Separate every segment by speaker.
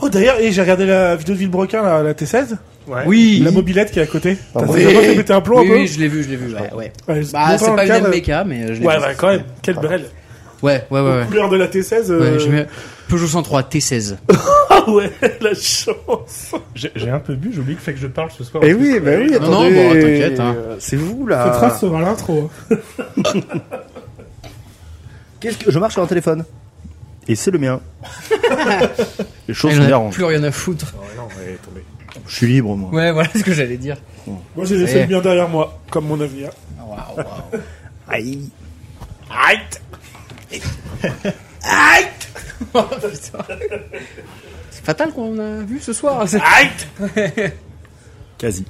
Speaker 1: Oh, d'ailleurs, et j'ai regardé la vidéo de Villebrequin, la, la T16.
Speaker 2: Ouais.
Speaker 3: Oui. Ah
Speaker 1: La mobilette qui est à côté. T'as
Speaker 4: bon.
Speaker 1: t'as pas fait péter un plomb
Speaker 3: Oui,
Speaker 1: un peu
Speaker 3: oui, je l'ai vu, je l'ai vu. Ouais, ouais.
Speaker 1: Ouais,
Speaker 3: Bah,
Speaker 1: longtemps
Speaker 3: c'est
Speaker 1: dans
Speaker 3: pas
Speaker 1: le
Speaker 3: une
Speaker 1: cadre.
Speaker 3: MBK, mais euh, je l'ai
Speaker 1: Ouais,
Speaker 3: vu.
Speaker 1: bah, quand même, quelle belle
Speaker 3: Ouais, ouais, ouais. ouais.
Speaker 1: couleur de la T16. euh,
Speaker 3: Ouais, j'ai mis- Peugeot 103 T16.
Speaker 1: Ah ouais, la chance.
Speaker 2: J'ai j'ai un peu bu, j'oublie que fait que je parle ce soir.
Speaker 4: Eh oui, bah oui,
Speaker 3: Non,
Speaker 4: attendez.
Speaker 3: non, bon, t'inquiète, hein.
Speaker 4: euh, C'est vous
Speaker 1: Cette
Speaker 4: là.
Speaker 3: Ah.
Speaker 1: phrase sera l'intro. hein.
Speaker 4: Qu'est-ce que je marche sur un téléphone Et c'est le mien. Les choses
Speaker 3: Elle
Speaker 4: me
Speaker 3: en a
Speaker 4: dérangent.
Speaker 3: plus rien à foutre.
Speaker 4: Je suis libre moi.
Speaker 3: Ouais, voilà ce que j'allais dire.
Speaker 1: Moi, j'ai
Speaker 3: Ça y
Speaker 1: laissé
Speaker 3: est.
Speaker 1: le bien derrière moi, comme mon hein. avenir.
Speaker 3: Waouh, waouh.
Speaker 4: Aïe.
Speaker 1: Aïe
Speaker 3: Oh, putain. C'est fatal qu'on a vu ce soir. C'est-
Speaker 1: Aïe
Speaker 4: Quasi.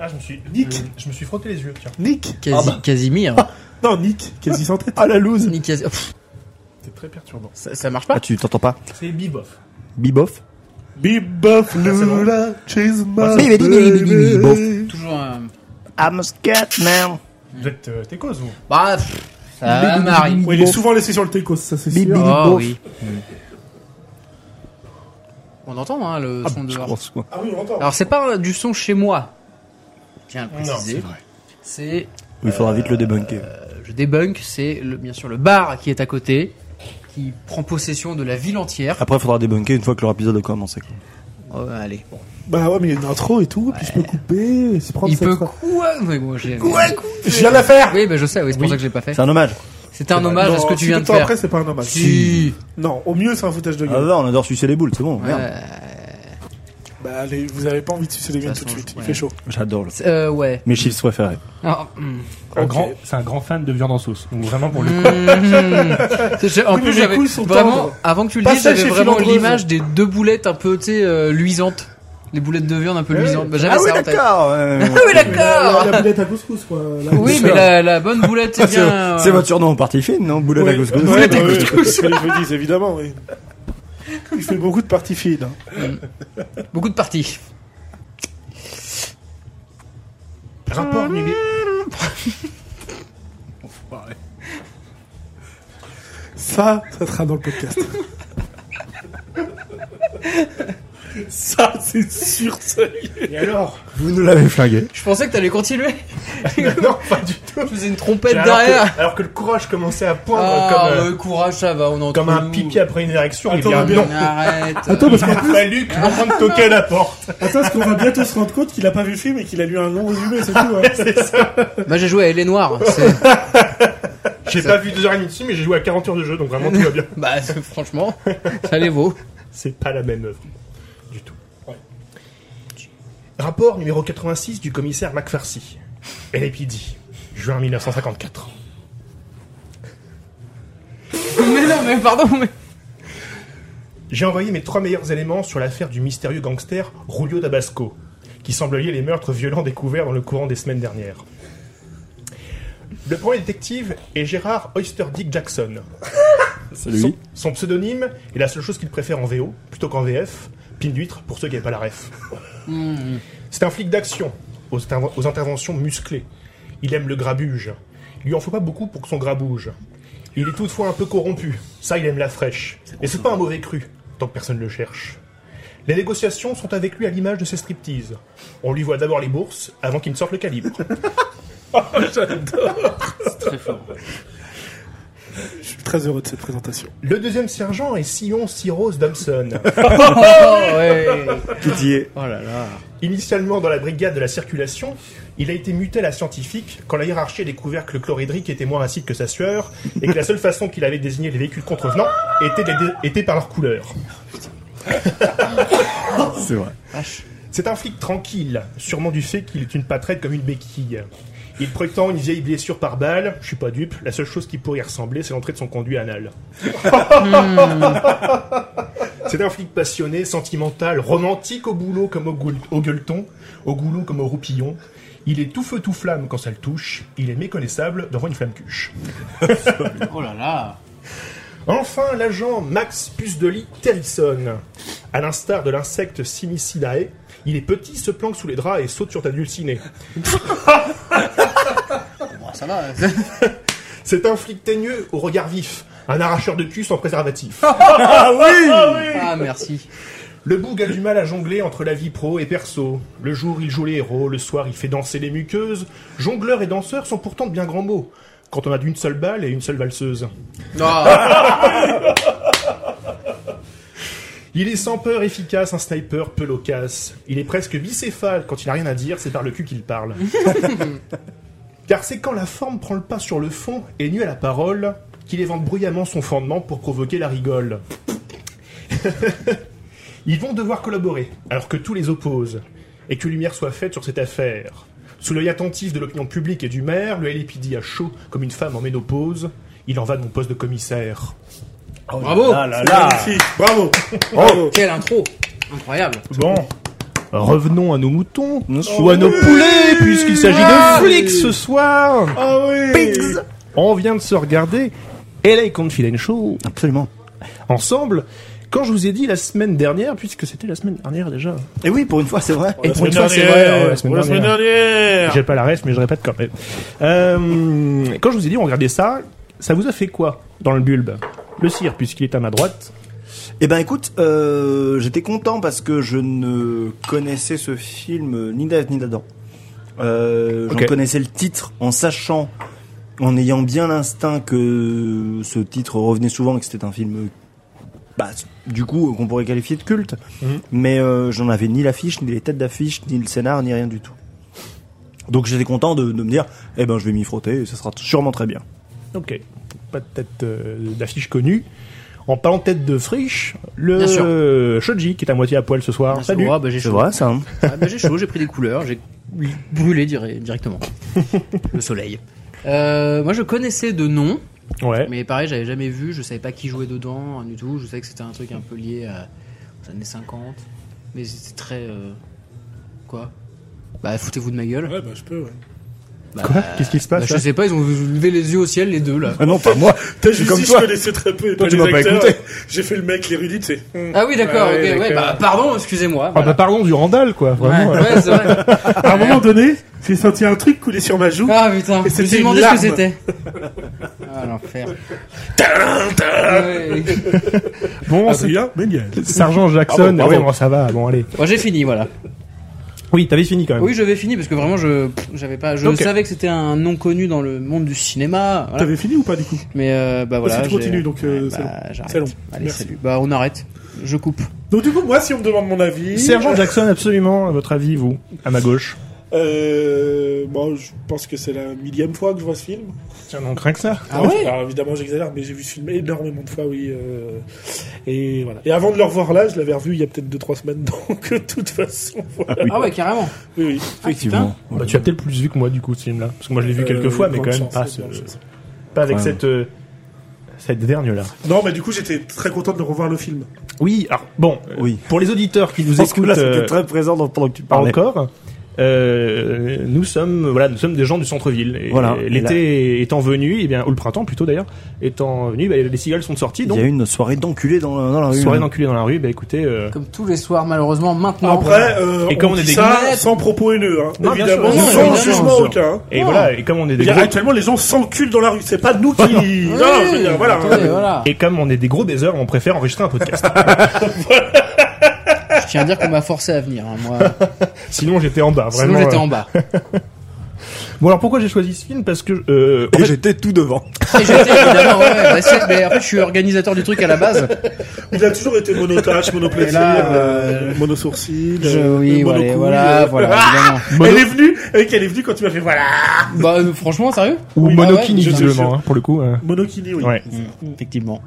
Speaker 2: Ah, je me suis.
Speaker 1: Nick.
Speaker 2: Euh, Je me suis frotté les yeux, tiens.
Speaker 1: Nick
Speaker 3: Quasi, Casimir.
Speaker 1: Non, Nick, quasi sans tête.
Speaker 4: Ah la loose.
Speaker 3: Ni quasi- Pff,
Speaker 2: C'est très perturbant.
Speaker 3: Ça, ça marche
Speaker 4: Ah
Speaker 3: pas.
Speaker 4: tu t'entends pas
Speaker 2: C'est Ah, Biboff.
Speaker 4: Biboff
Speaker 1: Biboff Lula, cheese
Speaker 3: bah,
Speaker 1: my baby.
Speaker 4: Biboff.
Speaker 3: Toujours un.
Speaker 4: I'm a scat man.
Speaker 2: Vous êtes euh, tes causes, vous
Speaker 3: Bah, pff, ça m'arrive.
Speaker 1: Ouais, il est souvent laissé sur le técos, ça c'est
Speaker 4: Bibi.
Speaker 1: sûr.
Speaker 3: Oh
Speaker 4: Bof.
Speaker 3: oui. On entend hein, le son
Speaker 4: Je
Speaker 3: dehors.
Speaker 4: pense quoi.
Speaker 1: Ah oui, on l'entend.
Speaker 3: Alors c'est pas du son chez moi. Tiens, à le
Speaker 2: Non, c'est
Speaker 3: préciser. C'est,
Speaker 4: Il faudra vite le débunker.
Speaker 3: euh, je débunk, c'est le- bien sûr le bar qui est à côté, qui prend possession de la ville entière.
Speaker 4: Après, il faudra débunker une fois que leur épisode a commencé. quoi.
Speaker 3: Oh, allez, bon.
Speaker 1: Bah ouais, mais il y a une intro et tout, puis je peux couper, et se prendre
Speaker 3: il
Speaker 1: cette
Speaker 3: peut
Speaker 1: phrase.
Speaker 3: quoi Mais bon, j'ai-
Speaker 1: Je viens de la faire
Speaker 3: Oui, bah, je sais. Oui, c'est pour ça que je l'ai pas fait.
Speaker 4: C'est un hommage.
Speaker 3: C'était un hommage à ce
Speaker 1: Non,
Speaker 3: que tu
Speaker 1: si
Speaker 3: viens de
Speaker 1: longtemps
Speaker 3: faire.
Speaker 1: après, c'est pas un hommage.
Speaker 3: Si.
Speaker 1: Non, au mieux, c'est un foutage de
Speaker 4: Ah
Speaker 1: gueule.
Speaker 4: là, on adore sucer les boules, c'est bon. Merde.
Speaker 3: Euh,
Speaker 1: Bah allez, vous avez pas envie de sucer les gueules tout de
Speaker 3: façon,
Speaker 1: suite, il
Speaker 3: ouais.
Speaker 1: fait chaud.
Speaker 4: J'adore. le-
Speaker 3: c'est- euh, ouais.
Speaker 4: Mes chiffres préférés.
Speaker 3: Alors, hum.
Speaker 2: Un
Speaker 1: Ok.
Speaker 2: grand- C'est un grand fan de viande en sauce. Donc vraiment pour le coup.
Speaker 3: Mmh. Je- hmm. en
Speaker 1: Oui, mais les
Speaker 3: plus, j'avais
Speaker 1: couilles sont
Speaker 3: vraiment,
Speaker 1: tendres.
Speaker 3: avant que tu le
Speaker 1: Pas
Speaker 3: dises, j'avais
Speaker 1: sèches et
Speaker 3: vraiment
Speaker 1: filandreuses.
Speaker 3: l'image des deux boulettes un peu, tu sais, euh, luisantes. Les boulettes de viande un peu luisantes. Bah, j'avais
Speaker 4: Ah
Speaker 3: ça
Speaker 4: oui,
Speaker 3: en tête.
Speaker 4: d'accord. euh,
Speaker 3: Ah oui, d'accord.
Speaker 1: La, la boulette à couscous, quoi. La-
Speaker 3: Oui, mais la, la bonne boulette, c'est
Speaker 4: C'est
Speaker 3: bien. euh,
Speaker 4: c'est votre surnom en partie fine, non Boulette à
Speaker 1: Ouais,
Speaker 4: couscous.
Speaker 1: ouais,
Speaker 3: Boulette à
Speaker 1: bah ouais,
Speaker 3: couscous.
Speaker 1: c'est ce que les jeux disent, évidemment, oui. Il fait beaucoup de parties fines. hein.
Speaker 3: euh, Beaucoup de parties.
Speaker 2: Rapport numérique.
Speaker 1: Ça, ça sera dans le podcast. ça, c'est sûr, ça y est.
Speaker 2: Et alors
Speaker 4: Vous nous l'avez flingué.
Speaker 3: Je pensais que t'allais continuer.
Speaker 2: Non, pas du tout.
Speaker 3: Je faisais une trompette
Speaker 2: Alors que-
Speaker 3: derrière.
Speaker 2: alors que le courage commençait à poindre
Speaker 3: Ah,
Speaker 2: comme, euh,
Speaker 3: ouais, courage, ça va, on en
Speaker 2: comme un pipi après une érection. il vient,
Speaker 1: mais
Speaker 2: non,
Speaker 3: Arrête.
Speaker 1: Ah, Attends, parce qu'en
Speaker 2: il
Speaker 1: plus,
Speaker 2: a fallu que l'enfant de toquer à la porte.
Speaker 1: attends, parce qu'on va bientôt se rendre compte qu'il a pas vu le film et qu'il a lu un long résumé, c'est tout. hein.
Speaker 3: Bah, j'ai joué à Elle est Noire. c'est-
Speaker 2: J'ai pas vu deux heures et demie dessus, mais j'ai joué à 40 heures de jeu, donc vraiment tout va bien.
Speaker 3: Bah, c'est- franchement, ça les vaut.
Speaker 2: C'est pas la même œuvre du tout. Rapport numéro 86 du commissaire McPhercy. LAPD, juin 1954.
Speaker 3: Mais non, mais pardon, mais.
Speaker 2: J'ai envoyé mes trois meilleurs éléments sur l'affaire du mystérieux gangster Rulio Dabasco, qui semble lier les meurtres violents découverts dans le courant des semaines dernières. Le premier détective est Gérard Oyster Dick Jackson.
Speaker 4: C'est
Speaker 2: Son,
Speaker 4: lui.
Speaker 2: son pseudonyme est la seule chose qu'il préfère en VO plutôt qu'en VF, pin d'huître pour ceux qui n'avaient pas la ref. C'est un flic d'action, aux, interve- aux interventions musclées. Il aime le grabuge. Il lui en faut pas beaucoup pour que son gras bouge. Il est toutefois un peu corrompu. Ça, il aime la fraîche. Et c'est pas un mauvais cru, tant que personne le cherche. Les négociations sont avec lui à l'image de ses striptease. On lui voit d'abord les bourses avant qu'il ne sorte le calibre.
Speaker 1: Je suis très heureux de cette présentation.
Speaker 2: Le deuxième sergent est Sion Cyrose Damson.
Speaker 3: Oh, ouais.
Speaker 4: Tout y est.
Speaker 3: Oh là là.
Speaker 2: Initialement dans la brigade de la circulation, il a été muté à la scientifique quand la hiérarchie a découvert que le chlorhydrique était moins acide que sa sueur et que la seule façon qu'il avait de désigner les véhicules contrevenants était, de les dé- était par leur couleur.
Speaker 4: C'est vrai.
Speaker 2: C'est un flic tranquille, sûrement du fait qu'il est une patrette comme une béquille. Il prétend une vieille blessure par balle, je suis pas dupe, la seule chose qui pourrait y ressembler, c'est l'entrée de son conduit anal. c'est un flic passionné, sentimental, romantique au boulot comme au, goul- au gueuleton, au goulot comme au roupillon. Il est tout feu tout flamme quand ça le touche, il est méconnaissable devant une flamme cuche.
Speaker 3: Oh là là.
Speaker 2: Enfin, l'agent Max Pusdeli Terrison. À l'instar de l'insecte Simicidae, il est petit, se planque sous les draps et saute sur ta dulcinée.
Speaker 3: Bon, ça va. hein.
Speaker 2: C'est un flic teigneux au regard vif, un arracheur de cul sans préservatif.
Speaker 3: Ah, merci.
Speaker 2: Le boug a du mal à jongler entre la vie pro et perso. Le jour, il joue les héros, le soir, il fait danser les muqueuses. Jongleur et danseur sont pourtant de bien grands mots, quand on a d'une seule balle et une seule valseuse.
Speaker 3: Non.
Speaker 2: Il est sans peur, efficace, un sniper peu loquace. Il est presque bicéphale, quand il n'a rien à dire, c'est par le cul qu'il parle. Car c'est quand la forme prend le pas sur le fond et nuit à la parole qu'il évente bruyamment son fondement pour provoquer la rigole. Ils vont devoir collaborer, alors que tous les opposent, et que lumière soit faite sur cette affaire. Sous l'œil attentif de l'opinion publique et du maire, le LPD a chaud comme une femme en ménopause. Il en va de mon poste de commissaire.
Speaker 3: Oh, Bravo.
Speaker 4: Ah là là
Speaker 1: Magnifique. Bravo.
Speaker 4: Bravo.
Speaker 3: Quelle intro. Incroyable.
Speaker 2: Bon, revenons à nos moutons,
Speaker 4: Oh
Speaker 2: ou à nos
Speaker 4: oui.
Speaker 2: poulets, puisqu'il s'agit
Speaker 3: Ah
Speaker 2: de flics
Speaker 3: oui.
Speaker 2: ce soir.
Speaker 1: Ah oui.
Speaker 2: On vient de se regarder LA Confidential
Speaker 4: Absolument.
Speaker 2: ensemble. Quand je vous ai dit la semaine dernière, puisque c'était la semaine dernière déjà.
Speaker 4: Et oui, pour une fois, c'est vrai.
Speaker 1: Et
Speaker 2: pour une fois, c'est vrai, ouais, la semaine
Speaker 1: la semaine
Speaker 2: dernière.
Speaker 1: dernière.
Speaker 2: J'ai pas la ref, mais je répète quand même. Euh, quand je vous ai dit on regardait ça, ça vous a fait quoi dans le bulbe Le cire, puisqu'il est à ma droite.
Speaker 4: Eh ben écoute, euh, j'étais content parce que je ne connaissais ce film ni d'Ève ni d'Adam. Euh,
Speaker 2: Ok.
Speaker 4: J'en connaissais le titre en sachant, en ayant bien l'instinct que ce titre revenait souvent et que c'était un film, bah, du coup, qu'on pourrait qualifier de culte.
Speaker 2: Mhm.
Speaker 4: Mais euh, j'en avais ni l'affiche, ni les têtes d'affiche, ni le scénar, ni rien du tout. Donc j'étais content de, de me dire, eh ben je vais m'y frotter et ça sera sûrement très bien.
Speaker 2: Ok. Pas de tête euh, d'affiche connue. En parlant de tête de friche, le
Speaker 3: Bien sûr.
Speaker 2: euh, Shoji qui est à moitié à poil ce soir. Salut.
Speaker 3: Ah, bah, j'ai
Speaker 4: C'est
Speaker 3: chaud.
Speaker 4: vrai ça. hein
Speaker 3: Ah, bah, j'ai chaud, j'ai pris des couleurs, j'ai brûlé dire- directement. Le soleil. Euh, moi, je connaissais de nom,
Speaker 2: Ouais.
Speaker 3: mais pareil, j'avais jamais vu, je savais pas qui jouait dedans rien du tout. Je savais que c'était un truc un peu lié à, aux années 50, mais c'était très. euh, Quoi Bah, foutez-vous de ma gueule.
Speaker 1: Ouais, bah je peux. Ouais.
Speaker 3: Bah,
Speaker 2: Quoi Qu'est-ce qui se
Speaker 3: bah,
Speaker 2: passe
Speaker 3: Je
Speaker 2: là
Speaker 3: sais pas, ils ont levé les yeux au ciel, les deux là.
Speaker 4: Ah non, pas moi.
Speaker 1: T'as
Speaker 4: suis
Speaker 1: juste
Speaker 4: comme
Speaker 1: dit
Speaker 4: toi.
Speaker 1: je connaissais très peu et
Speaker 4: Toi,
Speaker 1: pas
Speaker 4: tu
Speaker 1: les
Speaker 4: m'as pas
Speaker 1: acteurs.
Speaker 4: écouté.
Speaker 1: J'ai fait le mec l'érudit, tu sais. Hmm.
Speaker 3: Ah oui, d'accord,
Speaker 1: Ouais,
Speaker 3: ok,
Speaker 1: ouais,
Speaker 3: ouais,
Speaker 1: d'accord.
Speaker 3: bah, pardon, excusez-moi.
Speaker 2: Ah bah
Speaker 3: voilà.
Speaker 2: parlons du Randall quoi. Vraiment.
Speaker 3: ouais, ouais, c'est vrai.
Speaker 1: À un moment donné, j'ai senti un truc couler sur ma joue.
Speaker 3: Ah
Speaker 1: Et
Speaker 3: putain, je me
Speaker 1: c'était
Speaker 3: suis
Speaker 1: une
Speaker 3: demandé ce que
Speaker 1: larme.
Speaker 3: c'était. Ah l'enfer. Ouais.
Speaker 2: Bon, c'est
Speaker 1: Adrien Méniel.
Speaker 2: Sergent
Speaker 1: Ah
Speaker 2: Jackson.
Speaker 1: bon, pardon.
Speaker 2: ouais, bon, ça va. Bon, allez.
Speaker 3: Bon, j'ai fini, voilà.
Speaker 2: Oui, t'avais fini quand même.
Speaker 3: Oui, je vais finir parce que vraiment, je pff, j'avais pas. Je
Speaker 2: Ok.
Speaker 3: savais que c'était un nom connu dans le monde du cinéma.
Speaker 2: Ah.
Speaker 3: voilà.
Speaker 1: T'avais fini ou pas du coup
Speaker 3: Mais euh, bah voilà.
Speaker 1: Parce que tu
Speaker 3: j'ai-
Speaker 1: continues, donc, euh,
Speaker 3: Ouais,
Speaker 1: c'est
Speaker 3: bah, j'arrête.
Speaker 1: C'est long.
Speaker 3: Allez,
Speaker 1: Merci.
Speaker 3: salut. Bah on arrête. Je coupe.
Speaker 1: Donc du coup, moi, si on me demande mon avis,
Speaker 2: Sergent Jackson, absolument, à votre avis, vous, à ma gauche.
Speaker 1: euh, bon, je pense que c'est la millième fois que je vois ce film.
Speaker 2: Tiens, donc rien que ça.
Speaker 3: Ah ouais
Speaker 1: Alors évidemment, j'exagère, mais j'ai vu ce film énormément de fois, oui. euh, et voilà. Et avant de le revoir là, je l'avais revu il y a peut-être 2-3 semaines, donc de toute façon, voilà.
Speaker 3: Ah ouais, carrément.
Speaker 1: Oui, oui.
Speaker 4: Effectivement.
Speaker 2: Bah, tu as peut-être plus vu que moi, du coup, ce film-là. Parce que moi, je l'ai vu quelques
Speaker 1: Euh,
Speaker 2: fois, mais
Speaker 1: grande
Speaker 2: quand même
Speaker 1: chance,
Speaker 2: pas,
Speaker 1: grande
Speaker 2: ce-
Speaker 1: chance.
Speaker 2: pas avec
Speaker 4: Ouais.
Speaker 2: cette, euh, cette vergne-là.
Speaker 1: Non, mais du coup, j'étais très content de revoir le film.
Speaker 2: Oui, alors, bon, euh,
Speaker 4: Oui.
Speaker 2: pour les auditeurs qui
Speaker 4: Je
Speaker 2: nous
Speaker 4: pense que
Speaker 2: écoutent
Speaker 4: là, c'était
Speaker 2: euh,
Speaker 4: très présent dans- pendant que tu
Speaker 2: pas
Speaker 4: parlais.
Speaker 2: encore, euh, nous sommes voilà nous sommes des gens du centre-ville Et,
Speaker 4: Voilà.
Speaker 2: euh, l'été étant venu et bien ou le printemps plutôt d'ailleurs étant venu bah, les cigales sont sorties donc
Speaker 4: Il y a eu une soirée d'enculé dans, la- dans la rue.
Speaker 2: soirée
Speaker 4: hein.
Speaker 2: d'enculé dans la rue bah écoutez euh,
Speaker 3: Comme tous les soirs, malheureusement, maintenant.
Speaker 1: Après, euh,
Speaker 2: Ah, Et comme on est
Speaker 1: dit
Speaker 2: des
Speaker 1: ça
Speaker 3: galettes.
Speaker 1: sans propos haineux, hein.
Speaker 2: Non, bien
Speaker 1: évidemment,
Speaker 2: sûr, bien
Speaker 1: sans
Speaker 3: sûr, bien sûr.
Speaker 1: jugement aucun. hein.
Speaker 2: et
Speaker 3: Oh.
Speaker 2: voilà et comme on est
Speaker 1: Je
Speaker 2: des
Speaker 1: veux dire,
Speaker 2: gros
Speaker 1: Actuellement, les gens s'enculent dans la rue. C'est pas nous qui. non, je veux dire, voilà.
Speaker 3: Attendez, hein. voilà.
Speaker 2: et comme on est des gros baiseurs on préfère enregistrer un podcast
Speaker 3: Je tiens à dire qu'on m'a forcé à venir. hein, moi,
Speaker 1: Ah,
Speaker 2: sinon j'étais en bas
Speaker 3: sinon
Speaker 2: vraiment
Speaker 3: j'étais
Speaker 2: euh.
Speaker 3: en bas.
Speaker 2: bon alors pourquoi j'ai choisi ce film parce que euh, en
Speaker 4: Et
Speaker 2: fait,
Speaker 4: j'étais tout devant.
Speaker 3: Et j'étais évidemment. Ouais, bah, c'est- mais en fait, je suis organisateur du truc à la base.
Speaker 1: Euh, Il a toujours été monotache,
Speaker 3: Et
Speaker 1: monoplaisir,
Speaker 3: là,
Speaker 1: euh,
Speaker 3: euh,
Speaker 1: monosourcil,
Speaker 3: Je,
Speaker 1: euh,
Speaker 3: oui,
Speaker 1: monocouille,
Speaker 3: voilà, voilà,
Speaker 1: euh.
Speaker 3: voilà, évidemment.
Speaker 2: mono-
Speaker 1: Elle est venue, et qu'elle est venue quand tu m'as fait voilà.
Speaker 3: Bah euh, franchement, sérieux
Speaker 2: ou
Speaker 3: Oui,
Speaker 2: monokini
Speaker 3: bah ouais, je-
Speaker 2: visiblement hein, pour le coup euh.
Speaker 1: Monokini, oui.
Speaker 2: ouais
Speaker 3: Effectivement.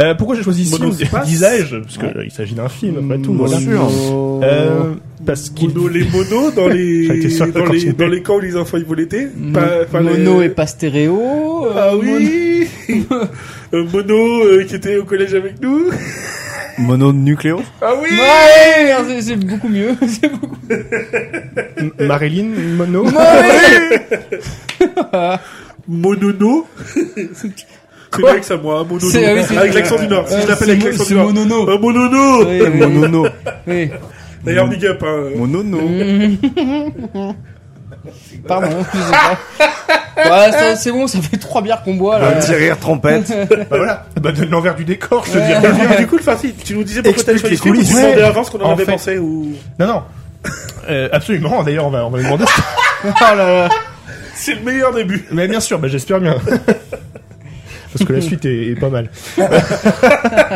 Speaker 2: Euh, pourquoi j'ai choisi ce film
Speaker 1: Monospace.
Speaker 2: disais-je parce que euh, il s'agit d'un film
Speaker 4: Mmh,
Speaker 2: après tout voilà. Euh, parce qu'il
Speaker 1: Mono, les monos dans les,
Speaker 2: Ça a été sûr que
Speaker 1: dans
Speaker 2: quand
Speaker 1: les,
Speaker 2: il-
Speaker 1: dans les camps où les enfants ils volaient. Pas- pas les-
Speaker 3: Mono et pas stéréo. euh,
Speaker 1: Ah oui Euh, Mono euh, qui était au collège avec nous.
Speaker 4: Mono de nucléo
Speaker 1: Ah oui
Speaker 3: mono- Ouais, hein, c'est- c'est beaucoup mieux. c'est beaucoup-
Speaker 2: M- Marilyn Bah Mono
Speaker 1: Monono C'est
Speaker 2: Quoi
Speaker 1: vrai que ça moi, hein, Monono.
Speaker 3: C'est- ah oui, c'est-
Speaker 1: avec l'accent du Nord. Si
Speaker 3: Ouais,
Speaker 1: je l'appelle
Speaker 3: c'est
Speaker 1: avec
Speaker 3: mo-
Speaker 1: l'accent
Speaker 3: c'est
Speaker 1: du Nord.
Speaker 3: Monono.
Speaker 1: Euh, Monono
Speaker 3: Oui, oui,
Speaker 4: Monono.
Speaker 3: oui.
Speaker 1: D'ailleurs, big up. Hein.
Speaker 4: Monono.
Speaker 3: Mhm. Pardon, je sais pas. Ouais, ça, c'est bon, ça fait trois bières qu'on boit là.
Speaker 4: Un petit rire trompette.
Speaker 2: Bah voilà, bah donne l'envers du décor, je te
Speaker 3: Ouais.
Speaker 2: dirais.
Speaker 1: Mais du coup, le farci, tu nous disais pourquoi t'as
Speaker 4: Explique les
Speaker 1: choisi ce film ou tu
Speaker 4: coulisses.
Speaker 1: demandais
Speaker 2: Ouais.
Speaker 1: avant ce qu'on en
Speaker 2: En
Speaker 1: avait
Speaker 2: fait-
Speaker 1: pensé ou...
Speaker 2: Non, non. Euh, absolument, d'ailleurs, on va, on va lui demander.
Speaker 3: Oh là là.
Speaker 1: C'est le meilleur début.
Speaker 2: Mais bien sûr, bah, j'espère bien. Parce que la suite est, est pas mal.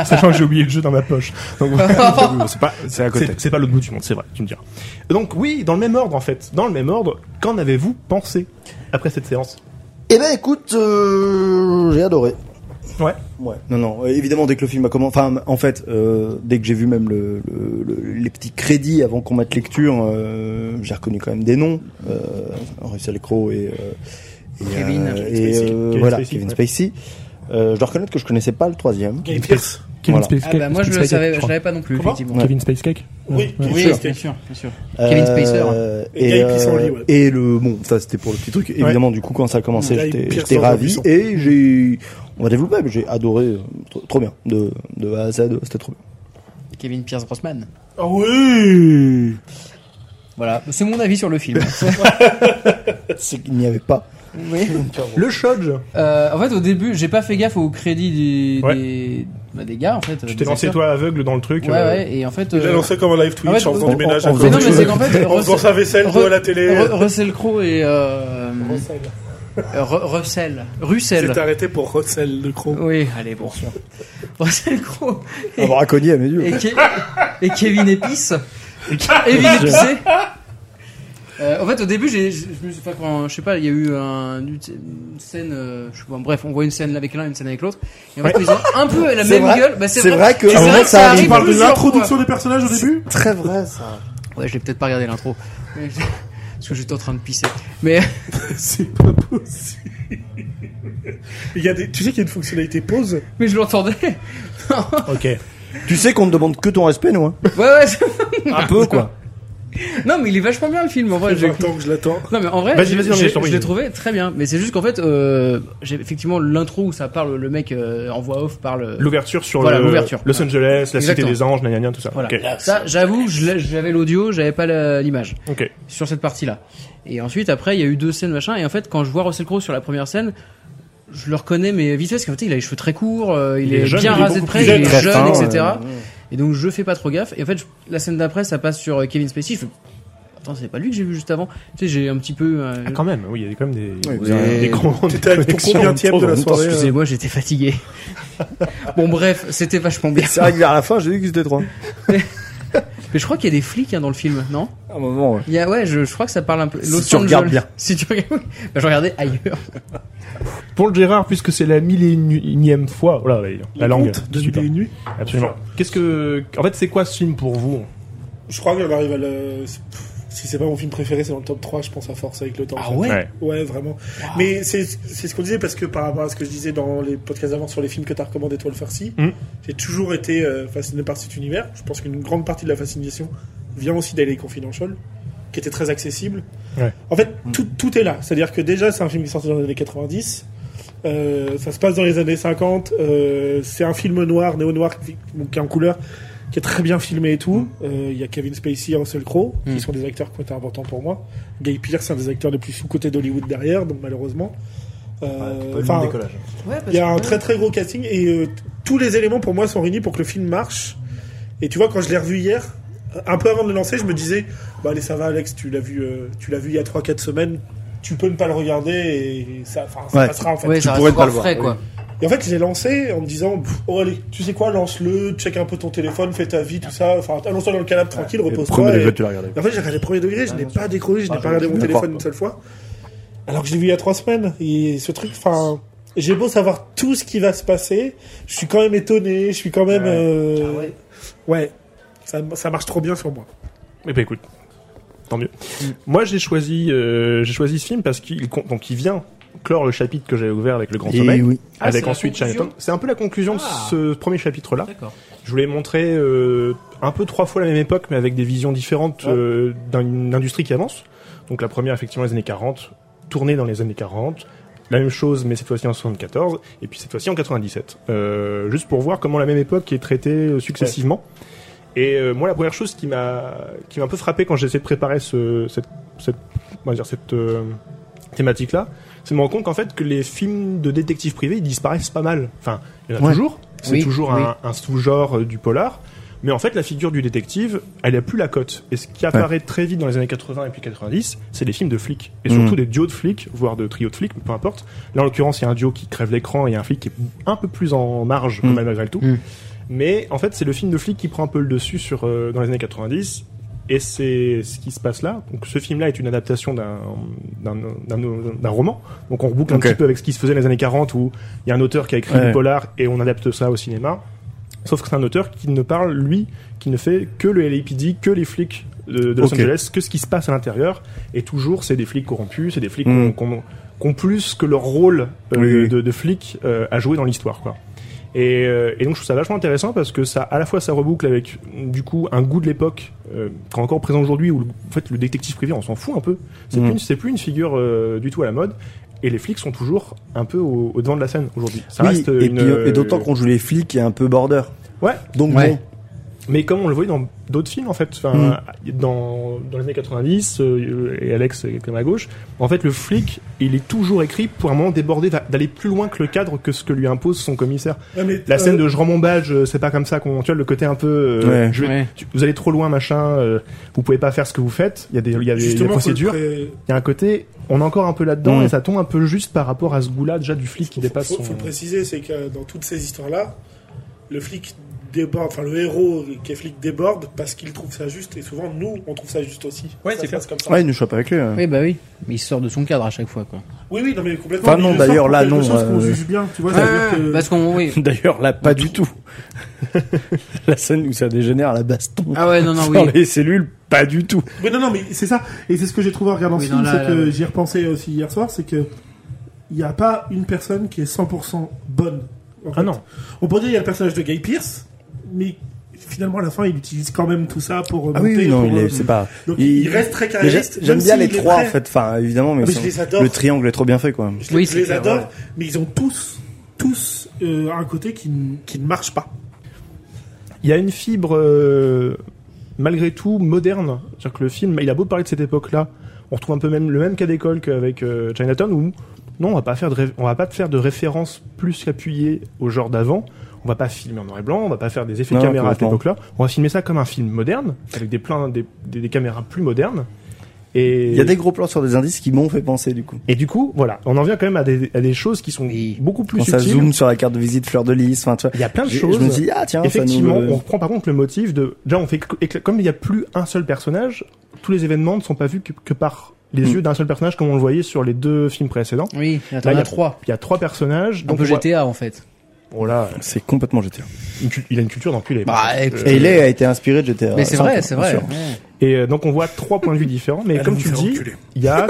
Speaker 2: Sachant que j'ai oublié le jeu dans ma poche. Donc, voilà.
Speaker 4: c'est pas, c'est à côté.
Speaker 2: c'est c'est pas l'autre bout du monde, c'est vrai, tu me diras. Donc oui, dans le même ordre en fait. Dans le même ordre, qu'en avez-vous pensé après cette séance
Speaker 4: Eh ben écoute, euh, j'ai adoré.
Speaker 2: Ouais.
Speaker 4: Ouais. Non, non. euh, Évidemment, dès que le film a commencé, enfin, en fait, euh, dès que j'ai vu même le, le- le- les petits crédits avant qu'on mette lecture, euh, j'ai reconnu quand même des noms. Euh, Henri Salecro et, euh, et,
Speaker 3: Kevin,
Speaker 4: euh,
Speaker 2: Kevin
Speaker 4: et
Speaker 2: Spacey.
Speaker 4: euh,
Speaker 2: Kevin
Speaker 4: voilà,
Speaker 2: Spacey,
Speaker 4: Kevin
Speaker 2: ouais.
Speaker 4: Spacey. Euh, je dois reconnaître que je connaissais pas le troisième.
Speaker 1: Game
Speaker 4: Voilà.
Speaker 3: Ah bah moi je le savais, je l'avais pas non plus,
Speaker 1: Comment
Speaker 3: effectivement.
Speaker 4: Ouais.
Speaker 2: Kevin Spacecake
Speaker 1: Oui,
Speaker 3: Oui,
Speaker 1: Kevin
Speaker 3: bien sûr,
Speaker 1: Spacey.
Speaker 3: bien sûr. Kevin Spacer.
Speaker 4: Euh,
Speaker 1: Et
Speaker 4: et,
Speaker 1: Guy Pierce-Henry, ouais.
Speaker 4: et le bon, ça c'était pour le petit truc. Évidemment, du coup, quand ça a commencé,
Speaker 1: Guy
Speaker 4: j'étais j'étais
Speaker 1: Pierce-Henry
Speaker 4: ravi
Speaker 1: Buisson.
Speaker 4: et j'ai, on va développer, mais j'ai adoré, euh, trop, trop bien, de, de A à Z, c'était trop bien.
Speaker 3: Kevin Pierce Grossman.
Speaker 1: Ah oui
Speaker 3: Voilà, c'est mon avis sur le film.
Speaker 4: C'est qu'il n'y avait pas.
Speaker 3: oui.
Speaker 2: Le Shodge
Speaker 3: Euh, en fait, au début, j'ai pas fait gaffe au crédit des,
Speaker 2: Ouais.
Speaker 3: des, bah, des gars en fait.
Speaker 2: Tu t'es lancé toi aveugle dans le truc.
Speaker 3: Ouais,
Speaker 2: euh,
Speaker 3: ouais, et en fait.
Speaker 1: Il a
Speaker 3: euh,
Speaker 1: lancé comme un live Twitch
Speaker 3: en fait,
Speaker 1: en faisant
Speaker 3: on-
Speaker 1: du ménage
Speaker 4: on-
Speaker 1: à
Speaker 4: on
Speaker 1: côté.
Speaker 3: mais non, Ah, mais c'est qu'en fait.
Speaker 1: En faisant
Speaker 3: Russell-
Speaker 1: sa vaisselle,
Speaker 3: Re-
Speaker 1: toi, à la télé.
Speaker 3: Ru- Russell Crowe et. Euh, euh, Ru- Russell. Russell. Oh.
Speaker 1: C'est arrêté pour Russell de Crow.
Speaker 3: Oui, allez, bon. Russell Crowe
Speaker 4: Un braconnier à mes yeux.
Speaker 3: et, Ke- et Kevin Épice. Kevin Épicé. Euh, en fait, au début, j'ai, je je me suis pas, quand- je sais pas, il y a eu un- une scène, euh, je sais pas, bref, on voit une scène avec l'un, une scène avec l'autre, et en fait, ils ont un peu la
Speaker 4: C'est
Speaker 3: même
Speaker 4: vrai.
Speaker 3: gueule. Bah,
Speaker 4: C'est vrai que-
Speaker 3: et
Speaker 4: Ah,
Speaker 3: c'est
Speaker 4: ouais,
Speaker 3: vrai que
Speaker 4: ça
Speaker 3: ça
Speaker 4: arrive.
Speaker 3: arrive
Speaker 4: On parle de
Speaker 3: plusieurs fois.
Speaker 1: des personnages au début
Speaker 4: Très vrai ça.
Speaker 3: Ouais, je l'ai peut-être pas regardé l'intro, Mais je- parce que j'étais en train de pisser. Mais
Speaker 1: C'est pas possible. Il y a des... Tu sais qu'il y a une fonctionnalité pause
Speaker 3: mais je l'entendais.
Speaker 2: Ok.
Speaker 4: Tu sais qu'on ne demande que ton respect, nous. Hein.
Speaker 3: Ouais, ouais. c'est-
Speaker 4: Un peu quoi.
Speaker 3: Non, mais il est vachement bien le film en vrai.
Speaker 1: J'ai
Speaker 3: j'ai-
Speaker 1: le temps que je l'attends.
Speaker 3: Non mais en vrai,
Speaker 2: Vas-y,
Speaker 3: j'ai-
Speaker 2: vas-y, non, mais
Speaker 3: j'ai-
Speaker 2: je t'en prie.
Speaker 3: je l'ai trouvé très bien. Mais c'est juste qu'en fait, euh, j'ai effectivement l'intro où ça parle, le mec euh, en voix off parle.
Speaker 2: L'ouverture sur
Speaker 3: Voilà,
Speaker 2: le-
Speaker 3: l'ouverture.
Speaker 2: Los Angeles, la
Speaker 3: Exactement.
Speaker 2: cité des anges, gna gna gna, tout ça.
Speaker 3: Voilà.
Speaker 2: Ok.
Speaker 3: Ça, j'avoue, je l'ai- j'avais l'audio, j'avais pas la- l'image
Speaker 2: Ok.
Speaker 3: sur cette partie-là. Et ensuite, après, il y a eu deux scènes machin. Et en fait, quand je vois Russell Crowe sur la première scène, je le reconnais mais vite fait parce qu'en fait, il a les cheveux très courts, euh, il,
Speaker 2: Il
Speaker 3: est,
Speaker 2: est jeune,
Speaker 3: bien
Speaker 2: il est
Speaker 3: rasé de
Speaker 2: beaucoup
Speaker 3: près,
Speaker 2: plus
Speaker 3: il est
Speaker 2: jeune.
Speaker 3: jeune,
Speaker 4: fin,
Speaker 3: etc.
Speaker 4: ouais.
Speaker 3: Et donc je fais pas trop gaffe. Et en fait, je- la scène d'après, ça passe sur euh, Kevin Spacey. Je fais, attends, c'est pas lui que j'ai vu juste avant. Tu sais, j'ai un petit peu. euh,
Speaker 2: Ah, quand même, oui, il y a quand même des,
Speaker 4: Oui,
Speaker 2: des,
Speaker 4: vous avez-
Speaker 2: des grandes
Speaker 1: T'étais avec ton
Speaker 2: connexions
Speaker 1: combien tième de
Speaker 2: entre-
Speaker 1: la
Speaker 2: entre-
Speaker 1: soirée euh
Speaker 3: Excusez-moi, j'étais fatigué. bon, bref, c'était vachement bien.
Speaker 4: C'est vrai que vers la fin, j'ai vu que c'était trois.
Speaker 3: Mais je crois qu'il y a des flics hein, dans le film, non
Speaker 4: À un moment, ouais.
Speaker 3: Il y a, ouais, je, je crois que ça parle un peu.
Speaker 4: Si
Speaker 3: Los
Speaker 4: tu regardes
Speaker 3: Angeles.
Speaker 4: bien.
Speaker 3: Si tu regardes, oui. Bah, je regardais ailleurs.
Speaker 2: Pour le Gérard, puisque c'est la mille et une- unième fois, oh là, la, la langue,
Speaker 1: De
Speaker 2: super.
Speaker 1: mille et une nuits.
Speaker 2: absolument. Qu'est-ce que, en fait, c'est quoi ce film pour vous
Speaker 1: Je crois qu'on arrive à le... Si c'est pas mon film préféré, c'est dans le top 3, je pense, à force avec le temps. en fait. Ouais, vraiment. Mais c'est c'est ce qu'on disait parce que par rapport à ce que je disais dans les podcasts avant sur les films que t'as recommandé toi le farci,
Speaker 2: Mm.
Speaker 1: j'ai toujours été euh, fasciné par cet univers. Je pense qu'une grande partie de la fascination vient aussi d'L.A. Confidential, qui était très accessible.
Speaker 2: Ouais.
Speaker 1: En fait, tout, tout est là. C'est-à-dire que déjà, c'est un film qui est sorti dans les années 90. euh, ça se passe dans les années 50. euh, c'est un film noir, néo-noir, qui qui est en couleur, qui est très bien filmé et tout. Euh, Il y a Kevin Spacey et Russell Crowe,
Speaker 3: Mm.
Speaker 1: qui sont des acteurs qui ont été importants pour moi. Guy Pearce, un des acteurs les plus sous-cotés d'Hollywood derrière, donc malheureusement. Euh, enfin,
Speaker 3: Ouais, parce
Speaker 1: il y a
Speaker 3: que-
Speaker 1: un très très gros casting et euh, t- tous les éléments pour moi sont réunis pour que le film marche. Et tu vois, quand je l'ai revu hier, euh, un peu avant de le lancer, je me disais, bah allez, ça va, Alex, tu l'as vu, euh, tu l'as vu il y a 3-4 semaines, tu peux ne pas le regarder et ça, enfin, ça
Speaker 4: Ouais.
Speaker 1: passera en fait.
Speaker 3: Ouais, ça reste
Speaker 4: pourrais pas
Speaker 3: encore
Speaker 4: le voir,
Speaker 3: frais,
Speaker 4: oui.
Speaker 3: quoi.
Speaker 1: Et en fait, je l'ai lancé en me disant, Pff, oh allez, tu sais quoi, lance-le, check un peu ton téléphone, fais ta vie, tout ça, enfin, allons-toi dans le canapé tranquille, repose-toi. et-
Speaker 4: l'as regardé.
Speaker 1: et en fait, j'ai regardé le premier degré,
Speaker 3: Ah,
Speaker 1: je n'ai pas décroché, je n'ai pas regardé mon
Speaker 4: je
Speaker 1: téléphone
Speaker 4: comprends.
Speaker 1: une seule fois. Alors que je l'ai vu il y a trois semaines. Et ce truc, enfin, j'ai beau savoir tout ce qui va se passer, je suis quand même étonné, je suis quand même. euh, ouais. Ça, ça marche trop bien sur moi.
Speaker 2: Eh ben écoute, tant mieux. Moi j'ai choisi, euh, j'ai choisi ce film parce qu'il con- donc il vient clore le chapitre que j'avais ouvert avec le Grand
Speaker 4: Et
Speaker 2: Sommeil,
Speaker 4: oui.
Speaker 3: Ah,
Speaker 2: avec
Speaker 3: c'est la
Speaker 2: ensuite
Speaker 3: conclusion
Speaker 2: Chinatown. C'est un peu la conclusion
Speaker 3: Ah.
Speaker 2: de ce premier chapitre là.
Speaker 3: D'accord.
Speaker 2: Je voulais montrer euh, un peu trois fois la même époque, mais avec des visions différentes euh, d'une industrie qui avance. Donc la première, effectivement, les années 40, tournée dans les années 40. La même chose, mais cette fois-ci en 74, et puis cette fois-ci en 97. Euh, juste pour voir comment la même époque est traitée euh, successivement. Et euh, moi, la première chose qui m'a qui m'a un peu frappé quand j'ai essayé de préparer ce, cette, cette on va dire, cette euh, thématique-là, c'est de me rendre compte qu'en fait, que les films de détectives privés, ils disparaissent pas mal. Enfin, il y en a
Speaker 4: Ouais.
Speaker 2: toujours. C'est
Speaker 3: Oui,
Speaker 2: toujours
Speaker 3: oui.
Speaker 2: un, un sous-genre euh, du polar. Mais en fait, la figure du détective, elle a plus la cote. Et ce qui apparaît très vite dans les années 80 et puis 90, c'est les films de flics. Et surtout
Speaker 4: Mhm.
Speaker 2: des duos de flics, voire de trios de flics, peu importe. Là, en l'occurrence, il y a un duo qui crève l'écran et un flic qui est un peu plus en marge, quand
Speaker 4: Mhm.
Speaker 2: même, malgré le tout.
Speaker 3: Mhm.
Speaker 2: Mais en fait, c'est le film de flic qui prend un peu le dessus sur, euh, dans les années 90. Et c'est ce qui se passe là. Donc, ce film-là est une adaptation d'un d'un- d'un- d'un roman. Donc, on reboucle
Speaker 4: Ok.
Speaker 2: un petit peu avec ce qui se faisait dans les années 40 où il y a un auteur qui a écrit
Speaker 4: Ouais.
Speaker 2: le polar et on adapte ça au cinéma. Sauf que c'est un auteur qui ne parle, lui, qui ne fait que le LAPD, que les flics de, de Los
Speaker 4: Ok.
Speaker 2: Angeles, que ce qui se passe à l'intérieur. Et toujours, c'est des flics corrompus, c'est des flics
Speaker 4: Mm.
Speaker 2: qu'on ont plus que leur rôle euh,
Speaker 4: Oui, oui.
Speaker 2: de, de flic euh, à jouer dans l'histoire. quoi. Et, euh, et donc je trouve ça vachement intéressant parce que ça, à la fois, ça reboucle avec du coup un goût de l'époque euh, qui est encore présent aujourd'hui où le- en fait le détective privé on s'en fout un peu. C'est
Speaker 4: Mm.
Speaker 2: plus, c'est plus une figure euh, du tout à la mode. Et les flics sont toujours un peu au, au devant de la scène aujourd'hui. Ça
Speaker 4: Oui,
Speaker 2: reste
Speaker 4: et,
Speaker 2: une,
Speaker 4: puis, euh, et d'autant
Speaker 2: euh,
Speaker 4: qu'on joue les flics, il y a un peu border.
Speaker 2: Ouais.
Speaker 4: Donc
Speaker 3: Ouais.
Speaker 4: bon.
Speaker 2: Mais comme on le voyait dans d'autres films, en fait, enfin,
Speaker 4: Mm.
Speaker 2: dans, dans les années 90, euh, et Alex est comme à gauche, en fait, le flic, il est toujours écrit pour un moment déborder, d'a- d'aller plus loin que le cadre que ce que lui impose son commissaire.
Speaker 5: Ouais, mais,
Speaker 2: La
Speaker 5: euh,
Speaker 2: scène de je rends mon badge, euh, c'est pas comme ça qu'on, tu vois, le côté un peu, euh,
Speaker 4: Ouais.
Speaker 2: je vais-
Speaker 3: Ouais.
Speaker 2: tu- vous allez trop loin, machin, euh, vous pouvez pas faire ce que vous faites, il y a des, il y a des- il y a des
Speaker 5: justement, faut le
Speaker 2: procédures.
Speaker 5: pré-
Speaker 2: Il y a un côté, on est encore un peu là-dedans,
Speaker 4: Mm.
Speaker 2: et ça tombe un peu juste par rapport à ce goût-là, déjà, du flic qui dépasse
Speaker 5: faut,
Speaker 2: son...
Speaker 5: faut le préciser, c'est que dans toutes ces histoires-là, le flic déborde, enfin le héros qui est flic déborde parce qu'il trouve ça juste et souvent nous on trouve ça juste aussi.
Speaker 1: Ouais,
Speaker 5: Ça
Speaker 1: c'est
Speaker 5: se passe comme ça.
Speaker 4: Ouais, il ne chope avec lui. hein.
Speaker 3: Oui, bah oui. Mais il sort de son cadre à chaque fois, quoi.
Speaker 5: Oui, oui, non mais complètement.
Speaker 4: Enfin, non,
Speaker 5: Mais il le sort
Speaker 4: d'ailleurs,
Speaker 5: pour
Speaker 4: là,
Speaker 5: quelque
Speaker 4: non,
Speaker 5: chose qu'on
Speaker 4: euh,
Speaker 5: juge bien, tu vois.
Speaker 3: Ouais,
Speaker 5: c'est-à-dire que-
Speaker 3: Parce qu'on, oui.
Speaker 4: D'ailleurs, là, pas du tout. la scène où ça dégénère à la baston.
Speaker 3: Ah ouais, non, non,
Speaker 4: Dans
Speaker 3: oui.
Speaker 4: les cellules, pas du tout.
Speaker 5: Oui, non, non, mais c'est ça. Et c'est ce que j'ai trouvé en regardant
Speaker 3: Oui,
Speaker 5: ce
Speaker 3: non,
Speaker 5: film,
Speaker 3: là,
Speaker 5: c'est
Speaker 3: là,
Speaker 5: que
Speaker 3: là.
Speaker 5: j'y ai repensé aussi hier soir, c'est que il n'y a pas une personne qui est 100% bonne. en
Speaker 2: Ah
Speaker 5: fait.
Speaker 2: non.
Speaker 5: On pourrait dire il y a le personnage de Guy Pierce, mais finalement à la fin il utilise quand même tout ça pour.
Speaker 4: Ah oui,
Speaker 5: monter,
Speaker 4: oui, non,
Speaker 5: pour,
Speaker 4: il
Speaker 5: euh,
Speaker 4: est, c'est pas.
Speaker 5: Donc
Speaker 4: il-
Speaker 5: il, reste très
Speaker 4: Mais j'ai-
Speaker 5: carriériste.
Speaker 4: J'aime
Speaker 5: même
Speaker 4: bien
Speaker 5: s'il
Speaker 4: les
Speaker 5: est
Speaker 4: trois,
Speaker 5: très-
Speaker 4: en fait. Enfin, évidemment, mais,
Speaker 5: Ah, mais
Speaker 4: c'est-
Speaker 5: je les adore.
Speaker 4: le triangle est trop bien fait, quoi.
Speaker 5: Je,
Speaker 3: Oui,
Speaker 5: je
Speaker 3: c'est
Speaker 5: les
Speaker 3: clair,
Speaker 5: adore,
Speaker 3: ouais.
Speaker 5: mais ils ont tous, tous euh, un côté qui, n- qui ne marche pas.
Speaker 2: Il y a une fibre euh, malgré tout moderne, c'est-à-dire que le film, il a beau parler de cette époque-là, on retrouve un peu même le même cas d'école qu'avec euh, Chinatown où non, on va pas faire de ré- on va pas te faire de référence plus appuyée au genre d'avant. On va pas filmer en noir et blanc, on va pas faire des effets
Speaker 4: Non,
Speaker 2: de caméra à cette
Speaker 4: complètement.
Speaker 2: époque-là. On va filmer ça comme un film moderne avec des plein des, des- des caméras plus modernes. Et
Speaker 4: Il y a des gros plans sur des indices qui m'ont fait penser, du coup.
Speaker 2: et du coup, voilà, on en vient quand même à des, à des choses qui sont
Speaker 3: Oui.
Speaker 2: beaucoup plus
Speaker 4: Quand ça
Speaker 2: subtiles.
Speaker 4: zoome sur la carte de visite fleur de lys, enfin, tu vois.
Speaker 2: Il y a plein de
Speaker 4: Je,
Speaker 2: choses.
Speaker 4: je me dis, ah, tiens,
Speaker 2: Effectivement,
Speaker 4: ça nous...
Speaker 2: on reprend par contre le motif de. Déjà, on fait que- écla- comme il n'y a plus un seul personnage, tous les événements ne sont pas vus que, que par les
Speaker 4: Mm.
Speaker 2: yeux d'un seul personnage, comme on le voyait sur les deux films précédents.
Speaker 3: Oui, il y
Speaker 2: Là,
Speaker 3: en a trois.
Speaker 2: Il y a trois personnages.
Speaker 3: Un
Speaker 2: Donc
Speaker 3: peu
Speaker 2: on voit-
Speaker 3: GTA, en fait.
Speaker 2: Oh là,
Speaker 4: C'est complètement GTA.
Speaker 2: une cul- il a une culture d'enculé.
Speaker 3: Bah,
Speaker 2: par contre.
Speaker 3: écoute,
Speaker 4: Et il est, a été inspiré de GTA.
Speaker 3: Mais c'est
Speaker 4: sans-
Speaker 3: vrai, c'est
Speaker 4: bien
Speaker 3: vrai.
Speaker 4: sûr.
Speaker 3: Ouais.
Speaker 2: Et euh, donc on voit trois points de vue différents, mais
Speaker 5: Allez
Speaker 2: comme
Speaker 5: vous
Speaker 2: tu le
Speaker 5: faire
Speaker 2: dis,
Speaker 5: enculer.
Speaker 2: il y a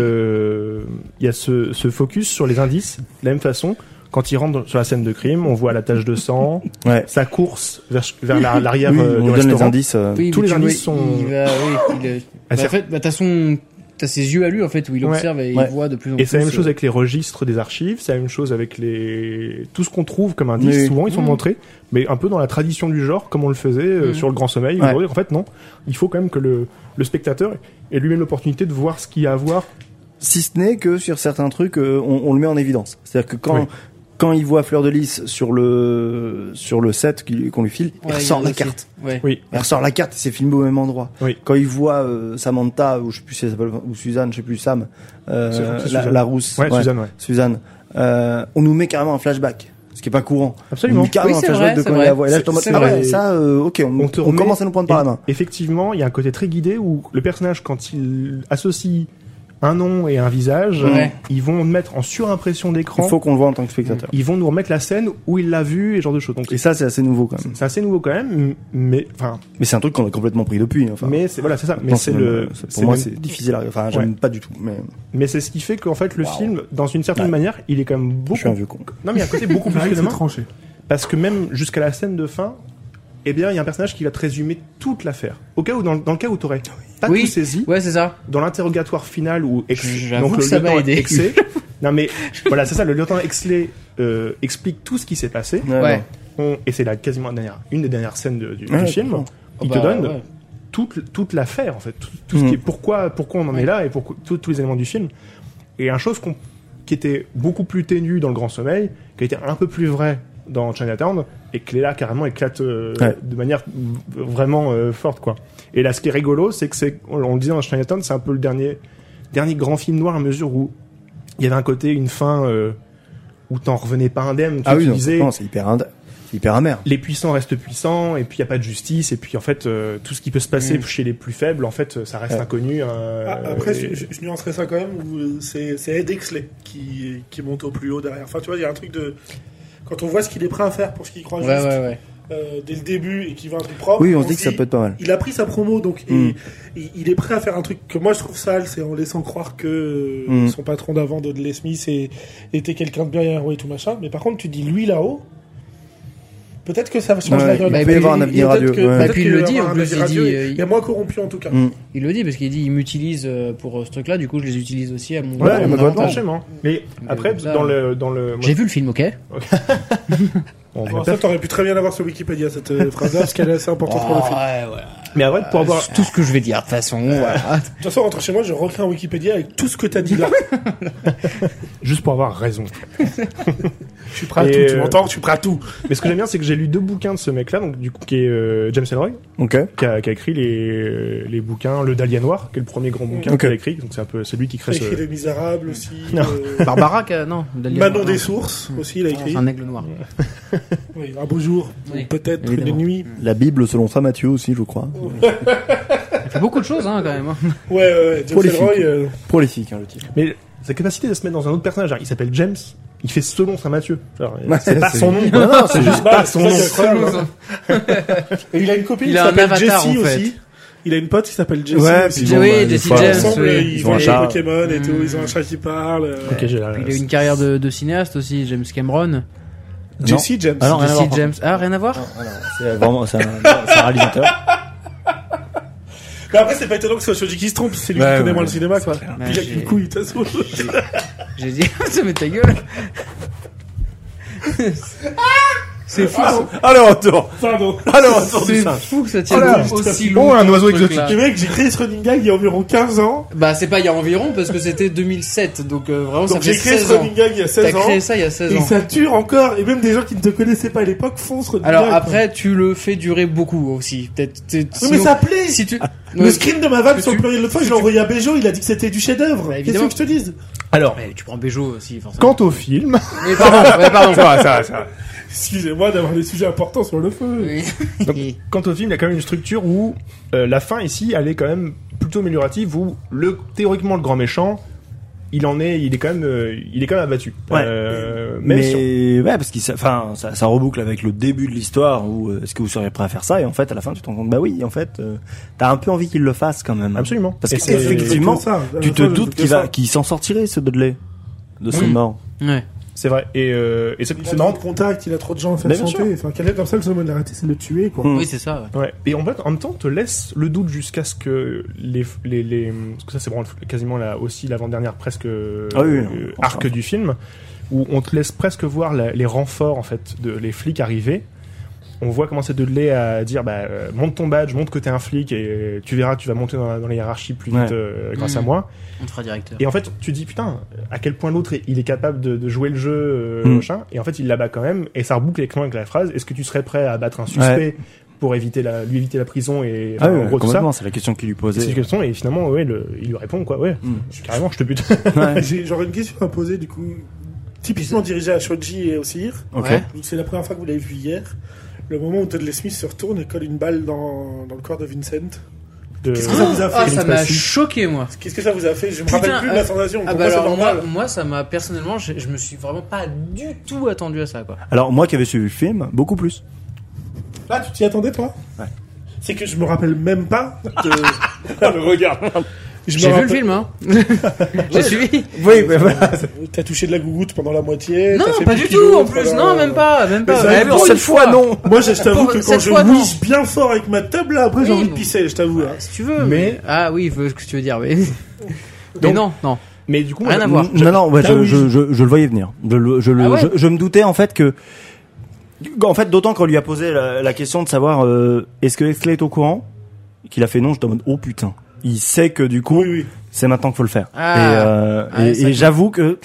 Speaker 2: ce, il y a ce, ce focus sur les indices. De la même façon, quand il rentre sur la scène de crime, on voit la tache de sang,
Speaker 4: Ouais.
Speaker 2: sa course vers, vers la- l'arrière
Speaker 4: Oui,
Speaker 2: euh,
Speaker 4: on
Speaker 2: du
Speaker 4: donne les
Speaker 2: restaurant.
Speaker 4: indices. euh,
Speaker 3: Oui,
Speaker 2: Tous
Speaker 3: mais
Speaker 2: les
Speaker 3: tu le
Speaker 2: indices
Speaker 3: vois,
Speaker 2: sont-
Speaker 3: il va- oui, il, euh,
Speaker 2: Ah,
Speaker 3: bah,
Speaker 2: c'est-
Speaker 3: en fait, bah, t'as son, t'as ses yeux à lui en fait où il
Speaker 2: Ouais.
Speaker 3: observe et
Speaker 4: Ouais.
Speaker 3: il voit de plus en
Speaker 2: Et
Speaker 3: plus.
Speaker 2: c'est la même chose
Speaker 3: euh,
Speaker 2: avec les registres des archives, c'est la même chose avec les tout ce qu'on trouve comme indice.
Speaker 4: Oui.
Speaker 2: Souvent, ils sont
Speaker 3: Mmh.
Speaker 2: montrés, mais un peu dans la tradition du genre, comme on le faisait euh,
Speaker 3: Mmh.
Speaker 2: sur le Grand Sommeil. ou
Speaker 4: Ouais.
Speaker 2: autre. En fait, non. Il faut quand même que le, le spectateur ait lui-même l'opportunité de voir ce qu'il y a à voir.
Speaker 4: si ce n'est que sur certains trucs, euh, on, on le met en évidence. C'est-à-dire que quand
Speaker 2: Oui.
Speaker 4: quand il voit Fleur de Lys sur le sur le set qu'il- qu'on lui file,
Speaker 3: ouais,
Speaker 4: il ressort
Speaker 3: y a
Speaker 4: la
Speaker 3: aussi-
Speaker 4: carte.
Speaker 3: Ouais.
Speaker 2: Oui.
Speaker 4: Il ressort la carte, et c'est filmé au même endroit.
Speaker 2: Oui.
Speaker 4: Quand il voit euh, Samantha ou je sais plus si elle s'appelle ou Suzanne, je sais plus Sam, euh,
Speaker 2: C'est- c'est
Speaker 4: la,
Speaker 2: Suzanne.
Speaker 4: la rousse,
Speaker 2: Ouais,
Speaker 4: ouais,
Speaker 2: Suzanne, ouais.
Speaker 4: Suzanne, euh, on nous met carrément un flashback, ce qui est pas courant. On nous
Speaker 2: Absolument.
Speaker 4: met carrément
Speaker 3: Oui,
Speaker 4: un
Speaker 3: c'est
Speaker 4: flashback
Speaker 3: vrai,
Speaker 4: de
Speaker 3: c'est
Speaker 4: quand il
Speaker 3: vrai.
Speaker 4: la voit. Et là, je suis en mode,
Speaker 2: C'est- c'est
Speaker 4: ah ouais,
Speaker 2: vrai.
Speaker 4: ça, euh, ok, on, on
Speaker 2: remet-
Speaker 4: commence à nous prendre par la main.
Speaker 2: Et- Effectivement, il y a un côté très guidé où le personnage, quand il associe un nom et un visage,
Speaker 3: Ouais.
Speaker 2: ils vont mettre en surimpression
Speaker 4: Il
Speaker 2: d'écran.
Speaker 4: faut qu'on le voit en tant que spectateur.
Speaker 2: Ils vont nous remettre la scène où il l'a vu et ce genre de choses. Donc
Speaker 4: Et ça, c'est assez nouveau quand même.
Speaker 2: c'est assez nouveau quand même, mais enfin,
Speaker 4: Mais c'est un truc qu'on a complètement pris depuis. Enfin,
Speaker 2: mais c'est voilà, c'est ça. Mais
Speaker 4: Non,
Speaker 2: c'est
Speaker 4: même, euh,
Speaker 2: le,
Speaker 4: c'est-
Speaker 2: c'est
Speaker 4: pour moi
Speaker 2: le-
Speaker 4: c'est difficile à enfin j'aime
Speaker 2: Ouais.
Speaker 4: pas du tout mais
Speaker 2: Mais c'est ce qui fait qu'en fait le
Speaker 4: Wow.
Speaker 2: film, dans une certaine
Speaker 4: Ouais.
Speaker 2: manière, il est quand même
Speaker 4: je suis un
Speaker 2: beaucoup.
Speaker 4: vieux con.
Speaker 2: Non mais il y a un côté beaucoup plus que
Speaker 5: c'est
Speaker 2: demain,
Speaker 5: tranché.
Speaker 2: parce que même jusqu'à la scène de fin, eh bien il y a un personnage qui va te résumer toute l'affaire. Au cas où, dans, dans le cas où t'aurais pas
Speaker 3: Oui.
Speaker 2: tout saisi,
Speaker 3: Ouais, c'est ça.
Speaker 2: dans l'interrogatoire final où ex-
Speaker 3: J'avoue que
Speaker 2: le
Speaker 3: ça m'a
Speaker 2: lieutenant
Speaker 3: aidé.
Speaker 2: Exley- non mais voilà c'est ça, le lieutenant Exley euh, explique tout ce qui s'est passé.
Speaker 3: Ouais.
Speaker 2: On- et c'est là quasiment la dernière, une des dernières scènes de- du, du
Speaker 4: Ouais,
Speaker 2: film.
Speaker 4: complètement.
Speaker 2: Il
Speaker 3: Bah,
Speaker 2: te donne
Speaker 3: ouais.
Speaker 2: toute, toute l'affaire, en fait. Tout, tout ce
Speaker 4: Mhm.
Speaker 2: qui est pourquoi, pourquoi on en est là et pourquoi, tous- tous les éléments du film. Et une chose qu'on- qui était beaucoup plus ténue dans Le Grand Sommeil, qui était un peu plus vraie dans Chinatown, et que là carrément éclate euh,
Speaker 4: Ouais.
Speaker 2: de manière v- vraiment euh, forte, quoi. Et là, ce qui est rigolo, c'est que c'est, on, on le disait dans Chinatown, c'est un peu le dernier, dernier grand film noir à mesure où il y avait un côté, une fin euh, où t'en revenais pas indemne. Tu,
Speaker 4: Ah oui,
Speaker 2: tu
Speaker 4: non,
Speaker 2: disais,
Speaker 4: non, c'est hyper, ind- c'est hyper amer.
Speaker 2: les puissants restent puissants et puis il y a pas de justice et puis en fait euh, tout ce qui peut se passer
Speaker 3: Mm.
Speaker 2: chez les plus faibles en fait ça reste
Speaker 4: Ouais.
Speaker 2: inconnu euh,
Speaker 5: Ah, après,
Speaker 2: et-
Speaker 5: je, je- je nuancerais ça quand même. où C'est c'est Ed Exley qui, qui monte au plus haut derrière. Enfin, tu vois, il y a un truc de. Quand on voit ce qu'il est prêt à faire pour ce qu'il croit
Speaker 3: Ouais,
Speaker 5: juste
Speaker 3: ouais, ouais.
Speaker 5: euh, dès le début et qu'il veut un truc
Speaker 1: Oh,
Speaker 5: propre.
Speaker 4: Oui, on se dit que ça peut être pas mal.
Speaker 5: Il a pris sa promo, donc et-
Speaker 4: Mm.
Speaker 5: il, il est prêt à faire un truc que moi je trouve sale, c'est en laissant croire que euh,
Speaker 4: Mm.
Speaker 5: son patron d'avant, Dudley Smith, est- était quelqu'un de bien et un roi et tout machin. Mais par contre, tu dis lui là-haut, peut-être que ça va changer
Speaker 4: Ouais,
Speaker 5: la
Speaker 4: il
Speaker 5: donne.
Speaker 4: peut y
Speaker 5: Peut-être
Speaker 4: avoir un
Speaker 5: que-
Speaker 4: avenir
Speaker 5: peut-être
Speaker 4: radieux,
Speaker 5: que-
Speaker 4: ouais.
Speaker 5: peut-être
Speaker 4: Bah,
Speaker 3: puis il
Speaker 5: qu'il
Speaker 3: le
Speaker 5: va
Speaker 3: dit,
Speaker 5: avoir
Speaker 3: en
Speaker 5: un
Speaker 3: plus,
Speaker 5: avenir
Speaker 3: il dit,
Speaker 5: radieux.
Speaker 3: euh,
Speaker 5: Il y a moins corrompu en tout cas.
Speaker 4: Mm.
Speaker 3: Il le dit parce qu'il dit il m'utilise euh, pour euh, ce truc-là, du coup je les utilise aussi à mon,
Speaker 2: Ouais,
Speaker 3: à mon
Speaker 4: mais
Speaker 2: complètement.
Speaker 4: avantage.
Speaker 2: Forcément. Mais après
Speaker 3: ça,
Speaker 2: dans le dans le moi,
Speaker 3: J'ai vu le film, ok
Speaker 2: on va
Speaker 5: Alors
Speaker 2: pas-
Speaker 5: ça, t'aurais pu très bien avoir sur Wikipédia cette euh, phrase-là, parce qu'elle est assez importante
Speaker 4: Ah.
Speaker 5: pour le film.
Speaker 2: mais après pour avoir
Speaker 3: Ah bah, Tout ce que je vais dire de toute façon. voilà.
Speaker 5: De toute façon, rentre chez moi, je recrée un Wikipédia avec tout ce que t'as dit là.
Speaker 2: juste pour avoir raison
Speaker 5: je suis prêt à
Speaker 2: Et,
Speaker 5: tout, tu
Speaker 2: euh,
Speaker 5: m'entends Je suis prêt à tout.
Speaker 2: mais ce que j'aime bien c'est que j'ai lu deux bouquins de ce mec là donc du coup qui est euh, James Ellroy
Speaker 4: Ok.
Speaker 2: qui a, qui a écrit les les bouquins le Dahlia Noir qui est le premier grand bouquin
Speaker 4: Ok.
Speaker 2: qu'il a écrit donc c'est un peu c'est lui qui crée
Speaker 5: Il a écrit
Speaker 2: ce
Speaker 5: Les Misérables aussi.
Speaker 2: Non.
Speaker 5: euh,
Speaker 3: Barbara, qui a- non. Dahlia
Speaker 5: Manon
Speaker 3: Noir,
Speaker 5: des
Speaker 3: non.
Speaker 5: Sources aussi, il a
Speaker 3: Non,
Speaker 5: écrit.
Speaker 3: c'est un aigle noir.
Speaker 5: Oui, un beau jour,
Speaker 3: Oui,
Speaker 5: ou peut-être une
Speaker 3: évidemment.
Speaker 5: nuit.
Speaker 4: La Bible selon saint Matthieu aussi, je crois. Euh,
Speaker 3: Il fait beaucoup de choses hein, quand même. hein.
Speaker 5: Ouais, ouais, ouais. James
Speaker 4: Pour les
Speaker 5: Ellroy,
Speaker 4: filles.
Speaker 5: euh,
Speaker 4: Prolifique, hein, le titre.
Speaker 2: mais sa capacité de se mettre dans un autre personnage il s'appelle James il fait selon Saint Mathieu Alors,
Speaker 4: Ouais,
Speaker 2: c'est pas
Speaker 4: c'est-
Speaker 2: son nom
Speaker 4: Non, non, c'est
Speaker 2: juste
Speaker 5: bah,
Speaker 2: pas
Speaker 5: c'est
Speaker 2: son
Speaker 5: ça
Speaker 2: nom
Speaker 5: qui est incroyable, hein. Et il a une copine
Speaker 3: Il
Speaker 5: qui
Speaker 3: a un
Speaker 5: s'appelle
Speaker 3: avatar,
Speaker 5: Jessie
Speaker 3: en fait.
Speaker 5: aussi. Il a une pote qui s'appelle Jessie
Speaker 4: Ouais,
Speaker 5: aussi.
Speaker 4: puis bon,
Speaker 3: Oui,
Speaker 4: bah, des
Speaker 3: Jesse
Speaker 4: fois,
Speaker 3: James,
Speaker 5: Ensemble,
Speaker 3: oui.
Speaker 5: ils,
Speaker 4: Ils ont
Speaker 5: ont
Speaker 4: un
Speaker 5: des
Speaker 4: chat.
Speaker 5: Pokémon et tout,
Speaker 3: Mm.
Speaker 5: ils ont un chat qui parle. euh,
Speaker 2: Ok, j'ai la-
Speaker 3: Puis Il a eu une carrière de, de cinéaste aussi, James Cameron.
Speaker 5: Jessie James.
Speaker 4: Ah non, rien à
Speaker 3: Jesse
Speaker 4: voir.
Speaker 3: James. Ah, rien à voir
Speaker 4: Non, non, C'est vraiment c'est un, c'est un réalisateur.
Speaker 5: Mais après, c'est pas étonnant que ce soit Shoji qui se trompe, c'est lui
Speaker 4: Ouais,
Speaker 5: qui connaît
Speaker 4: ouais,
Speaker 5: moins le cinéma, quoi.
Speaker 3: Ouais,
Speaker 5: il a
Speaker 3: j'ai-
Speaker 5: qu'une couille, de toute façon.
Speaker 3: J'ai dit, ça met ta gueule. C'est fou,
Speaker 5: Ah,
Speaker 4: Allez, retour
Speaker 5: Pardon.
Speaker 4: Allez, retour du
Speaker 3: c'est
Speaker 4: singe
Speaker 3: fou que ça tienne
Speaker 5: Oh là,
Speaker 3: aussi
Speaker 5: putain.
Speaker 3: longtemps.
Speaker 2: Oh, un oiseau
Speaker 3: ce truc-là.
Speaker 5: Les mecs, j'ai créé ce running gag il y a environ 15 ans.
Speaker 3: Bah, c'est pas il y a environ, parce que c'était 2007, donc euh, vraiment ça
Speaker 5: Donc
Speaker 3: fait
Speaker 5: j'ai créé
Speaker 3: 16
Speaker 5: ce
Speaker 3: ans.
Speaker 5: running gag il y a
Speaker 3: T'as
Speaker 5: 16 ans.
Speaker 3: créé ça il y a 16
Speaker 5: Et
Speaker 3: ans.
Speaker 5: ça dure encore. Et même des gens qui ne te connaissaient pas à l'époque font ce running
Speaker 3: Alors
Speaker 5: gag.
Speaker 3: après, tu le fais durer beaucoup aussi. Peut-être. t'es-
Speaker 5: Oui,
Speaker 3: sinon-
Speaker 5: mais ça Ah, plaît.
Speaker 3: Si tu.
Speaker 5: Le screen de ma vanne
Speaker 3: que
Speaker 5: sur le
Speaker 3: tu-
Speaker 5: pluriel de fois,
Speaker 3: que
Speaker 5: je l'ai
Speaker 3: tu-
Speaker 5: envoyé à Béjo, il a dit que c'était du chef-d'œuvre.
Speaker 3: Bah,
Speaker 5: Qu'est-ce
Speaker 3: évidemment.
Speaker 5: que je te dise
Speaker 2: alors
Speaker 3: Ouais, eh, tu prends Béjo aussi, forcément.
Speaker 2: quant au film
Speaker 3: Mais pardon, ouais, pardon.
Speaker 2: ça, ça, ça.
Speaker 5: Excusez-moi d'avoir des sujets importants sur le feu.
Speaker 3: Oui.
Speaker 2: Donc, quant au film, il y a quand même une structure où euh, la fin ici, elle est quand même plutôt améliorative, où le théoriquement le grand méchant, il en est, il est quand même, euh, il est quand même abattu.
Speaker 4: Ouais.
Speaker 2: Euh, même
Speaker 4: Mais
Speaker 2: si on-
Speaker 4: ouais, parce que ça, enfin, ça, ça reboucle avec le début de l'histoire où euh, est-ce que vous seriez prêt à faire ça Et en fait, à la fin, tu te rends compte, bah oui, en fait, euh, t'as un peu envie qu'il le fasse quand même.
Speaker 2: absolument.
Speaker 4: Parce
Speaker 2: Et
Speaker 4: que
Speaker 2: c'est-
Speaker 4: effectivement,
Speaker 5: ça.
Speaker 4: Tu te
Speaker 5: Ça, je
Speaker 4: doutes
Speaker 5: fais
Speaker 4: qu'il
Speaker 5: ça.
Speaker 4: va, qu'il s'en sortirait ce Dudley de son
Speaker 2: Mmh.
Speaker 3: Mm.
Speaker 4: mort.
Speaker 3: Ouais.
Speaker 2: c'est vrai. Et, euh, et c'est
Speaker 5: Il a
Speaker 2: c'est
Speaker 5: trop
Speaker 2: marrant.
Speaker 5: de contacts, il a trop de gens à faire
Speaker 2: Mais bien
Speaker 5: santé. Enfin, quelqu'un comme ça, le seul moyen de l'arrêter, c'est de le tuer, quoi.
Speaker 4: Mm.
Speaker 3: Oui, c'est ça. ouais.
Speaker 2: Ouais. Et en, fait, en même temps, on te laisse le doute jusqu'à ce que les, les, les- parce que ça c'est vraiment quasiment là aussi l'avant-dernière presque euh,
Speaker 4: Ah oui, oui,
Speaker 2: euh,
Speaker 4: non,
Speaker 2: arc
Speaker 4: enfin.
Speaker 2: du film où on te laisse presque voir la- les renforts en fait de les flics arriver. On voit commencer Dudley à dire bah euh, monte ton badge, monte que t'es un flic et euh, tu verras tu vas monter dans la, dans la hiérarchie plus
Speaker 4: Ouais.
Speaker 2: vite euh, grâce à
Speaker 3: Mhm.
Speaker 2: moi.
Speaker 3: On te fera directeur.
Speaker 2: Et en fait tu dis putain à quel point l'autre il est capable de, de jouer le jeu euh,
Speaker 4: Mhm.
Speaker 2: machin. et en fait il l'abat quand même et ça reboucle exactement avec la phrase est-ce que tu serais prêt à abattre un suspect pour éviter la, lui éviter la prison et
Speaker 4: Ah
Speaker 2: enfin,
Speaker 4: oui,
Speaker 2: en gros tout ça.
Speaker 4: complètement, c'est la question qu'il lui
Speaker 2: C'est une
Speaker 4: posait.
Speaker 2: question et finalement ouais le- il lui répond quoi ouais
Speaker 4: Mm.
Speaker 2: je- carrément je te bute.
Speaker 4: Ouais.
Speaker 5: J'ai- J'aurais une question à poser, du coup. Typiquement dirigée à Shoji et Osir.
Speaker 4: Ok.
Speaker 3: Ouais.
Speaker 5: C'est la première fois que vous l'avez vu hier. Le moment où Dudley Smith se retourne et colle une balle dans, dans le corps de Vincent.
Speaker 2: De-
Speaker 5: Qu'est-ce que ça vous a fait
Speaker 3: Ah,
Speaker 5: Kevin
Speaker 3: ça m'a
Speaker 5: Spacey
Speaker 3: choqué, moi.
Speaker 5: Qu'est-ce que ça vous a fait Je me
Speaker 3: Putain,
Speaker 5: rappelle plus de
Speaker 3: euh,
Speaker 5: la sensation.
Speaker 3: Ah
Speaker 5: Pour
Speaker 3: bah
Speaker 5: moi, c'est
Speaker 3: alors moi,
Speaker 5: normal.
Speaker 3: moi ça m'a personnellement je, je me suis vraiment pas du tout attendu à ça quoi.
Speaker 4: Alors moi qui avais suivi le film, beaucoup plus.
Speaker 5: Ah, tu t'y attendais, toi
Speaker 4: Ouais.
Speaker 5: C'est que je me rappelle même pas de. le regard Je me
Speaker 3: J'ai vu le
Speaker 5: rappelle-
Speaker 3: film hein. J'ai suivi.
Speaker 4: Oui,
Speaker 5: T'as touché de la gougoute pendant la moitié.
Speaker 3: Non
Speaker 5: t'as fait
Speaker 3: pas du
Speaker 5: pipi
Speaker 3: tout en
Speaker 5: l'autre
Speaker 3: plus.
Speaker 5: pendant-
Speaker 3: Non même pas même
Speaker 5: Mais
Speaker 3: pas.
Speaker 5: ça a
Speaker 3: Mais
Speaker 5: été
Speaker 3: pour
Speaker 5: pour
Speaker 3: une
Speaker 4: cette fois, non.
Speaker 5: Moi, je je t'avoue
Speaker 3: Pour
Speaker 5: que quand
Speaker 3: cette
Speaker 5: je
Speaker 3: fois, non.
Speaker 5: niche bien fort avec ma table, là, après, j'ai
Speaker 3: Oui,
Speaker 5: envie de
Speaker 3: bon.
Speaker 5: pisser, je t'avoue. hein. là.
Speaker 3: Si tu veux.
Speaker 2: Mais-
Speaker 3: Mais ah oui je veux ce que tu veux dire mais. Mais
Speaker 2: Donc-
Speaker 3: non non.
Speaker 2: Mais du coup
Speaker 3: Rien
Speaker 2: moi,
Speaker 3: à voir.
Speaker 4: Non, non, ouais,
Speaker 5: Ah
Speaker 4: je,
Speaker 5: oui.
Speaker 4: je, je, je le voyais venir. Je, le- je, le-
Speaker 3: Ah ouais
Speaker 4: je, je me doutais en fait que, en fait, d'autant qu'on lui a posé la, la question de savoir euh, est-ce que Exley est au courant, qu'il a fait non, je en mode oh putain. Il sait que du coup,
Speaker 5: Oui, oui.
Speaker 4: c'est maintenant qu'il faut le faire.
Speaker 3: Ah.
Speaker 4: Et, euh,
Speaker 3: Ouais,
Speaker 4: et-
Speaker 3: ça
Speaker 4: et
Speaker 3: compte.
Speaker 4: j'avoue que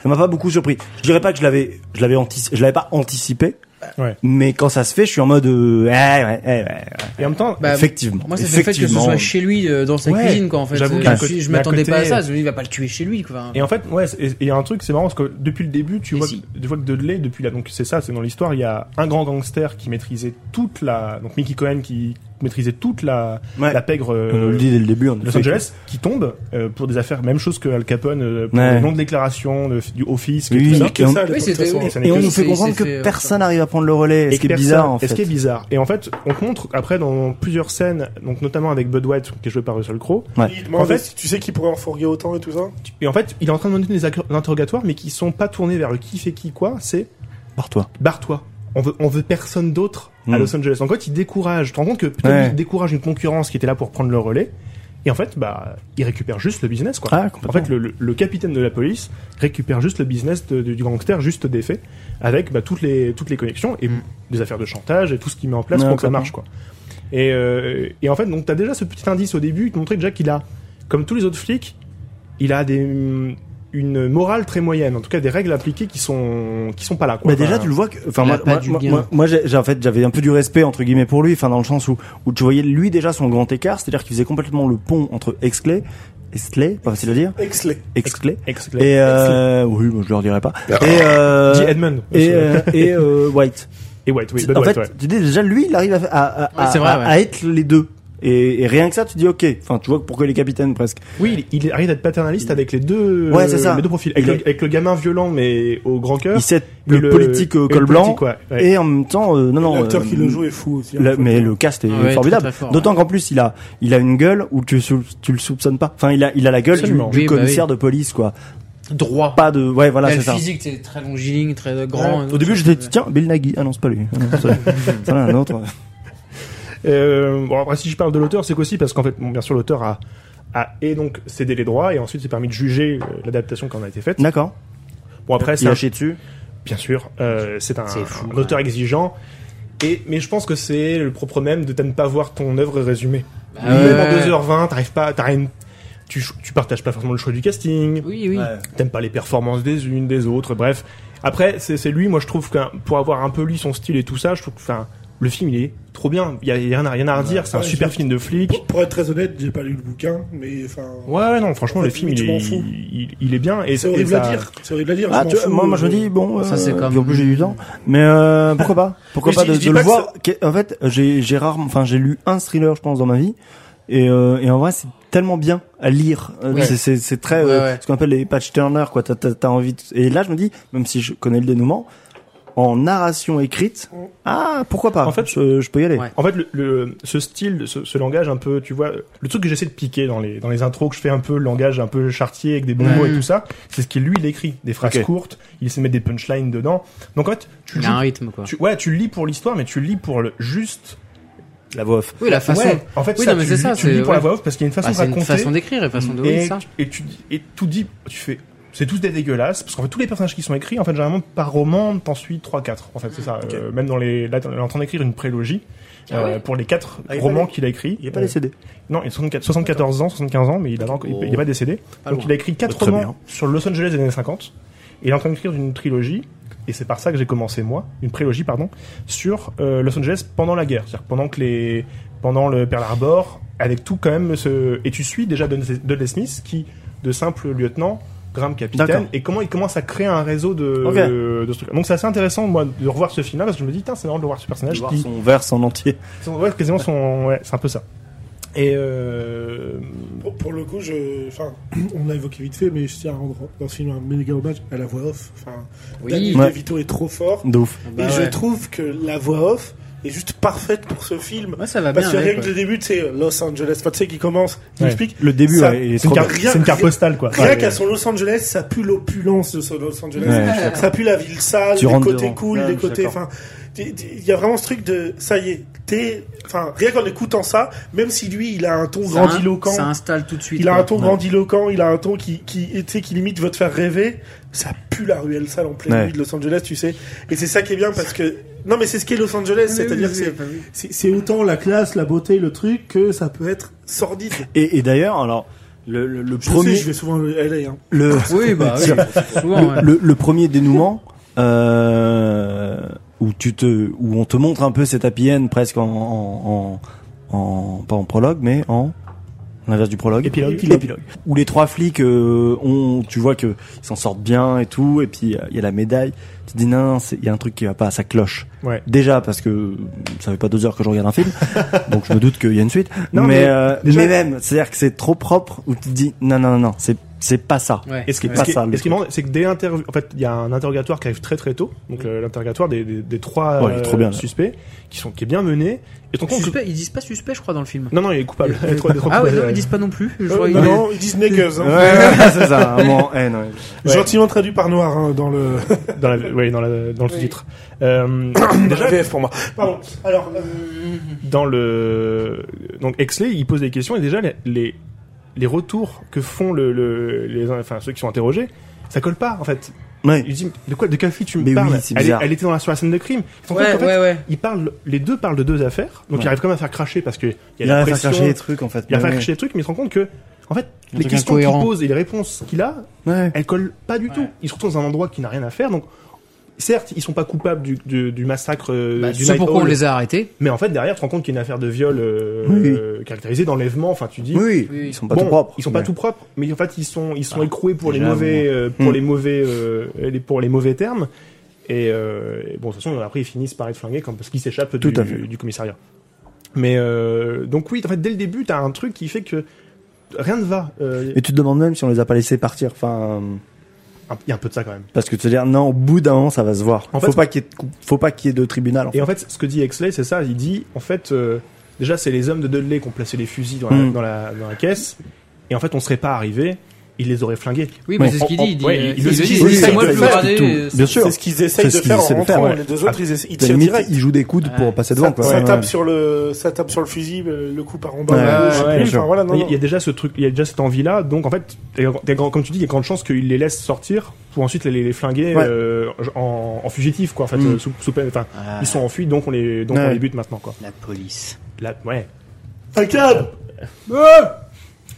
Speaker 4: ça m'a pas beaucoup surpris. Je dirais pas que je l'avais, je l'avais anticipé, je l'avais pas anticipé.
Speaker 2: Ouais.
Speaker 4: Mais quand ça se fait, je suis en mode euh, ouais, ouais, ouais, ouais.
Speaker 2: Et en même temps,
Speaker 3: Bah,
Speaker 4: effectivement.
Speaker 3: Moi, c'est le fait que ce
Speaker 4: Effectivement.
Speaker 3: soit chez lui, euh, dans sa
Speaker 2: Ouais,
Speaker 3: cuisine, quoi, en fait.
Speaker 2: j'avoue
Speaker 3: Euh,
Speaker 2: qu'à
Speaker 3: je,
Speaker 2: côté-
Speaker 3: je m'attendais
Speaker 2: à côté-
Speaker 3: pas à ça. Je me dis, il va pas le tuer chez lui, quoi.
Speaker 2: Et en fait, ouais, c'est- et il y a un truc, c'est marrant parce que depuis le début, tu
Speaker 3: Et
Speaker 2: vois,
Speaker 3: si.
Speaker 2: que, tu vois que Dudley, depuis là, donc c'est ça, c'est dans l'histoire, il y a un grand gangster qui maîtrisait toute la, donc Mickey Cohen qui maîtrisait toute la,
Speaker 4: Ouais.
Speaker 2: la pègre euh,
Speaker 4: On le dit dès le début. en
Speaker 2: Los
Speaker 4: effet.
Speaker 2: Angeles, qui tombe euh, pour des affaires, même chose que Al Capone, euh, pour
Speaker 4: Ouais.
Speaker 2: des noms de déclaration, de- du office,
Speaker 4: Oui,
Speaker 2: tout
Speaker 4: oui,
Speaker 2: ça.
Speaker 4: oui.
Speaker 5: Que
Speaker 4: Et on-
Speaker 5: ça, à l'époque,
Speaker 3: Oui,
Speaker 5: de toute
Speaker 3: c'était-
Speaker 5: façon.
Speaker 2: Et ça n'est
Speaker 4: Et on
Speaker 2: que-
Speaker 4: nous fait euh,
Speaker 3: C'est-
Speaker 4: comprendre
Speaker 3: c'est
Speaker 4: que
Speaker 3: fait-
Speaker 2: euh,
Speaker 4: personne n'arrive à prendre le relais.
Speaker 2: et
Speaker 4: Ce qui est
Speaker 2: personne-
Speaker 4: bizarre en fait.
Speaker 2: et Ce qui est bizarre. Et en fait, on te montre après dans plusieurs scènes, donc notamment avec Bud White, qui est joué par Russell Crowe,
Speaker 4: Ouais.
Speaker 5: Il demandait
Speaker 2: En fait-
Speaker 5: si tu sais qui pourrait en fourguer autant et tout ça
Speaker 2: et en fait, il est en train de mener des accor- interrogatoires, mais qui sont pas tournés vers le qui fait qui quoi, c'est
Speaker 4: Par toi.
Speaker 2: barre-toi. On veut, on veut personne d'autre à
Speaker 4: Mm.
Speaker 2: Los Angeles. En fait, il décourage. Tu te rends compte que peut-être
Speaker 4: Ouais.
Speaker 2: il décourage une concurrence qui était là pour prendre le relais. Et en fait, bah, il récupère juste le business, quoi.
Speaker 4: Ah,
Speaker 2: en
Speaker 4: complètement.
Speaker 2: fait, le, le- le capitaine de la police récupère juste le business de- du gangster, juste défait, avec bah, toutes les toutes les connexions et
Speaker 3: Mm.
Speaker 2: des affaires de chantage et tout ce qu'il met en place
Speaker 4: Ouais,
Speaker 2: pour que ça
Speaker 4: complètement.
Speaker 2: marche, quoi. Et, euh, et en fait, donc t'as déjà ce petit indice au début, il te montrait déjà qu'il a, comme tous les autres flics, il a des mm, une morale très moyenne, en tout cas des règles appliquées qui sont qui sont pas là. Quoi.
Speaker 4: Bah déjà
Speaker 2: Enfin,
Speaker 4: tu le vois que enfin
Speaker 3: Elle
Speaker 4: moi,
Speaker 3: a pas
Speaker 4: moi,
Speaker 3: du
Speaker 4: moi-
Speaker 3: gain.
Speaker 4: moi- moi, j'ai j'ai- en fait j'avais un peu du respect entre guillemets pour lui enfin dans le sens où où tu voyais lui déjà son grand écart c'est-à-dire qu'il faisait complètement le pont entre Exclay Exclay pas facile à dire
Speaker 5: Excellent.
Speaker 4: Exclay
Speaker 2: Excellent.
Speaker 4: et euh, oui moi je leur dirai pas
Speaker 2: Ah.
Speaker 4: et euh,
Speaker 2: Dit Edmund.
Speaker 4: et, euh, et euh, White
Speaker 2: Et White, oui.
Speaker 4: C'est-
Speaker 2: Bud
Speaker 4: en
Speaker 2: White,
Speaker 4: fait
Speaker 2: ouais.
Speaker 4: tu dis déjà lui il arrive à à, à,
Speaker 3: Ouais, c'est vrai,
Speaker 4: à-
Speaker 3: ouais.
Speaker 4: à être les deux et, et rien que ça tu dis ok enfin tu vois pourquoi il est capitaine presque
Speaker 2: Oui, il, il arrive d'être paternaliste avec les deux, euh,
Speaker 4: Ouais, c'est ça.
Speaker 2: les deux profils. Avec,
Speaker 4: Il
Speaker 2: le,
Speaker 4: est-
Speaker 2: avec le gamin violent mais au grand cœur.
Speaker 4: il sait
Speaker 2: et
Speaker 4: le, politique
Speaker 2: et
Speaker 4: euh,
Speaker 2: le
Speaker 4: col blanc
Speaker 2: politique, ouais, ouais.
Speaker 4: et en même temps euh, non non
Speaker 5: L'acteur
Speaker 4: euh,
Speaker 5: qui le joue est fou aussi. hein.
Speaker 4: Le- mais le cast est
Speaker 3: Ah ouais,
Speaker 4: formidable.
Speaker 3: très, très fort,
Speaker 4: D'autant qu'en plus, il a, il a une gueule où tu, sou- tu le soupçonnes pas. Enfin, il a, il a la gueule du,
Speaker 2: Absolument.
Speaker 4: du
Speaker 3: Oui, bah
Speaker 4: commissaire de police, quoi.
Speaker 3: Droit.
Speaker 4: Pas de, ouais, voilà,
Speaker 3: Il a
Speaker 4: c'est
Speaker 3: le
Speaker 4: ça.
Speaker 3: physique, c'est très longiligne, très euh, grand.
Speaker 4: Au début, j'étais, tiens, Bill Nagy. Ah non, c'est pas lui. Ah non, c'est- c'est un autre.
Speaker 2: Euh, bon, après, si je parle de l'auteur, c'est qu'aussi parce qu'en fait, bon, bien sûr, l'auteur a, a et donc cédé les droits et ensuite s'est permis de juger euh, l'adaptation qui en a été faite.
Speaker 4: D'accord.
Speaker 2: Bon, après, c'est
Speaker 4: Il
Speaker 2: un-
Speaker 4: a chié dessus.
Speaker 2: bien sûr, euh, c'est un,
Speaker 3: C'est fou,
Speaker 2: un auteur exigeant. Et, mais je pense que c'est le propre même de t'as ne pas voir ton œuvre résumée.
Speaker 3: Bah
Speaker 4: Ah
Speaker 2: Même
Speaker 3: ouais.
Speaker 2: en 2h20, t'arrives pas, t'as rien- tu, tu partages pas forcément le choix du casting.
Speaker 3: Oui, oui.
Speaker 2: t'aimes pas les performances des unes, des autres, bref. Après, c'est c'est lui, moi je trouve que pour avoir un peu lu son style et tout ça, je trouve que enfin, le film il est trop bien, il y a, il y a rien, à, rien à redire, c'est un
Speaker 5: Ouais,
Speaker 2: super
Speaker 5: je-
Speaker 2: film de flic.
Speaker 5: Pour- Pour être très honnête, j'ai pas lu le bouquin, mais enfin.
Speaker 2: Ouais, ouais, non, franchement,
Speaker 5: En fait,
Speaker 2: le film
Speaker 5: limite,
Speaker 2: il est,
Speaker 5: je m'en fous.
Speaker 2: il, il est bien. et
Speaker 5: C'est
Speaker 2: et
Speaker 5: horrible
Speaker 2: ça-
Speaker 5: à dire. C'est horrible à dire.
Speaker 4: Ah,
Speaker 5: je m'en
Speaker 4: tu vois,
Speaker 5: fous,
Speaker 4: moi, moi, je me
Speaker 5: euh,
Speaker 4: dis, bon,
Speaker 3: Ça, c'est
Speaker 4: euh,
Speaker 3: comme-
Speaker 4: puis en plus, j'ai du temps. Mais, euh, pourquoi pas? Pourquoi
Speaker 5: Mais
Speaker 4: pas
Speaker 5: je-
Speaker 4: de,
Speaker 5: je
Speaker 4: de
Speaker 5: dis
Speaker 4: le
Speaker 5: pas que
Speaker 4: voir? Qu'est- En fait, j'ai, j'ai rarement, enfin, j'ai lu un thriller, je pense, dans ma vie. Et, euh, et en vrai, c'est tellement bien à lire. Euh,
Speaker 3: Ouais.
Speaker 4: c'est- C'est c'est très
Speaker 3: Ouais,
Speaker 4: euh,
Speaker 3: ouais.
Speaker 4: ce qu'on appelle les patch turner quoi. T'as t'as- t'as envie. de- Et là, je me dis, même si je connais le dénouement, en narration écrite, ah pourquoi pas
Speaker 2: En fait,
Speaker 4: je, je peux y aller.
Speaker 3: Ouais.
Speaker 2: En fait, le, le- ce style, ce, ce langage un peu, tu vois, le truc que j'essaie de piquer dans les, dans les intros, que je fais un peu le langage un peu chartier avec des bons
Speaker 3: Ouais.
Speaker 2: mots et tout ça, c'est ce qu'il lui il écrit. Des phrases
Speaker 4: Ok.
Speaker 2: courtes, il essaie de mettre des punchlines dedans. Donc en fait, tu,
Speaker 3: Il
Speaker 2: lis,
Speaker 3: a un rythme, quoi.
Speaker 2: tu, ouais, tu le lis pour l'histoire, mais tu le lis pour le juste
Speaker 4: La voix off.
Speaker 3: Oui, la façon.
Speaker 2: Ouais, en fait,
Speaker 3: Oui,
Speaker 2: ça,
Speaker 3: non, mais
Speaker 2: tu,
Speaker 3: c'est
Speaker 2: le-
Speaker 3: ça,
Speaker 2: tu le
Speaker 3: c'est-
Speaker 2: dis pour la
Speaker 3: ouais.
Speaker 2: voix off parce qu'il y a une façon
Speaker 3: Bah,
Speaker 2: de
Speaker 3: c'est une
Speaker 2: raconter.
Speaker 3: façon d'écrire et façon de.
Speaker 2: et,
Speaker 3: oui, ça.
Speaker 2: et tu dis- et tout dit, tu fais, c'est tous des dégueulasses parce qu'en fait tous les personnages qui sont écrits, en fait généralement par roman, t'en suis 3-4 En fait, c'est ça.
Speaker 4: Ok.
Speaker 2: Euh, même dans les, là, il est en train d'écrire une prélogie
Speaker 3: Ah
Speaker 2: euh,
Speaker 3: ouais.
Speaker 2: pour les quatre
Speaker 4: Ah, il est
Speaker 2: romans
Speaker 4: pas né-
Speaker 2: qu'il a écrits.
Speaker 4: Il n'y a pas
Speaker 2: Euh,
Speaker 4: les CD.
Speaker 2: non, il a 74 74 ans, 75 ans, mais il n'est
Speaker 4: Oh.
Speaker 2: pas décédé.
Speaker 3: Pas
Speaker 2: Donc
Speaker 3: loin.
Speaker 2: il a écrit quatre
Speaker 4: Bah, Très
Speaker 2: romans
Speaker 4: bien.
Speaker 2: sur Los Angeles des années 50. Et il est en train d'écrire une trilogie, et c'est par ça que j'ai commencé moi, une prélogie, pardon, sur euh, Los Angeles pendant la guerre. C'est-à-dire pendant que les, pendant le Pearl Harbor, avec tout quand même ce, et tu suis déjà Dudley Dudley Smith qui, de simple lieutenant, grimpe
Speaker 4: D'accord.
Speaker 2: capitaine, et comment il commence à créer un réseau de,
Speaker 4: Ok.
Speaker 2: de ce truc. Donc c'est assez intéressant, moi, de revoir ce film-là, parce que je me dis, tiens, c'est marrant de voir ce personnage
Speaker 4: Voir
Speaker 2: qui,
Speaker 4: son verse en entier.
Speaker 2: son- ouais, quasiment son, ouais, c'est un peu ça. Et euh,
Speaker 5: Pour, pour le coup, je, enfin, on l'a évoqué vite fait, mais je tiens à rendre dans ce film un méga hommage à la voix off. Enfin,
Speaker 3: Oui.
Speaker 5: Danny
Speaker 4: Ouais.
Speaker 5: DeVito est trop fort.
Speaker 4: De ouf.
Speaker 3: Bah
Speaker 5: et je
Speaker 3: ouais.
Speaker 5: trouve que la voix off est juste parfaite pour ce film.
Speaker 3: Ouais, ça va
Speaker 5: Parce
Speaker 3: bien.
Speaker 5: que rien
Speaker 3: avec,
Speaker 5: que
Speaker 3: ouais.
Speaker 5: le début, tu sais, Los Angeles, enfin, tu sais, qui commence, il
Speaker 2: Ouais.
Speaker 5: explique.
Speaker 4: Le début,
Speaker 5: Ça-
Speaker 4: ouais, il est
Speaker 2: c'est une,
Speaker 4: trop
Speaker 2: carte-
Speaker 4: bien.
Speaker 5: bien.
Speaker 2: c'est une carte
Speaker 5: Rien-
Speaker 2: postale, quoi.
Speaker 5: Rien
Speaker 2: Ouais.
Speaker 5: qu'à son Los Angeles, ça pue l'opulence de son Los Angeles.
Speaker 4: Ouais, je suis
Speaker 5: ça pue la ville sale,
Speaker 4: Tu
Speaker 5: les
Speaker 4: rentres
Speaker 5: côtés
Speaker 4: dedans.
Speaker 5: cool,
Speaker 4: Ouais,
Speaker 5: les
Speaker 4: je suis
Speaker 5: côtés.
Speaker 4: d'accord.
Speaker 5: Enfin, Il y a vraiment ce truc de ça y est, t'es. Enfin, rien qu'en écoutant ça, même si lui, il a un ton
Speaker 3: Ça in-
Speaker 5: grandiloquent.
Speaker 3: Ça installe tout de suite.
Speaker 5: Il a
Speaker 3: quoi.
Speaker 5: un ton grandiloquent, il a un ton qui, qui, tu sais, qui limite veut te faire rêver. Ça pue la ruelle sale en pleine
Speaker 4: Ouais.
Speaker 5: nuit de Los Angeles, tu sais. Et c'est ça qui est bien parce que. Non, mais c'est ce qu'est Los Angeles,
Speaker 3: Mais
Speaker 5: c'est-à-dire
Speaker 3: oui,
Speaker 5: que
Speaker 3: oui,
Speaker 5: c'est-
Speaker 3: bah oui.
Speaker 5: c'est- c'est autant la classe, la beauté, le truc que ça peut être sordide.
Speaker 4: Et, et d'ailleurs, alors, le, le, le
Speaker 5: Je
Speaker 4: premier,
Speaker 5: sais, je vais souvent à LA. Hein.
Speaker 4: le,
Speaker 3: Oui, bah oui. Souvent, ouais.
Speaker 4: le, le- le premier dénouement, euh, où tu te, où on te montre un peu cette happy end presque en, en, en, en- pas en prologue, mais en l'inverse du prologue.
Speaker 2: Épilogue.
Speaker 4: Épilogue. Où les trois flics, euh, ont, tu vois que ils s'en sortent bien et tout, et puis euh, il y a la médaille. Tu te dis non, non, c'est- il y a un truc qui va pas, ça cloche.
Speaker 2: Ouais.
Speaker 4: Déjà parce que ça fait pas deux heures que je regarde un film, donc je me doute qu'il y a une suite.
Speaker 2: Non,
Speaker 4: mais
Speaker 2: mais
Speaker 4: euh,
Speaker 2: déjà-
Speaker 4: mais même, c'est-à-dire que c'est trop propre où tu te dis non non non, non, c'est c'est pas ça.
Speaker 3: Ouais.
Speaker 2: Et ce qui,
Speaker 4: Ouais.
Speaker 2: ce qui-
Speaker 4: Pas ça, le
Speaker 2: et ce qui est
Speaker 4: truc.
Speaker 2: marrant, c'est que dès l'interview, en fait, il y a un interrogatoire qui arrive très très tôt, donc euh, l'interrogatoire des, des, des trois
Speaker 4: Ouais, il est trop
Speaker 2: euh,
Speaker 4: bien, là.
Speaker 2: suspects, qui sont qui est bien mené. Et ton compte
Speaker 3: Suspect, ils disent pas suspect, je crois, dans le film.
Speaker 2: Non non, il est coupable. Les trois- les trois
Speaker 3: Ah ouais,
Speaker 2: coupables,
Speaker 3: non,
Speaker 2: ouais.
Speaker 3: ils disent pas non plus. Je
Speaker 5: Euh,
Speaker 3: crois
Speaker 5: non,
Speaker 3: qu'ils-
Speaker 5: non, ils disent niggas. hein.
Speaker 4: c'est ça. Vraiment,
Speaker 2: eh,
Speaker 4: haine, ouais.
Speaker 2: Ouais.
Speaker 5: Gentiment traduit par noir hein, dans le.
Speaker 2: euh, dans la, ouais, dans la- dans le sous-titre. Euh,
Speaker 5: Déjà VF pour moi. Pardon. Alors, euh,
Speaker 2: dans le donc Exley il pose des questions et déjà les les, les retours que font le, le- les enfin ceux qui sont interrogés ça colle pas en fait
Speaker 4: Ouais.
Speaker 2: il dit de quoi de quelle fille tu me
Speaker 4: Mais oui,
Speaker 2: parles
Speaker 4: c'est
Speaker 2: elle, est-
Speaker 4: bizarre.
Speaker 2: elle était dans la sur la scène de crime Ils se rendent
Speaker 3: Ouais,
Speaker 2: compte qu'en fait,
Speaker 3: ouais, ouais.
Speaker 2: ils parlent les deux parlent de deux affaires donc
Speaker 4: Ouais.
Speaker 2: ils arrivent quand même à faire cracher parce que il y a
Speaker 4: Il
Speaker 2: la
Speaker 4: a fait
Speaker 2: pression
Speaker 4: chercher les trucs en fait.
Speaker 2: il a fait
Speaker 4: Ouais,
Speaker 2: cracher les trucs mais ils se rendent compte que en fait
Speaker 3: Un
Speaker 2: les
Speaker 3: truc
Speaker 2: questions qu'il
Speaker 3: incohérent.
Speaker 2: pose et les réponses qu'il a
Speaker 4: ouais.
Speaker 2: elle colle pas du tout. Ils se retrouvent dans un endroit qui n'a rien à faire. Donc, certes, ils sont pas coupables du, du, du massacre euh,
Speaker 3: Bah,
Speaker 2: du
Speaker 3: C'est
Speaker 2: Night
Speaker 3: pourquoi on
Speaker 2: Owl.
Speaker 3: les a arrêtés.
Speaker 2: Mais en fait, derrière, tu te rends compte qu'il y a une affaire de viol euh,
Speaker 4: Oui.
Speaker 2: euh, caractérisée d'enlèvement. Enfin, tu dis.
Speaker 4: Oui,
Speaker 3: Oui,
Speaker 4: ils sont pas
Speaker 2: bon,
Speaker 4: tout propres.
Speaker 2: Ils sont pas
Speaker 4: Ouais.
Speaker 2: tout propres, mais en fait, ils sont, ils sont
Speaker 4: Ah,
Speaker 2: écroués pour les
Speaker 4: déjà,
Speaker 2: mauvais, euh, pour
Speaker 4: Hmm.
Speaker 2: les mauvais, euh, les- pour les mauvais termes. Et, euh, et bon, de toute façon, après, ils finissent par être flingués comme, parce qu'ils s'échappent
Speaker 4: Tout
Speaker 2: du,
Speaker 4: à fait.
Speaker 2: du commissariat. Mais euh, donc oui, en fait, dès le début, t'as un truc qui fait que rien ne va. Euh,
Speaker 4: Et tu te demandes même si on les a pas laissés partir. Enfin,
Speaker 2: un- Il y a un peu de ça quand même.
Speaker 4: parce que tu te dire non, au bout d'un moment, ça va se voir.
Speaker 2: En
Speaker 4: faut
Speaker 2: fait-
Speaker 4: pas qu'il y ait, de coup- faut pas qu'il y ait de tribunal. En fait.
Speaker 2: Et en fait, ce que dit Exley, c'est ça. Il dit, en fait, euh, déjà, c'est les hommes de Dudley qui ont placé les fusils dans la,
Speaker 4: Mm.
Speaker 2: dans la, dans la caisse. Et en fait, on serait pas arrivé. Ils les auraient flingués.
Speaker 3: Oui, mais
Speaker 4: Ouais.
Speaker 3: c'est ce qu'il
Speaker 2: Oh,
Speaker 3: dit. Il dit,
Speaker 2: ouais,
Speaker 3: euh,
Speaker 2: il
Speaker 3: il
Speaker 2: le
Speaker 3: le
Speaker 2: dit,
Speaker 3: dit,
Speaker 2: oui,
Speaker 3: c'est
Speaker 2: c'est
Speaker 3: moi le plus
Speaker 5: vrai,
Speaker 3: gradé.
Speaker 4: tout.
Speaker 3: euh,
Speaker 4: Bien sûr.
Speaker 5: c'est ce qu'ils essayent
Speaker 4: C'est ce
Speaker 5: de
Speaker 4: qu'ils
Speaker 5: faire en
Speaker 4: essaient de
Speaker 5: rentrant.
Speaker 4: faire, ouais.
Speaker 5: Les deux autres, ils, essaient- ils tirent
Speaker 4: Limite,
Speaker 5: direct.
Speaker 4: ils jouent des coudes pour passer devant.
Speaker 5: ça,
Speaker 4: quoi.
Speaker 5: ça
Speaker 4: Ouais,
Speaker 5: tape
Speaker 4: ouais.
Speaker 5: sur le, ça tape sur le fusil, euh, le coup par en bas.
Speaker 4: Ouais,
Speaker 5: euh, je sais
Speaker 2: ouais,
Speaker 5: plus,
Speaker 4: bien
Speaker 5: enfin,
Speaker 4: sûr.
Speaker 5: voilà, non,
Speaker 2: Il y a-
Speaker 5: non.
Speaker 2: il y a déjà ce truc, il y a déjà cette envie-là. Donc, en fait, t'as- t'as grand- comme tu dis, il y a grande chance qu'ils les laissent sortir pour ensuite les, les flinguer
Speaker 4: Ouais.
Speaker 2: euh, en, en fugitif, quoi. En fait,
Speaker 4: Mm.
Speaker 2: euh, sous, sous peine. Enfin,
Speaker 3: Ah,
Speaker 2: ils sont en fuite, donc on les, donc
Speaker 4: Ouais.
Speaker 2: on les bute maintenant, quoi.
Speaker 3: La police.
Speaker 2: Là, ouais. Ah.
Speaker 5: Un câble.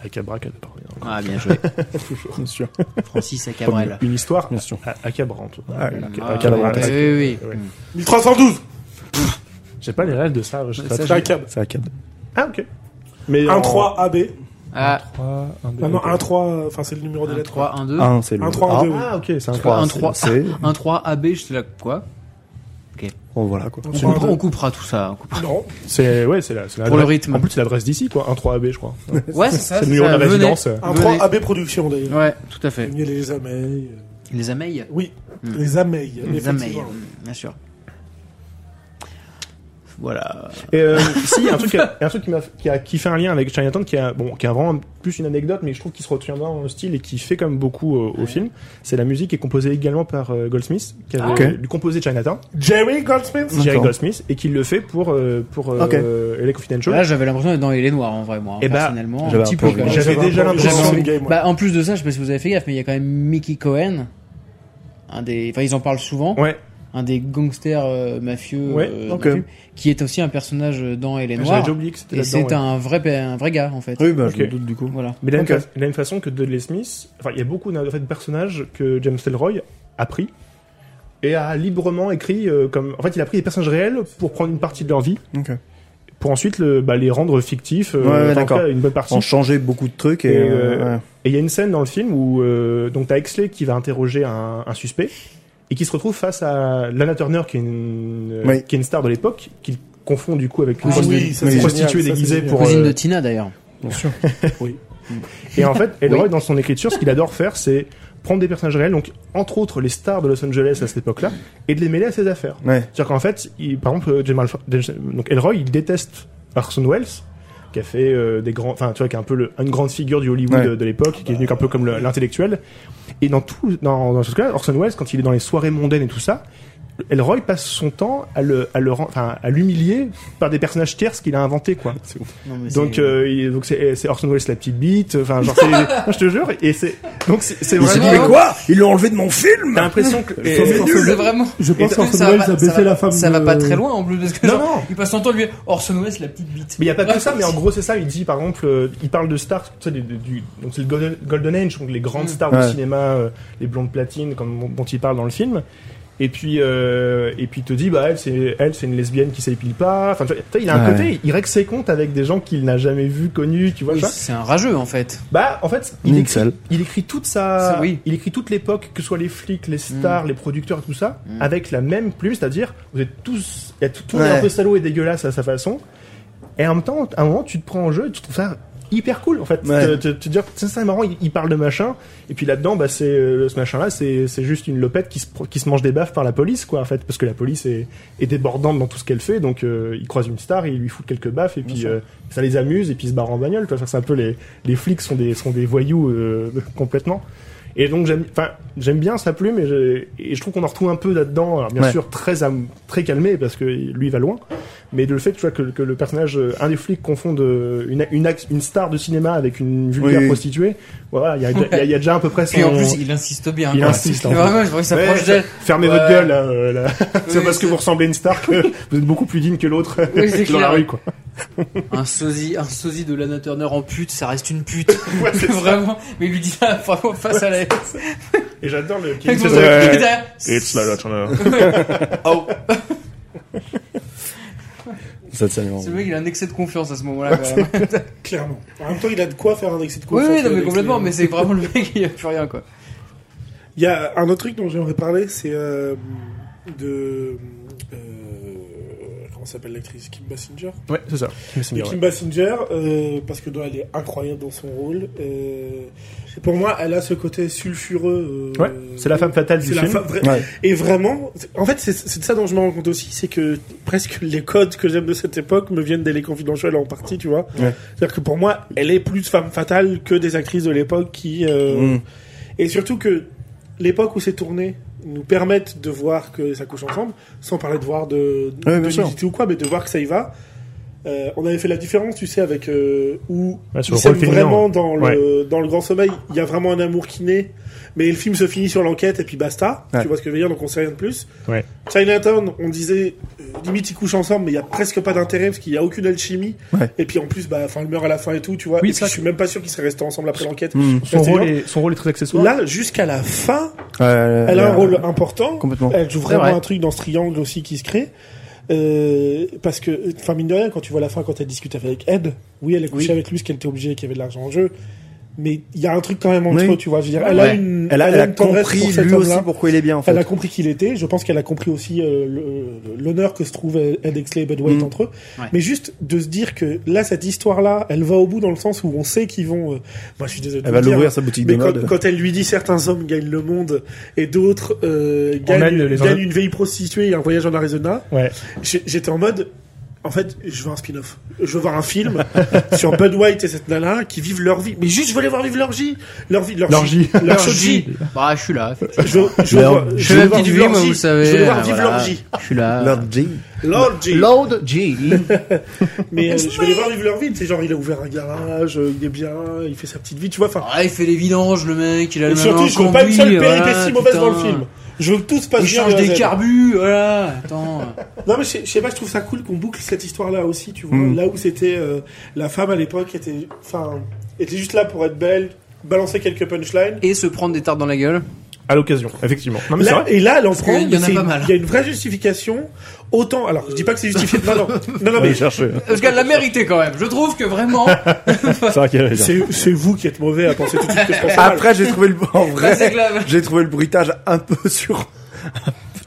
Speaker 2: Avec Abra, qui a parlé, hein,
Speaker 3: Ah, bien joué.
Speaker 2: toujours. Bien sûr.
Speaker 3: Francis et
Speaker 2: Comme
Speaker 3: Cabrel.
Speaker 2: une histoire
Speaker 4: Bien sûr.
Speaker 2: à- accabrante.
Speaker 4: Ah,
Speaker 3: Ah,
Speaker 4: Cabrel.
Speaker 3: oui, oui, oui.
Speaker 2: Ouais.
Speaker 5: 1312.
Speaker 2: J'ai pas les règles de ça. je sais
Speaker 3: Ça,
Speaker 2: pas.
Speaker 5: C'est un câble.
Speaker 4: Ça capte.
Speaker 2: Ah, ok. Mais en-
Speaker 5: 1-3 AB.
Speaker 3: Ah,
Speaker 2: 3, 1, 2,
Speaker 5: Non, non, 1-3, enfin, c'est le numéro des
Speaker 3: 1,
Speaker 5: lettres.
Speaker 3: 3, 1, 2.
Speaker 4: Un, c'est le.
Speaker 5: Un, trois, un,
Speaker 4: Ah,
Speaker 5: deux.
Speaker 2: Ah, ok, c'est un
Speaker 3: Trois.
Speaker 2: 3.
Speaker 3: un,
Speaker 4: c'est-
Speaker 3: trois.
Speaker 4: C'est.
Speaker 3: 1, 3, AB, j'étais là, quoi
Speaker 4: Bon, voilà quoi.
Speaker 5: On
Speaker 3: on,
Speaker 5: prend un
Speaker 3: coupera-
Speaker 5: deux.
Speaker 3: on coupera tout ça. on coupera.
Speaker 5: Non.
Speaker 2: C'est, ouais, c'est la, c'est
Speaker 3: Pour le
Speaker 2: l'adresse-
Speaker 3: rythme.
Speaker 2: En plus, c'est l'adresse d'ici, quoi. Un 3AB, je crois.
Speaker 3: Ouais, c'est ça.
Speaker 2: c'est le numéro de
Speaker 3: ça,
Speaker 2: la
Speaker 3: venez.
Speaker 2: résidence.
Speaker 5: Un
Speaker 3: Venez.
Speaker 5: 3 AB production, d'ailleurs.
Speaker 3: Ouais, tout à fait.
Speaker 5: Il y a les ameilles.
Speaker 3: Les ameilles
Speaker 5: Oui,
Speaker 3: Mm.
Speaker 5: les ameilles.
Speaker 3: Les
Speaker 5: effectivement.
Speaker 3: ameilles,
Speaker 2: euh,
Speaker 3: mm, bien sûr. Voilà.
Speaker 2: Et euh, si, il y a un truc, qui a, un truc qui, m'a, qui, a, qui fait un lien avec Chinatown, qui a, bon, qui a vraiment plus une anecdote, mais je trouve qu'il se retient bien dans le style et qui fait comme beaucoup euh, au film. C'est la musique qui est composée également par euh, Goldsmith, qui avait
Speaker 4: Ah. Ok.
Speaker 2: euh, dû composer Chinatown,
Speaker 5: Jerry Goldsmith
Speaker 2: Jerry
Speaker 4: D'accord.
Speaker 2: Goldsmith, et qui le fait pour, euh, pour euh,
Speaker 4: Ok.
Speaker 2: LA Confidential.
Speaker 3: Là, j'avais l'impression d'être dans les noirs en vrai, moi.
Speaker 2: Eh bah,
Speaker 3: personnellement, un
Speaker 4: j'avais
Speaker 3: petit
Speaker 4: un
Speaker 3: peu.
Speaker 4: peu
Speaker 3: quand même.
Speaker 2: envie. J'avais déjà
Speaker 5: un peu
Speaker 2: l'impression-
Speaker 5: envie de game, ouais.
Speaker 3: Bah, en plus de ça, je sais pas si vous avez fait gaffe, mais il y a quand même Mickey Cohen, un des, enfin ils en parlent souvent,
Speaker 2: Ouais,
Speaker 3: un des gangsters euh, mafieux,
Speaker 2: Ouais,
Speaker 3: euh,
Speaker 4: ok.
Speaker 3: mafieux, qui est aussi un personnage dans Elle est
Speaker 2: j'avais
Speaker 3: noire.
Speaker 2: déjà oublié que c'était
Speaker 3: Et
Speaker 2: là-dedans.
Speaker 3: c'est
Speaker 2: ouais.
Speaker 3: un vrai, pa- un vrai gars en fait.
Speaker 4: Oui, bah,
Speaker 2: Ok.
Speaker 4: je me doute du coup.
Speaker 3: Voilà.
Speaker 2: Mais de la, même
Speaker 4: Ok.
Speaker 2: fa- de la même façon que Dudley Smith, enfin, il y a beaucoup en fait, de personnages que James Ellroy a pris et a librement écrit euh, comme. En fait, il a pris des personnages réels pour prendre une partie de leur vie,
Speaker 4: Ok.
Speaker 2: pour ensuite le- bah, les rendre fictifs, euh,
Speaker 4: Ouais, ouais,
Speaker 2: enfin, en tout
Speaker 4: d'accord.
Speaker 2: cas, une bonne partie.
Speaker 4: On changeait beaucoup de trucs et.
Speaker 2: Et,
Speaker 4: euh, ouais.
Speaker 2: Et il y a une scène dans le film où euh, donc t'as Exley qui va interroger un, un suspect et qui se retrouve face à Lana Turner, qui est une, euh,
Speaker 4: Oui.
Speaker 2: qui est une star de l'époque, qu'il confond du coup avec une
Speaker 3: Ah
Speaker 2: prosti-
Speaker 5: oui, ça,
Speaker 2: une
Speaker 5: c'est
Speaker 2: prostituée
Speaker 5: génial, ça,
Speaker 2: déguisée
Speaker 5: c'est
Speaker 2: pour.
Speaker 3: Cousine
Speaker 2: euh,
Speaker 3: de Tina d'ailleurs.
Speaker 2: Et en fait, Elroy,
Speaker 3: Oui.
Speaker 2: dans son écriture, ce qu'il adore faire, c'est prendre des personnages réels, donc entre autres les stars de Los Angeles à cette époque-là, et de les mêler à ses affaires.
Speaker 4: Ouais.
Speaker 2: C'est-à-dire qu'en fait, il- par exemple, euh, James Alf- James- donc Elroy, il déteste Orson Welles, qui a fait euh, des grands, enfin, tu vois, qui est un peu le- une grande figure du Hollywood
Speaker 4: Ouais.
Speaker 2: euh, de l'époque, qui est venu un peu comme le- l'intellectuel. Et dans tout, dans, dans ce cas-là, Orson Welles, quand il est dans les soirées mondaines et tout ça, Elroy passe son temps à le, à le, ren- enfin, à l'humilier par des personnages tierces qu'il a inventés, quoi.
Speaker 4: Non, mais
Speaker 2: Donc,
Speaker 4: c'est-
Speaker 2: euh, il- donc c'est c'est Orson Welles la petite bite, enfin, genre, c'est, non, je te jure, et c'est, donc c'est c'est
Speaker 4: il s'est dit,
Speaker 2: vraiment,
Speaker 4: mais quoi Ils l'ont enlevé de mon film
Speaker 2: t'as l'impression que,
Speaker 4: Je
Speaker 2: et-
Speaker 4: pense
Speaker 5: nul.
Speaker 3: C'est vraiment.
Speaker 5: Je pense
Speaker 3: Et
Speaker 5: qu'Orson
Speaker 3: ça va
Speaker 5: Welles
Speaker 3: pas-
Speaker 5: a
Speaker 3: ça
Speaker 5: baissé
Speaker 3: va-
Speaker 5: la femme
Speaker 3: Ça
Speaker 5: de-
Speaker 3: va pas très loin en plus parce que
Speaker 2: Non,
Speaker 3: genre,
Speaker 2: non.
Speaker 3: il passe son temps lui Orson Welles la petite bite.
Speaker 2: Mais il n'y a pas que ça, mais en gros, c'est ça. Il dit, par exemple, euh, il parle de stars, tu sais, du- du- donc c'est le Golden, Golden Age, donc les grandes
Speaker 3: Mm.
Speaker 2: stars
Speaker 4: Ouais.
Speaker 2: au cinéma, euh, les blondes platines, comme dont- dont il parle dans le film. Et puis, euh, et puis il te dit, bah, elle, c'est, elle, c'est une lesbienne qui s'épile pas. Enfin, tu vois, tu sais, il a un
Speaker 4: Ouais.
Speaker 2: côté, il règle ses comptes avec des gens qu'il n'a jamais vus, connus, tu vois,
Speaker 3: Oui,
Speaker 2: ça.
Speaker 3: c'est un rageux en fait.
Speaker 2: Bah, en fait, il écrit,
Speaker 4: Nickel.
Speaker 2: il écrit toute sa,
Speaker 3: C'est- oui. Mm.
Speaker 2: il écrit toute l'époque, que ce soit les flics, les stars, les producteurs, tout ça, avec la même plume, c'est-à-dire, vous êtes tous, il y a tout, tout le monde est
Speaker 4: Ouais.
Speaker 2: un peu salaud et dégueulasse à sa façon, et en même temps, à un moment, tu te prends en jeu, et tu trouves ça hyper cool, en fait,
Speaker 4: Ouais.
Speaker 2: te, te, te dire, tiens, c'est marrant, il, il parle de machin, et puis là-dedans, bah, c'est, euh, ce machin-là, c'est, c'est juste une lopette qui se, pro- qui se mange des baffes par la police, quoi, en fait, parce que la police est, est débordante dans tout ce qu'elle fait, donc, euh, il croise une star, et il lui fout quelques baffes, et puis, euh, ça les amuse, et puis ils se barrent en bagnole, quoi, Enfin, c'est un peu les, les flics sont des, sont des voyous, euh, complètement. Et donc j'aime, enfin j'aime bien sa plume et je, et je trouve qu'on en retrouve un peu là-dedans. Alors bien
Speaker 4: Ouais.
Speaker 2: sûr très am- très calmé parce que lui il va loin, mais le fait tu vois que, que le personnage euh, un des flics confonde euh, une une, act- une star de cinéma avec une vulgaire
Speaker 4: Oui, oui.
Speaker 2: prostituée, voilà il y a, déjà- il y a- il y a déjà à peu près.
Speaker 3: Puis en
Speaker 2: son-
Speaker 3: plus il insiste bien.
Speaker 2: Il
Speaker 3: quoi.
Speaker 2: insiste, en fait.
Speaker 3: Vraiment, je vois qu'il
Speaker 2: Ouais,
Speaker 3: s'approche d'elle.
Speaker 2: fermez
Speaker 3: Ouais.
Speaker 2: votre gueule, là, euh, là. c'est
Speaker 3: Oui,
Speaker 2: parce que
Speaker 3: c'est-
Speaker 2: vous ressemblez à une star que vous êtes beaucoup plus digne que l'autre
Speaker 3: Oui, c'est
Speaker 2: dans la
Speaker 3: clair.
Speaker 2: rue quoi.
Speaker 3: Un sosie, un sosie de Lana Turner en pute, ça reste une pute.
Speaker 2: Ouais, c'est ça.
Speaker 3: vraiment. Mais il lui dit ça vraiment face à la.
Speaker 2: Et j'adore le.
Speaker 3: Avec son-
Speaker 2: Ouais.
Speaker 3: derrière. Oh.
Speaker 4: Ça te
Speaker 2: Oh.
Speaker 4: salue.
Speaker 3: C'est le mec, il a un excès de confiance à ce moment-là. quand même.
Speaker 5: Clairement. En même temps, il a de quoi faire un excès de
Speaker 3: Oui,
Speaker 5: confiance.
Speaker 3: oui, non,
Speaker 5: avec
Speaker 3: mais
Speaker 5: les-
Speaker 3: complètement. Mais c'est vraiment le mec, il n'y a plus rien quoi.
Speaker 5: Il y a un autre truc dont j'aimerais parler, c'est euh, de. euh, Comment s'appelle l'actrice Kim Basinger
Speaker 2: Ouais, c'est ça. Mais c'est
Speaker 5: de
Speaker 2: bien, ouais.
Speaker 5: Kim Basinger, euh, parce que non, elle est incroyable dans son rôle. euh, et pour moi, elle a ce côté sulfureux. euh,
Speaker 2: Ouais, c'est la femme fatale du
Speaker 5: c'est la
Speaker 2: film.
Speaker 5: femme vra-
Speaker 4: Ouais.
Speaker 5: Et vraiment, c'est- en fait, c'est c'est de ça dont je me rends compte aussi, c'est que presque les codes que j'aime de cette époque me viennent des Les Confidentiels en partie, tu vois.
Speaker 4: Ouais.
Speaker 5: C'est-à-dire que pour moi, elle est plus femme fatale que des actrices de l'époque qui. euh,
Speaker 4: Mm.
Speaker 5: Et surtout que l'époque où c'est tourné nous permette de voir que ça couche ensemble, sans parler de voir de,
Speaker 4: Ouais, bien
Speaker 5: de
Speaker 4: sûr.
Speaker 5: nudité ou quoi, mais de voir que ça y va. Euh, on avait fait la différence, tu sais, avec euh, où
Speaker 2: Ouais, sur le
Speaker 5: ils
Speaker 2: rôle
Speaker 5: s'aiment
Speaker 2: féminin.
Speaker 5: vraiment dans le dans le grand sommeil. Il y a vraiment un amour qui naît, mais le film se finit sur l'enquête et puis basta.
Speaker 4: Ouais.
Speaker 5: Tu vois ce que je veux dire Donc on sait rien de plus.
Speaker 2: Ouais.
Speaker 5: Chinatown, on disait euh, limite ils couchent ensemble, mais il y a presque pas d'intérêt parce qu'il y a aucune alchimie.
Speaker 4: Ouais.
Speaker 5: Et puis en plus, bah, enfin, elle meurt à la fin et tout, tu vois.
Speaker 2: Oui,
Speaker 5: et puis,
Speaker 2: ça,
Speaker 5: je suis même pas sûr qu'ils seraient restés ensemble après l'enquête.
Speaker 4: Mm.
Speaker 2: Son
Speaker 5: C'est
Speaker 2: rôle
Speaker 5: bien.
Speaker 2: est son rôle est très accessoire.
Speaker 5: Là, jusqu'à la fin,
Speaker 4: Ouais,
Speaker 5: elle a
Speaker 4: euh,
Speaker 5: un rôle important.
Speaker 4: Complètement.
Speaker 5: Elle joue vraiment
Speaker 3: C'est vrai.
Speaker 5: un truc dans ce triangle aussi qui se crée. Euh, parce que, enfin, mine de rien, quand tu vois la fin, quand elle discute avec Ed, oui, elle a couché
Speaker 3: Oui.
Speaker 5: avec lui parce qu'elle était obligée et qu'il y avait de l'argent en jeu. Mais il y a un truc quand même entre
Speaker 4: Oui.
Speaker 5: eux, tu vois. Je veux dire, elle a
Speaker 3: Ouais.
Speaker 5: une,
Speaker 4: Elle a, elle a
Speaker 5: une tendresse pour
Speaker 4: compris
Speaker 5: cet
Speaker 4: lui aussi
Speaker 5: homme-là.
Speaker 4: pourquoi il est bien en
Speaker 5: Elle a
Speaker 4: fait.
Speaker 5: compris qu'il était. Je pense qu'elle a compris aussi euh, le- l'honneur que se trouve Ed Exley et Bud White
Speaker 4: Mm.
Speaker 5: entre eux.
Speaker 3: Ouais.
Speaker 5: Mais juste de se dire que là, cette histoire-là, elle va au bout dans le sens où on sait qu'ils vont. euh, Moi, je suis désolé. de
Speaker 4: Elle
Speaker 5: vous
Speaker 4: va
Speaker 5: le dire,
Speaker 4: l'ouvrir sa boutique de
Speaker 5: mais quand,
Speaker 4: mode.
Speaker 5: quand elle lui dit certains hommes gagnent le monde et d'autres euh, gagnent,
Speaker 2: Emmène les
Speaker 5: gagnent
Speaker 2: Indiens.
Speaker 5: une veille prostituée et un voyage en Arizona,
Speaker 2: Ouais.
Speaker 5: j'ai- j'étais en mode. En fait, je veux un spin-off. Je veux voir un film sur Bud White et cette nana qui vivent leur vie. Mais juste, je veux les voir vivre leur vie. Leur vie. Leur,
Speaker 2: Leur
Speaker 5: vie.
Speaker 2: vie.
Speaker 5: Leur vie.
Speaker 3: J. Bah, je suis là.
Speaker 5: Je veux, je veux,
Speaker 4: Leur-
Speaker 5: voir-
Speaker 3: Je
Speaker 5: je
Speaker 3: fais
Speaker 5: veux
Speaker 3: ma
Speaker 5: voir
Speaker 3: petite
Speaker 5: vivre
Speaker 3: vie,
Speaker 5: leur
Speaker 3: moi,
Speaker 5: vie.
Speaker 3: vous savez.
Speaker 5: Je veux les voir
Speaker 3: euh,
Speaker 5: vivre
Speaker 3: voilà.
Speaker 5: leur vie.
Speaker 3: Je suis là.
Speaker 4: Lord G.
Speaker 5: Leur vie.
Speaker 3: Lord G.
Speaker 5: Mais euh, je veux les voir vivre leur vie. C'est genre, il a ouvert un garage, euh, il est bien, il fait sa petite vie. Tu vois, enfin.
Speaker 3: Ah, il fait les vidanges, le mec. Il a
Speaker 5: Et
Speaker 3: le
Speaker 5: surtout,
Speaker 3: malin
Speaker 5: je veux pas une
Speaker 3: conduit,
Speaker 5: seule
Speaker 3: voilà,
Speaker 5: péripétie mauvaise dans le
Speaker 3: putain.
Speaker 5: film. Je veux que tout se passe
Speaker 3: Il
Speaker 5: bien.
Speaker 3: change
Speaker 5: de A à
Speaker 3: des
Speaker 5: Z.
Speaker 3: carbus, voilà. Attends.
Speaker 5: Non mais je sais- je sais pas, je trouve ça cool qu'on boucle cette histoire-là aussi, tu vois.
Speaker 4: Mm.
Speaker 5: Là où c'était euh, la femme à l'époque était, enfin, était juste là pour être belle, balancer quelques punchlines.
Speaker 3: Et se prendre des tartes dans la gueule.
Speaker 2: À l'occasion, effectivement. Non, mais c'est
Speaker 5: Là,
Speaker 2: vrai.
Speaker 5: et là, elle en prend.
Speaker 3: qu'il y en a
Speaker 5: mais c'est-
Speaker 3: pas mal.
Speaker 5: Il y a une vraie justification. Autant, alors je dis pas que c'est justifié. non, non, non, non, Ah, mais
Speaker 4: chercher.
Speaker 3: Parce qu'elle l'a mérité quand même. Je trouve que vraiment.
Speaker 4: C'est vrai qu'elle allait dire.
Speaker 5: c'est c'est vous qui êtes mauvais à penser tout de suite que je pense mal.
Speaker 4: Après, j'ai trouvé le en
Speaker 3: Ouais, c'est
Speaker 4: vrai.
Speaker 3: clave.
Speaker 4: J'ai trouvé le bruitage un peu sur.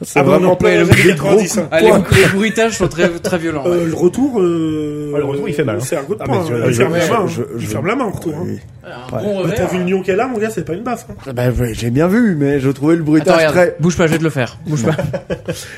Speaker 4: C'est
Speaker 5: Ah, bah, on est en plein
Speaker 3: Ouais,
Speaker 5: dans
Speaker 3: le
Speaker 5: les années
Speaker 4: des gros
Speaker 5: 90, hein.
Speaker 3: Ah, les, les bruitages sont très, très violents. ouais.
Speaker 5: Euh, le retour, euh,
Speaker 2: Ouais, le retour, il fait mal, hein.
Speaker 5: C'est un coup de
Speaker 2: Ah,
Speaker 5: poing.
Speaker 2: mais tu-
Speaker 5: hein. Il
Speaker 2: je-
Speaker 5: ferme
Speaker 4: je-
Speaker 5: la main. hein.
Speaker 4: je-
Speaker 5: Il
Speaker 4: je-
Speaker 5: ferme la main en retour. hein.
Speaker 4: Oui.
Speaker 3: Un
Speaker 4: Ouais.
Speaker 3: bon
Speaker 5: Bah, T'as
Speaker 3: revers.
Speaker 5: vu le lion qu'elle a, mon gars, c'est pas une baffe. hein.
Speaker 4: Bah, ouais, j'ai bien vu, mais je trouvais le
Speaker 3: Attends,
Speaker 4: bruitage
Speaker 3: regarde.
Speaker 4: très.
Speaker 3: Bouge pas, je vais te le faire. Bouge pas.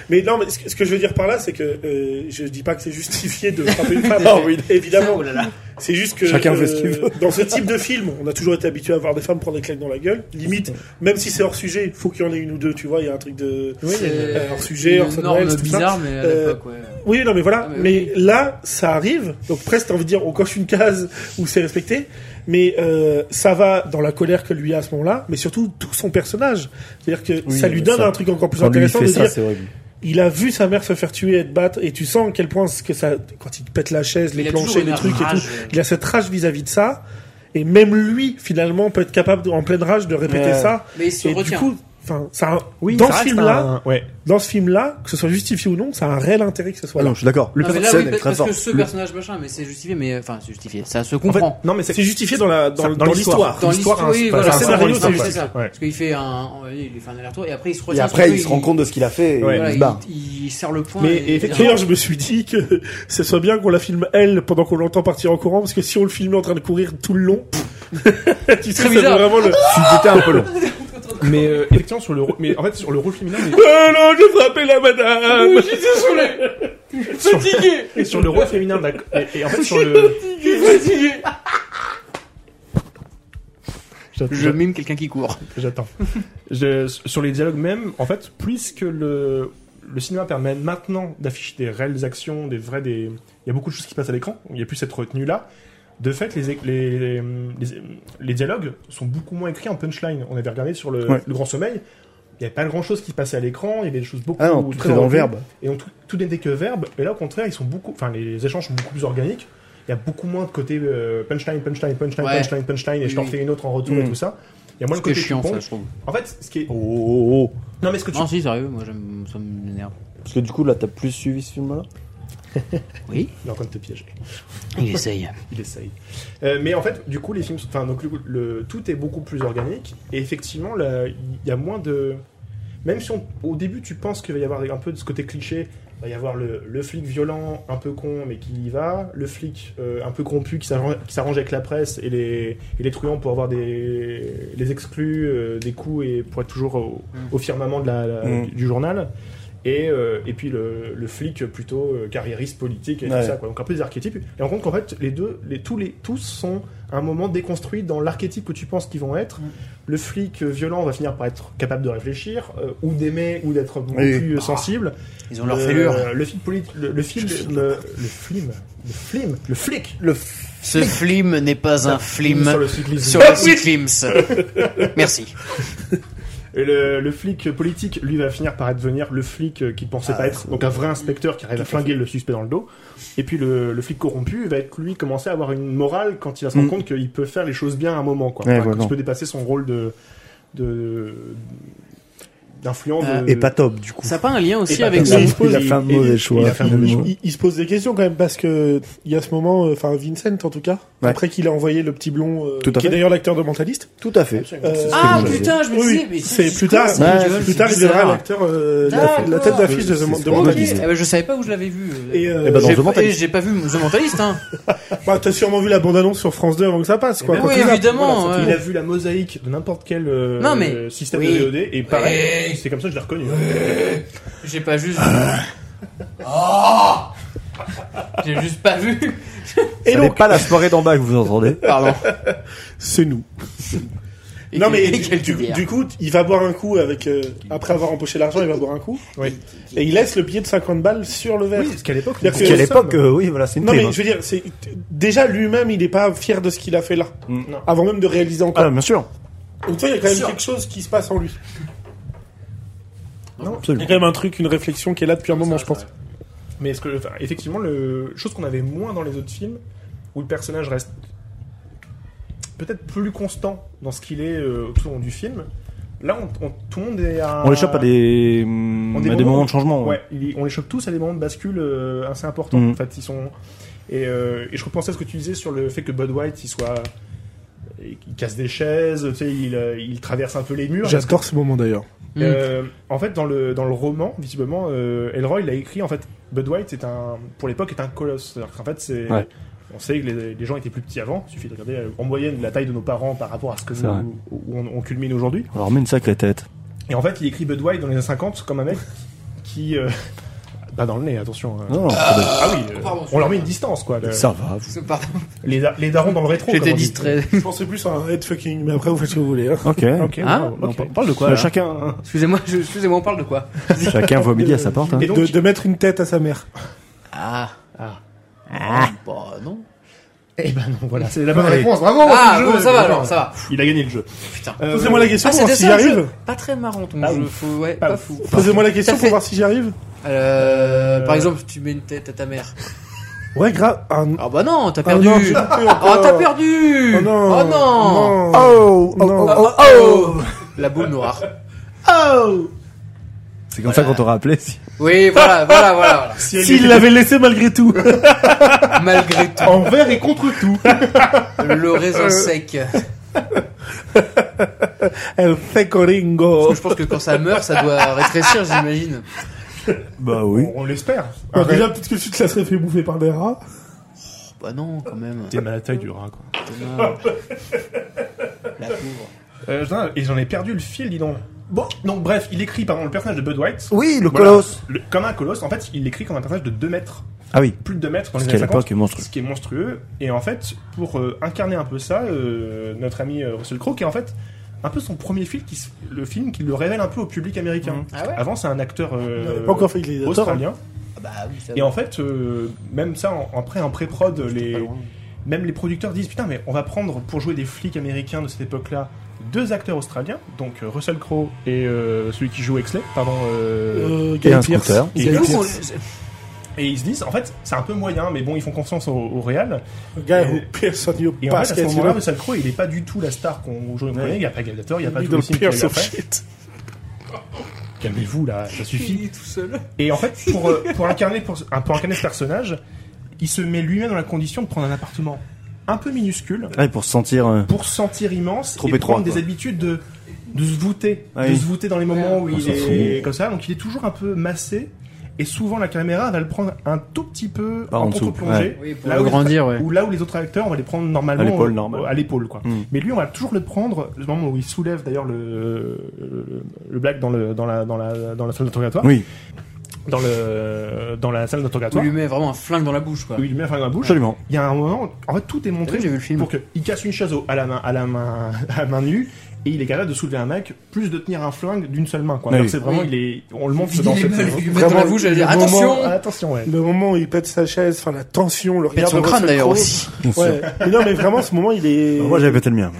Speaker 5: Mais non, mais ce que- ce que je veux dire par là, c'est que euh, je dis pas que c'est justifié de frapper une femme.
Speaker 4: Non, oui.
Speaker 5: Évidemment.
Speaker 3: Oh là là.
Speaker 5: C'est juste que euh,
Speaker 4: Chacun fait ce qu'il veut.
Speaker 5: dans ce type de film, on a toujours été habitué à voir des femmes prendre des claques dans la gueule. Limite, même si c'est hors sujet, il faut qu'il y en ait une ou deux, tu vois, il y a un truc de... euh,
Speaker 3: C'est
Speaker 5: hors sujet, hors
Speaker 3: une
Speaker 5: Sunrise,
Speaker 3: norme
Speaker 5: tout ça.
Speaker 3: bizarre, mais à
Speaker 5: Euh,
Speaker 3: l'époque, ouais.
Speaker 5: Oui, non, mais voilà.
Speaker 3: Ah, mais
Speaker 5: mais là, ça arrive. Donc presque, t'as envie de dire, on coche une case où c'est respecté. Mais euh, ça va dans la colère que lui a à ce moment-là, mais surtout tout son personnage. C'est-à-dire que
Speaker 4: Oui,
Speaker 5: ça lui
Speaker 4: mais
Speaker 5: donne
Speaker 4: ça-
Speaker 5: un truc encore plus
Speaker 4: Quand lui
Speaker 5: intéressant
Speaker 4: fait
Speaker 5: de
Speaker 4: ça,
Speaker 5: dire,
Speaker 4: c'est horrible.
Speaker 5: il a vu sa mère se faire tuer et te battre, et tu sens à quel point ce que ça, quand il pète la chaise,
Speaker 3: Il
Speaker 5: les
Speaker 3: a toujours
Speaker 5: planchers,
Speaker 3: une
Speaker 5: les trucs et
Speaker 3: rage,
Speaker 5: tout,
Speaker 3: ouais.
Speaker 5: il a cette rage vis-à-vis de ça. Et même lui, finalement, peut être capable, de- en pleine rage, de répéter
Speaker 4: Ouais.
Speaker 5: ça.
Speaker 3: Mais il se
Speaker 5: et
Speaker 3: retient.
Speaker 5: du coup, enfin, ça,
Speaker 2: Oui,
Speaker 5: dans
Speaker 2: ça
Speaker 5: ce
Speaker 2: reste
Speaker 5: film-là,
Speaker 2: un- Ouais.
Speaker 5: dans ce film-là, que ce soit justifié ou non, ça a un réel intérêt que ce soit
Speaker 4: Ah
Speaker 5: là.
Speaker 4: non, je suis d'accord. Le
Speaker 3: Non, mais
Speaker 4: personnage
Speaker 3: là, oui,
Speaker 4: est
Speaker 3: parce
Speaker 4: très fort.
Speaker 3: que ce personnage machin, mais c'est justifié, mais euh, enfin, c'est justifié, ça se
Speaker 2: En fait,
Speaker 3: comprend.
Speaker 2: non, mais c'est
Speaker 5: C'est justifié dans la
Speaker 2: Ça-
Speaker 5: dans,
Speaker 2: dans
Speaker 5: dans
Speaker 2: l'histoire.
Speaker 5: l'histoire.
Speaker 3: dans
Speaker 2: l'histoire,
Speaker 3: l'histoire,
Speaker 2: hein,
Speaker 3: oui,
Speaker 2: c'est
Speaker 3: voilà,
Speaker 2: pas-
Speaker 3: c'est
Speaker 5: c'est
Speaker 3: vraiment
Speaker 5: dans
Speaker 3: l'histoire,
Speaker 5: l'histoire,
Speaker 3: c'est ça.
Speaker 2: ouais.
Speaker 3: Parce qu'il fait un, on va dire, il fait un aller-retour, et après il se
Speaker 4: Et
Speaker 3: retient.
Speaker 4: après,
Speaker 3: sur
Speaker 4: il
Speaker 3: eux,
Speaker 4: se rend compte de ce qu'il a fait. et
Speaker 2: Ouais.
Speaker 3: voilà,
Speaker 4: il se barre.
Speaker 3: il, il serre le poing.
Speaker 5: Mais
Speaker 3: et-
Speaker 5: effectivement, je me suis dit que ce soit bien qu'on la filme elle pendant qu'on l'entend partir en courant, parce que si on le filmait en train de courir tout le long, tu serais
Speaker 3: bizarre.
Speaker 5: vraiment le.
Speaker 4: C'était un peu long.
Speaker 2: Mais euh, effectivement, sur le, rôle- mais en fait, sur le rôle féminin, mais-
Speaker 5: Oh non, je frappais la madame.
Speaker 2: sur, et sur le rôle féminin, d'ac- et, et en fait, sur le,
Speaker 3: je mime quelqu'un qui court.
Speaker 2: J'attends. Je- sur les dialogues même, en fait, puisque le, le cinéma permet maintenant d'afficher des réelles actions, des vrais, des, il y a beaucoup de choses qui se passent à l'écran, il n'y a plus cette retenue-là. De fait, les, les, les, les dialogues sont beaucoup moins écrits en punchline. On avait regardé sur le,
Speaker 4: Ouais.
Speaker 2: le Grand Sommeil, il n'y avait pas grand-chose qui se passait à l'écran, il y avait des choses beaucoup
Speaker 4: Ah non, tout
Speaker 2: très
Speaker 4: est dans le
Speaker 2: retenues.
Speaker 4: verbe.
Speaker 2: Et on, tout, tout n'était que verbe, et là au contraire, ils sont beaucoup, enfin les échanges sont beaucoup plus organiques. Il y a beaucoup moins de côté euh, punchline, punchline, punchline,
Speaker 3: Ouais.
Speaker 2: punchline, punchline, et je t'en
Speaker 3: Oui. Hmm.
Speaker 2: fais une autre en retour
Speaker 4: Mm.
Speaker 2: et tout ça. Il y a moins le
Speaker 3: C'est
Speaker 2: côté
Speaker 3: chiant,
Speaker 2: ping-pong.
Speaker 3: ça, je trouve.
Speaker 2: En fait, ce qui est.
Speaker 4: Oh, oh, oh.
Speaker 2: Non, mais ce que tu.
Speaker 3: Non, si, sérieux, moi, j'aime- ça m'énerve.
Speaker 4: Parce que du coup, là, t'as plus suivi ce film-là
Speaker 3: Oui,
Speaker 2: Il est en train de te piéger.
Speaker 3: il essaye.
Speaker 2: Il essaye. Euh, mais en fait, du coup, les films. sont- Enfin, donc, le, le- tout est beaucoup plus organique. Et effectivement, là, il y a moins de. Même si on- au début, tu penses qu'il va y avoir un peu de ce côté cliché. Il va y avoir le, le flic violent, un peu con, mais qui y va. Le flic euh, un peu corrompu, qui s'arrange qui s'arrange avec la presse et les, et les truands pour avoir des. les exclus, euh, des coups et pour être toujours au, au firmament de la, la-
Speaker 4: Mm.
Speaker 2: du, du journal. Et, euh, et puis le, le flic plutôt euh, carriériste politique et
Speaker 4: Ouais.
Speaker 2: tout ça. Quoi. Donc un peu des archétypes. Et on compte qu'en fait, les deux, les, tous, les, tous sont à un moment déconstruits dans l'archétype que tu penses qu'ils vont
Speaker 3: Mm.
Speaker 2: être. Le flic euh, violent va finir par être capable de réfléchir, euh, ou d'aimer, ou d'être beaucoup
Speaker 4: Oui.
Speaker 2: plus euh, sensible.
Speaker 3: Ils ont Ah, leur
Speaker 2: Le-
Speaker 3: fêlure.
Speaker 2: Le flic politique. Le, le film. Le, le film. Le film. Le flic.
Speaker 4: Le
Speaker 3: Ce flim n'est pas un
Speaker 2: Sur
Speaker 3: flim
Speaker 2: le cyclisme.
Speaker 3: sur le cyclims. Merci.
Speaker 2: Et le, le flic politique, lui, va finir par devenir le flic euh, qu'il pensait
Speaker 4: Ah,
Speaker 2: pas être.
Speaker 4: c'est-
Speaker 2: Donc un vrai inspecteur qui arrive à flinguer le suspect dans le dos. Et puis le, le flic corrompu va être lui commencer à avoir une morale quand il va se rendre
Speaker 4: Mm.
Speaker 2: compte qu'il peut faire les choses bien à un moment. Quoi.
Speaker 4: Ouais,
Speaker 2: Enfin, quand
Speaker 4: vraiment.
Speaker 2: il peut dépasser son rôle de de d'influent.
Speaker 5: Ah,
Speaker 3: Euh,
Speaker 2: de-
Speaker 4: Et pas top, du coup.
Speaker 3: Ça a pas un lien
Speaker 2: Et
Speaker 3: aussi
Speaker 2: pas
Speaker 3: avec
Speaker 2: top.
Speaker 3: son.
Speaker 5: Il pose-
Speaker 4: Il a fait un
Speaker 5: il-
Speaker 4: mauvais
Speaker 5: il-
Speaker 4: choix,
Speaker 5: il a fait un
Speaker 4: finalement.
Speaker 5: mauvais choix. Il, il se pose des questions quand même parce que il y a ce moment, euh, enfin Vincent en tout cas,
Speaker 4: Ouais.
Speaker 5: après qu'il a envoyé le petit blond, euh,
Speaker 4: Tout à
Speaker 5: qui est
Speaker 4: fait.
Speaker 5: d'ailleurs l'acteur de Mentaliste.
Speaker 4: Tout à fait.
Speaker 5: Euh,
Speaker 3: Ah
Speaker 4: C'est ce que
Speaker 3: putain, je me
Speaker 5: Oui,
Speaker 3: disais, mais
Speaker 5: oui. c'est plus tard.
Speaker 4: Ouais,
Speaker 3: c'est
Speaker 5: Plus tard, il
Speaker 3: bizarre.
Speaker 5: deviendra l'acteur, euh,
Speaker 2: Ah,
Speaker 5: la, la tête d'affiche de,
Speaker 4: C'est-
Speaker 5: The-
Speaker 4: c'est
Speaker 5: de
Speaker 4: vraiment
Speaker 5: Mentalist.
Speaker 4: Disney.
Speaker 3: Eh ben, je savais pas où je l'avais vu. euh,
Speaker 5: Et euh,
Speaker 4: Eh ben, dans
Speaker 3: j'ai-
Speaker 4: The Mentalist.
Speaker 3: et J'ai pas vu The Mentalist, hein.
Speaker 5: bah, t'as sûrement vu la bande-annonce sur France 2 avant que ça passe, quoi.
Speaker 2: Eh ben,
Speaker 5: Quand
Speaker 3: oui,
Speaker 5: tu l'as-
Speaker 3: évidemment.
Speaker 2: Voilà,
Speaker 3: ouais.
Speaker 2: Il a vu la mosaïque de n'importe quel euh,
Speaker 3: Non, mais-
Speaker 2: système
Speaker 3: Oui.
Speaker 2: de VOD et pareil,
Speaker 3: Ouais.
Speaker 2: c'est comme ça que je l'ai reconnu.
Speaker 3: J'ai pas juste. Ah. J'ai juste pas vu.
Speaker 5: Et
Speaker 4: Ce n'est
Speaker 5: donc,
Speaker 4: pas la soirée d'en bas que vous entendez.
Speaker 3: Pardon.
Speaker 5: c'est nous.
Speaker 3: Et
Speaker 5: non, mais
Speaker 3: quelle-
Speaker 5: du,
Speaker 3: quelle
Speaker 5: du-
Speaker 3: bière.
Speaker 5: du coup, il va boire un coup avec, euh, après avoir empoché l'argent, il va boire un coup.
Speaker 2: Oui.
Speaker 5: Et il laisse le billet de 50 balles sur le verre.
Speaker 2: Oui, parce qu'à l'époque,
Speaker 5: C'est-à-dire
Speaker 2: on-
Speaker 5: que-
Speaker 4: Qu'à l'époque, euh, oui, voilà, c'est une
Speaker 5: Non
Speaker 4: prime.
Speaker 5: mais je veux dire, c'est déjà lui-même, il n'est pas fier de ce qu'il a fait là,
Speaker 4: Mm.
Speaker 2: Non.
Speaker 5: avant même de réaliser encore.
Speaker 4: Ah, bien sûr.
Speaker 5: Donc tu vois, il y a quand même
Speaker 3: Sûr.
Speaker 5: quelque chose qui se passe en lui. Il y
Speaker 4: absolument.
Speaker 5: a quand même un truc, une réflexion qui est là depuis un moment, je pense.
Speaker 2: Mais ce que, enfin, effectivement, le chose qu'on avait moins dans les autres films, où le personnage reste peut-être plus constant dans ce qu'il est euh, tout au long du film. Là, on, on- tout le monde est à.
Speaker 4: On l'échappe à des, hum,
Speaker 2: On est
Speaker 4: à des
Speaker 2: vraiment-
Speaker 4: moments de changement.
Speaker 2: Ouais, il- on les chope tous à des moments de bascule euh, assez importants.
Speaker 4: Mhm.
Speaker 2: En fait, ils sont. Et, euh, et je repensais à ce que tu disais sur le fait que Bud White, il soit. Il casse des chaises, tu sais, il, euh, il traverse un peu les murs.
Speaker 5: J'adore ce moment d'ailleurs.
Speaker 3: Mm.
Speaker 2: Euh, en fait, dans le, dans le roman, visiblement, euh, Elroy l'a écrit. En fait, Bud White, est un, pour l'époque, est un colosse. En fait, c'est
Speaker 4: Ouais.
Speaker 2: On sait que les, les gens étaient plus petits avant. Il suffit de regarder euh, en moyenne la taille de nos parents par rapport à ce que
Speaker 1: C'est
Speaker 2: nous-
Speaker 1: vrai.
Speaker 2: où on, on culmine aujourd'hui.
Speaker 4: On leur met hein. une sacrée tête.
Speaker 2: Et en fait, il écrit Budweiser dans les années 50 comme un mec qui. euh, Pas dans le nez, attention. euh.
Speaker 4: Non, non,
Speaker 2: Ah oui, euh,
Speaker 3: Pardon,
Speaker 2: on leur met une distance, quoi. le-
Speaker 4: ça va. vous-
Speaker 3: Pardon,
Speaker 2: les, da- les darons dans le rétro.
Speaker 3: j'étais
Speaker 2: comme on dit.
Speaker 3: distrait.
Speaker 5: Je pensais plus à un headfucking, mais après vous faites ce que vous voulez. hein.
Speaker 4: Ok.
Speaker 2: Ok,
Speaker 3: Hein
Speaker 2: bravo, ok.
Speaker 1: On parle de quoi
Speaker 4: Euh,
Speaker 1: là
Speaker 4: chacun,
Speaker 3: Excusez-moi, je- excusez-moi, on parle de quoi
Speaker 4: chacun voit midi à sa porte. hein.
Speaker 2: Et donc,
Speaker 5: de, de mettre une tête à sa mère.
Speaker 3: Ah,
Speaker 5: Ah.
Speaker 1: Bah non.
Speaker 2: eh ben non, voilà, c'est la bonne
Speaker 4: Allez.
Speaker 2: réponse. Bravo,
Speaker 3: ah
Speaker 2: c'est le
Speaker 3: bon,
Speaker 2: jeu,
Speaker 3: ça va
Speaker 2: le
Speaker 3: alors,
Speaker 2: jeu.
Speaker 3: ça va.
Speaker 2: Il a gagné le jeu.
Speaker 3: Putain.
Speaker 2: Euh,
Speaker 5: Posez-moi la question
Speaker 3: Ah,
Speaker 5: pour voir
Speaker 3: c'était
Speaker 5: si j'y
Speaker 3: ça le jeu
Speaker 5: arrive. Ah,
Speaker 3: Pas très marrant ton
Speaker 2: Pas
Speaker 3: jeu.
Speaker 2: ouf.
Speaker 3: Faut- ouais,
Speaker 2: Pas
Speaker 3: pas,
Speaker 2: ouf.
Speaker 3: fou.
Speaker 5: Posez-moi la question
Speaker 3: Ça
Speaker 5: pour
Speaker 3: fait-
Speaker 5: voir si j'y arrive.
Speaker 3: Euh, Par exemple, tu mets une tête à ta mère.
Speaker 5: Ouais, grave. Ah, n-
Speaker 3: Ah bah non, t'as
Speaker 5: ah non,
Speaker 3: perdu.
Speaker 5: j'ai
Speaker 3: Oh,
Speaker 5: loupé encore.
Speaker 3: t'as perdu.
Speaker 5: Oh non.
Speaker 3: Oh non.
Speaker 5: non.
Speaker 4: Oh, oh,
Speaker 5: Non.
Speaker 4: oh,
Speaker 3: Oh, oh. La boule noire. Oh.
Speaker 4: C'est comme ça qu'on t'aura appelé. si-
Speaker 3: Oui, voilà, voilà, voilà.
Speaker 5: Si elle
Speaker 4: S'il l'avait laissé malgré tout.
Speaker 3: voilà. Malgré tout,
Speaker 2: Envers et contre tout.
Speaker 3: le raisin sec.
Speaker 5: El fecoringo.
Speaker 3: Je pense que quand ça meurt, ça doit rétrécir, j'imagine.
Speaker 4: Bah oui.
Speaker 2: On l'espère.
Speaker 5: Bah, déjà, peut-être que tu te la serais fait bouffer par des rats.
Speaker 3: Oh, bah non, quand même.
Speaker 1: T'es mal à la taille du rat quoi.
Speaker 3: Non. La pauvre.
Speaker 2: Euh, putain, et j'en ai perdu le fil, dis donc. Bon, donc bref, il écrit, pardon, le personnage de Bud White.
Speaker 4: Oui, le
Speaker 2: Voilà.
Speaker 4: colosse.
Speaker 2: Le- comme un colosse, en fait, il l'écrit comme un personnage de 2 mètres.
Speaker 4: Ah oui.
Speaker 2: Plus de 2 mètres dans
Speaker 4: Ce
Speaker 2: les
Speaker 4: qui à
Speaker 2: années 50.
Speaker 4: l'époque est monstrueux.
Speaker 2: Ce qui est monstrueux. Et en fait, pour euh, incarner un peu ça, euh, notre ami euh, Russell Crowe, qui est en fait un peu son premier film, qui, se- le film qui le révèle un peu au public américain.
Speaker 4: Mm.
Speaker 3: Ah ouais
Speaker 2: Avant, c'est un acteur euh,
Speaker 5: Il avait pas encore fait les
Speaker 2: australien.
Speaker 3: Ah Bah oui, ça
Speaker 2: Et en fait, euh, même ça, en, après en pré-prod, les, même les producteurs disent Putain, mais on va prendre pour jouer des flics américains de cette époque-là deux acteurs australiens, donc euh, Russell Crowe et euh, celui qui joue Exley, pardon. euh,
Speaker 5: Euh, Guy
Speaker 4: Et un
Speaker 5: Pearce.
Speaker 4: scooter.
Speaker 5: Guy
Speaker 3: J'avoue qu'on-
Speaker 5: Pearce.
Speaker 2: Et ils se disent En fait, c'est un peu moyen, mais bon, ils font confiance au, au Real.
Speaker 5: A guy who Pearce on you
Speaker 2: Et en fait, à ce
Speaker 5: basket, you
Speaker 2: moment-là,
Speaker 5: know.
Speaker 2: Russell Crowe, il est pas du tout la star qu'on aujourd'hui on connaît. Il n'y a pas Gladiator, il n'y a pas tous les
Speaker 5: Little
Speaker 2: films qu'il a eu
Speaker 5: Pearce of
Speaker 2: après.
Speaker 5: shit.
Speaker 2: Calmez-vous là, ça suffit.
Speaker 3: Il est tout seul.
Speaker 2: Et en fait, pour, euh, pour, incarner, pour, euh, pour incarner ce personnage, il se met lui-même dans la condition de prendre un appartement un peu minuscule
Speaker 4: Ouais, pour se sentir. euh,
Speaker 2: pour se sentir immense
Speaker 4: Trop
Speaker 2: et
Speaker 4: étroit,
Speaker 2: prendre des
Speaker 4: quoi. Ah
Speaker 2: habitudes de, de se voûter,
Speaker 4: Ouais.
Speaker 2: de se voûter dans les moments où
Speaker 4: On
Speaker 2: il
Speaker 4: s'en
Speaker 2: est
Speaker 4: fout.
Speaker 2: comme ça. Donc il est toujours un peu massé et souvent la caméra va le prendre un tout petit peu
Speaker 4: Par en
Speaker 2: en
Speaker 4: dessous,
Speaker 2: contre-plongée.
Speaker 3: Oui, pour
Speaker 2: Là
Speaker 3: le
Speaker 2: où-
Speaker 3: grandir, ouais.
Speaker 2: Ou là où les autres acteurs, on va les prendre normalement euh,
Speaker 4: À l'épaule, normal.
Speaker 2: à l'épaule, quoi.
Speaker 4: Mm.
Speaker 2: Mais lui, on va toujours le prendre le moment où il soulève d'ailleurs le, le black dans le dans la dans la dans la salle d'interrogatoire,
Speaker 4: Oui,
Speaker 2: dans le dans la salle
Speaker 3: On
Speaker 2: d'interrogatoire.
Speaker 3: lui met vraiment un flingue dans la bouche, quoi.
Speaker 2: Où il lui met un flingue dans la bouche.
Speaker 4: absolument.
Speaker 2: Il y a un moment, en fait, tout est
Speaker 3: T'as vu,
Speaker 2: montré
Speaker 3: J'ai vu le film.
Speaker 2: pour que il casse une chaise au- à la main à la main à la main nue et il est capable de soulever un mec plus de tenir un flingue d'une seule main quoi.
Speaker 4: Oui.
Speaker 2: Alors, C'est vraiment
Speaker 3: Oui.
Speaker 2: il est on le montre
Speaker 3: Vider
Speaker 2: dans
Speaker 3: les
Speaker 2: cette
Speaker 3: balles, lui mettre dans
Speaker 5: Vraiment,
Speaker 3: la bouche, j'allais dire
Speaker 5: le moment-
Speaker 3: attention.
Speaker 2: Ah, attention ouais.
Speaker 5: Le moment où il pète sa chaise, enfin la tension, le
Speaker 3: Pète
Speaker 5: regard
Speaker 3: son
Speaker 5: de
Speaker 3: crâne
Speaker 5: Russell
Speaker 3: d'ailleurs
Speaker 5: Crowe.
Speaker 3: aussi.
Speaker 5: Ouais. Mais non, mais vraiment, ce moment, il est.
Speaker 4: Bah, Moi j'avais pété le mien.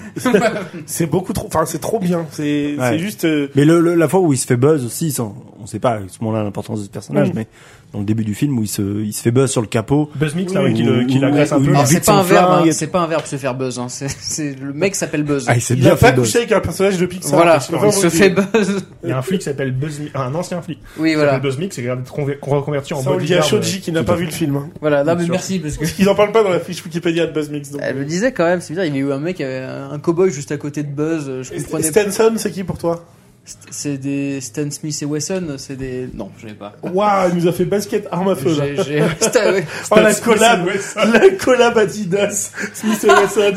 Speaker 5: C'est beaucoup trop. Enfin, c'est trop bien. C'est
Speaker 4: Ouais.
Speaker 5: c'est juste. euh,
Speaker 4: Mais le, le- la fois où il se fait buzz aussi, ça, on sait pas à ce moment-là l'importance de ce personnage,
Speaker 5: Mm.
Speaker 4: mais dans le début du film où il se, il se fait buzz sur le capot.
Speaker 2: Buzzmix
Speaker 4: Oui,
Speaker 2: là ouais, qui le-
Speaker 4: oui,
Speaker 2: qui l'agresse un
Speaker 4: oui,
Speaker 2: peu.
Speaker 4: oui.
Speaker 3: Alors,
Speaker 4: vide
Speaker 3: c'est pas
Speaker 4: son
Speaker 3: un verbe,
Speaker 4: flingue Ah,
Speaker 3: hein,
Speaker 4: et
Speaker 3: c'est pas un verbe se faire buzz. Hein. C'est, c'est- le mec s'appelle Buzz.
Speaker 4: s'est
Speaker 5: Il n'a pas couché avec un personnage de Pixar.
Speaker 2: Ah,
Speaker 3: voilà,
Speaker 5: parce que
Speaker 3: il
Speaker 5: vraiment,
Speaker 3: se fait buzz.
Speaker 2: Il y a un flic qui s'appelle Buzz, un ancien flic.
Speaker 3: Oui,
Speaker 2: Voilà.
Speaker 3: voilà.
Speaker 2: Buzzmix, c'est conver- qu'on reconvertit en
Speaker 5: Ça, on le
Speaker 2: Bobby
Speaker 5: dit à
Speaker 2: Garde.
Speaker 6: euh,
Speaker 5: Shoji qui n'a pas vu le film. hein.
Speaker 3: Voilà, non, mais
Speaker 2: sûr.
Speaker 3: merci parce que.
Speaker 5: Parce qu'ils n'en parlent pas dans la fiche Wikipédia de Buzzmix. Donc.
Speaker 3: Elle me disait quand même, c'est bizarre, il y a eu un mec, euh, un cow-boy juste à côté de Buzz, euh, je
Speaker 5: Et
Speaker 3: comprenais pas.
Speaker 5: Stenson, c'est qui pour toi
Speaker 3: C'est- C'est des Stan Smith et Wesson, c'est des. Non, je l'ai pas.
Speaker 5: Waouh, il nous a fait basket arme à feu là.
Speaker 3: J'ai. j'ai- Stan- ouais.
Speaker 5: Oh la
Speaker 2: Smith et
Speaker 5: collab, la collab Adidas, Smith et Wesson.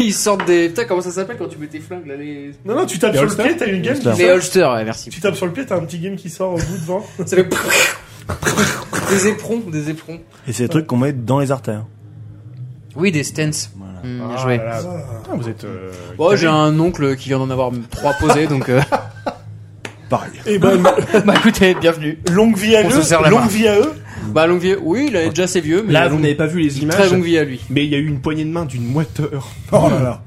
Speaker 3: Ils sortent des. Putain, comment ça s'appelle quand tu mets tes flingues là les.
Speaker 5: non non, tu tapes
Speaker 2: Les
Speaker 5: sur le
Speaker 2: All-Star
Speaker 5: pied, t'as une game.
Speaker 4: Les
Speaker 5: Qui
Speaker 3: Les
Speaker 5: sort.
Speaker 3: holsters, ouais, merci.
Speaker 5: Tu tapes sur le pied, t'as un petit game qui sort au bout devant.
Speaker 3: Ça fait. Des éperons, des éperons.
Speaker 4: Et c'est des trucs qu'on met dans les artères.
Speaker 3: Oui, des stents.
Speaker 4: Voilà.
Speaker 3: Hmm, bien
Speaker 2: Ah
Speaker 3: joué.
Speaker 2: là là. Putain, vous êtes. euh,
Speaker 3: Bon,
Speaker 2: calé.
Speaker 3: j'ai un oncle qui vient d'en avoir trois posés, donc euh,
Speaker 4: Pareil.
Speaker 5: Et ben
Speaker 3: bah écoutez, bienvenue.
Speaker 5: longue vie à
Speaker 3: On se serre la
Speaker 5: eux, longue
Speaker 3: main.
Speaker 5: vie à eux.
Speaker 3: Bah longue vie, oui, il est déjà assez vieux, mais
Speaker 2: Là, vous
Speaker 3: longue-
Speaker 2: n'avez pas vu les
Speaker 3: très
Speaker 2: images,
Speaker 3: longue vie à lui.
Speaker 2: mais il y a eu une poignée de main d'une moiteur.
Speaker 4: Oh là là.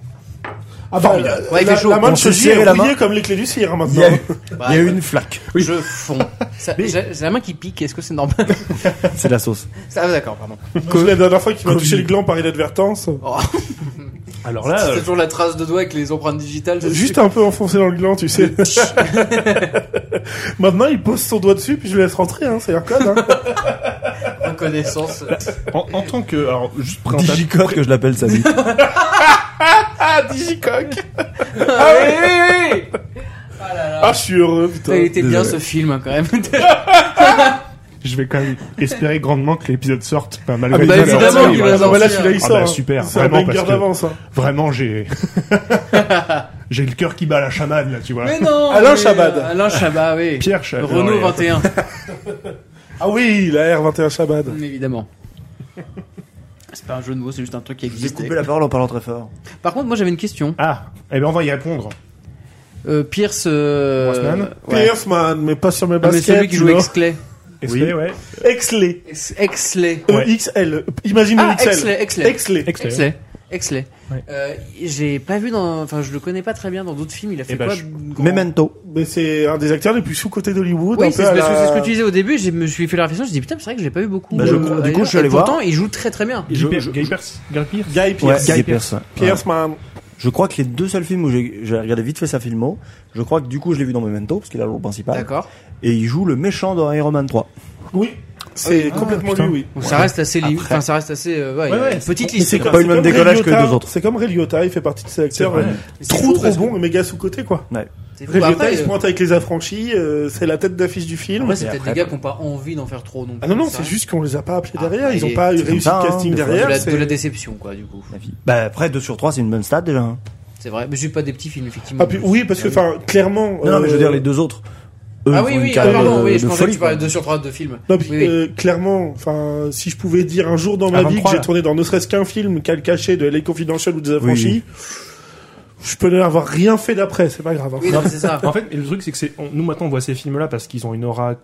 Speaker 5: Ah bah,
Speaker 3: Ouais, il fait
Speaker 5: la,
Speaker 3: chaud.
Speaker 5: la main
Speaker 4: On
Speaker 5: de
Speaker 4: se
Speaker 5: Shoji
Speaker 4: serrait
Speaker 5: est
Speaker 4: la main.
Speaker 5: rouillée comme les clés du cire hein,
Speaker 4: Il
Speaker 5: maintenant.
Speaker 4: y a, il y a eu une flaque.
Speaker 3: Bah, Je fonds. Ça- J'ai j'ai la main qui pique, est-ce que c'est normal
Speaker 4: C'est la sauce.
Speaker 3: Ça va, d'accord, pardon.
Speaker 5: Parce que la dernière fois qu'il m'a touché le gland par inadvertance,
Speaker 3: Oh,
Speaker 2: Alors là,
Speaker 3: c'est
Speaker 2: euh,
Speaker 3: toujours la trace de doigt avec les empreintes digitales. dessus.
Speaker 5: juste un peu enfoncé dans le gland, tu sais. Maintenant, il pose son doigt dessus, puis je le laisse rentrer, hein, c'est l'arcade. Hein.
Speaker 3: reconnaissance.
Speaker 2: en, en tant que. Alors, juste présentateur.
Speaker 4: Digicote que je l'appelle sa vie.
Speaker 5: Ah, Digicock
Speaker 3: Ah oui, oui, oui. Ah là là.
Speaker 5: Ah, je suis heureux,
Speaker 3: Il
Speaker 5: putain.
Speaker 3: était bien ce film hein, quand même.
Speaker 6: je vais quand même espérer grandement que l'épisode sorte. Enfin, malgré
Speaker 3: Ah, bah,
Speaker 6: tout,
Speaker 3: évidemment
Speaker 6: alors,
Speaker 3: qu'il
Speaker 6: oui,
Speaker 3: va
Speaker 6: voilà.
Speaker 5: Ah bah là,
Speaker 3: sortir.
Speaker 5: celui-là, il
Speaker 6: Ah
Speaker 5: sort.
Speaker 6: bah,
Speaker 5: hein.
Speaker 6: super,
Speaker 5: C'est un
Speaker 6: vraiment,
Speaker 5: banger
Speaker 6: parce que-
Speaker 5: d'avance. hein.
Speaker 6: Vraiment, j'ai j'ai le cœur qui bat à la chamade là, tu vois.
Speaker 3: Mais non
Speaker 5: Alain
Speaker 3: mais,
Speaker 5: Chabat.
Speaker 3: euh, Alain Chabat, oui.
Speaker 6: Pierre Chabat.
Speaker 3: Renault
Speaker 6: Ouais,
Speaker 3: 21,
Speaker 5: Ah oui, la R21 Shabbat.
Speaker 3: évidemment. C'est pas un jeu de mots, c'est juste un truc qui
Speaker 4: J'ai
Speaker 3: existe.
Speaker 4: coupé la parole en parlant très fort.
Speaker 3: Par contre, moi j'avais une question.
Speaker 6: Ah, eh ben on va y répondre.
Speaker 3: Euh, Pierce. euh,
Speaker 6: Brosnan
Speaker 3: ouais.
Speaker 5: Pierce, man, mais pas sur mes
Speaker 3: Non, Ah, mais
Speaker 5: baskets.
Speaker 3: celui qui
Speaker 5: tu
Speaker 3: joue
Speaker 5: vois.
Speaker 3: Exley.
Speaker 6: Exlay, ouais.
Speaker 5: Exley.
Speaker 3: Exley.
Speaker 6: Ouais.
Speaker 5: EXL. E Imagine
Speaker 3: Ah,
Speaker 5: EXL.
Speaker 3: Exley, Exley.
Speaker 5: Exley.
Speaker 6: Exlay.
Speaker 3: Exley. Exley.
Speaker 6: Ouais.
Speaker 3: Euh, j'ai pas vu dans, enfin, je le connais pas très bien dans d'autres films. Il a fait
Speaker 6: ben,
Speaker 3: quoi
Speaker 6: je-
Speaker 3: de grand
Speaker 4: Memento.
Speaker 5: Mais c'est un des acteurs les plus sous-cotés d'Hollywood. un
Speaker 3: Oui,
Speaker 5: peu
Speaker 3: c'est
Speaker 5: à
Speaker 3: parce que
Speaker 5: la-
Speaker 3: c'est ce que tu disais au début. Je me suis fait la réflexion. Je dis putain, mais c'est vrai que je l'ai pas vu beaucoup.
Speaker 4: Bah, je crois- du coup,
Speaker 3: ailleurs.
Speaker 4: je suis allé
Speaker 3: Et
Speaker 4: voir.
Speaker 3: Pourtant, il joue très très bien.
Speaker 6: Guy
Speaker 4: Je-
Speaker 6: Pe-
Speaker 4: je-
Speaker 6: Guy Pearce Guy Pearce
Speaker 5: Guy
Speaker 4: Ouais,
Speaker 5: Pierce.
Speaker 4: Guy
Speaker 5: Pierce.
Speaker 4: Pearce. ouais.
Speaker 5: Pierce, man.
Speaker 4: Je crois que les deux seuls films où j'ai j'ai regardé vite fait sa filmo, je crois que du coup je l'ai vu dans Memento, parce qu'il a le rôle principal.
Speaker 3: D'accord.
Speaker 4: Et il joue le méchant dans Iron Man 3.
Speaker 5: Oui.
Speaker 3: Ah
Speaker 5: C'est complètement
Speaker 6: putain.
Speaker 5: lui, oui.
Speaker 3: Donc ça reste assez, limite. Enfin, ça reste assez, euh, ouais,
Speaker 6: Ouais, ouais,
Speaker 3: une petite
Speaker 5: Mais
Speaker 3: liste.
Speaker 5: c'est
Speaker 3: quoi.
Speaker 5: comme-
Speaker 4: pas
Speaker 5: c'est
Speaker 4: le même
Speaker 5: comme
Speaker 4: décollage
Speaker 5: Ray
Speaker 4: que les
Speaker 5: Liotta.
Speaker 4: deux autres.
Speaker 5: C'est comme Ray Liotta, il fait partie de ces acteurs
Speaker 6: vrai.
Speaker 5: euh,
Speaker 3: Mais c'est
Speaker 5: trop
Speaker 3: fou
Speaker 5: trop
Speaker 3: parce que-
Speaker 5: bons, mais gars sous-cotés quoi.
Speaker 3: c'est fou.
Speaker 5: Ray Liotta,
Speaker 3: Après,
Speaker 5: il se
Speaker 3: euh,
Speaker 5: pointe avec les affranchis, euh, c'est la tête d'affiche du film.
Speaker 3: après, c'est
Speaker 4: Et
Speaker 3: peut-être des
Speaker 4: après,
Speaker 3: gars qui n'ont pas envie d'en faire trop non plus.
Speaker 5: Ah non, non,
Speaker 3: ça
Speaker 5: c'est
Speaker 3: reste
Speaker 5: juste qu'on les a pas appelés
Speaker 3: Ah,
Speaker 5: derrière, ils
Speaker 3: et-
Speaker 5: ont pas
Speaker 4: c'est comme
Speaker 5: réussi
Speaker 4: ça,
Speaker 5: le
Speaker 4: hein,
Speaker 5: casting
Speaker 4: des fois,
Speaker 5: derrière.
Speaker 3: de la, de
Speaker 5: c'est-
Speaker 3: la déception, quoi, du coup.
Speaker 4: Bah après, 2 sur 3, c'est une bonne stat déjà. hein.
Speaker 3: C'est vrai. Mais je suis pas des petits films, effectivement.
Speaker 5: Ah, puis, oui, parce que, enfin, clairement.
Speaker 4: Non, non, mais je veux
Speaker 5: euh,
Speaker 4: dire, les deux autres. Eux,
Speaker 3: Ah
Speaker 4: ils
Speaker 3: oui,
Speaker 4: font une
Speaker 3: oui,
Speaker 4: carrière
Speaker 3: pardon,
Speaker 4: de-
Speaker 3: oui, je
Speaker 4: de
Speaker 3: pensais que
Speaker 4: folie,
Speaker 3: tu parlais de
Speaker 4: quoi.
Speaker 3: 2 sur 3 de films.
Speaker 5: Non, puis,
Speaker 3: Oui, oui.
Speaker 5: euh, clairement, enfin, si je pouvais dire un jour dans ma
Speaker 6: À
Speaker 5: vie que
Speaker 6: 23,
Speaker 5: j'ai
Speaker 6: là.
Speaker 5: tourné dans ne serait-ce qu'un film, qu'à le caché de Les Confidential ou des Affranchis, je peux n'avoir rien fait d'après, c'est pas grave. hein.
Speaker 3: Oui, non, mais c'est ça.
Speaker 2: En fait, le truc, c'est que c'est, on- nous maintenant on voit ces films-là parce qu'ils ont une aura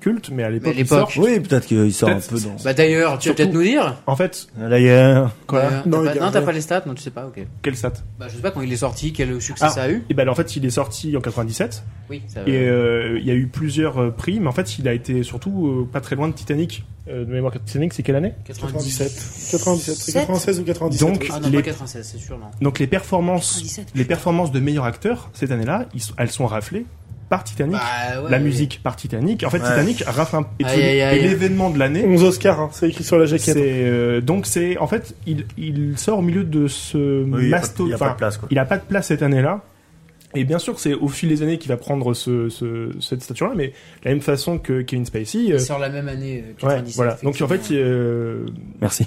Speaker 2: culte, mais à
Speaker 3: Mais
Speaker 2: l'époque.
Speaker 3: à
Speaker 2: ils
Speaker 3: l'époque.
Speaker 2: sortent-
Speaker 4: Oui, peut-être qu'il sort un
Speaker 2: Peut-être-
Speaker 4: peu dans.
Speaker 3: Bah d'ailleurs, tu vas
Speaker 2: Surtout-
Speaker 3: peut-être nous dire.
Speaker 2: En fait,
Speaker 4: D'ailleurs.
Speaker 5: Quoi
Speaker 3: Euh,
Speaker 5: Non,
Speaker 3: t'as
Speaker 5: il
Speaker 3: pas-
Speaker 5: y a
Speaker 3: non, t'as
Speaker 5: rien.
Speaker 3: pas les stats, non, tu sais pas, ok.
Speaker 2: quel sat
Speaker 3: Bah, je sais pas quand il est sorti, quel succès
Speaker 2: Ah.
Speaker 3: ça a eu.
Speaker 2: Et ben en fait, il est sorti en 97
Speaker 3: Oui, ça
Speaker 2: et euh, il y a eu plusieurs euh, prix, mais en fait, il a été surtout euh, pas très loin de Titanic. Euh, de mémoire, Titanic, c'est quelle année
Speaker 5: 97. 97, c'est 96 ou 97.
Speaker 2: Donc,
Speaker 3: Ah non,
Speaker 2: les-
Speaker 3: pas 96, c'est sûr, non.
Speaker 2: Donc les performances, les performances de meilleurs acteurs cette année-là, ils sont- elles sont raflées par Titanic.
Speaker 3: Bah, ouais,
Speaker 2: la
Speaker 3: ouais.
Speaker 2: musique par Titanic. En fait,
Speaker 4: Ouais.
Speaker 2: Titanic rafle un... et,
Speaker 3: Aïe, aïe, aïe.
Speaker 2: et l'événement de l'année.
Speaker 5: 11 Oscars, hein, c'est écrit sur la jaquette.
Speaker 2: C'est euh, donc c'est en fait il, il sort au milieu de ce
Speaker 4: Oui, il a pas-
Speaker 2: masto-
Speaker 4: il a pas
Speaker 2: enfin,
Speaker 4: de place, quoi.
Speaker 2: il a pas de place cette année-là. Et bien sûr, c'est au fil des années qu'il va prendre ce, ce- cette stature-là, mais de la même façon que Kevin Spacey. euh,
Speaker 3: Il sort la même année, euh,
Speaker 2: ouais,
Speaker 3: 97.
Speaker 2: voilà. Donc en fait,
Speaker 3: effectivement.
Speaker 2: euh,
Speaker 4: Merci.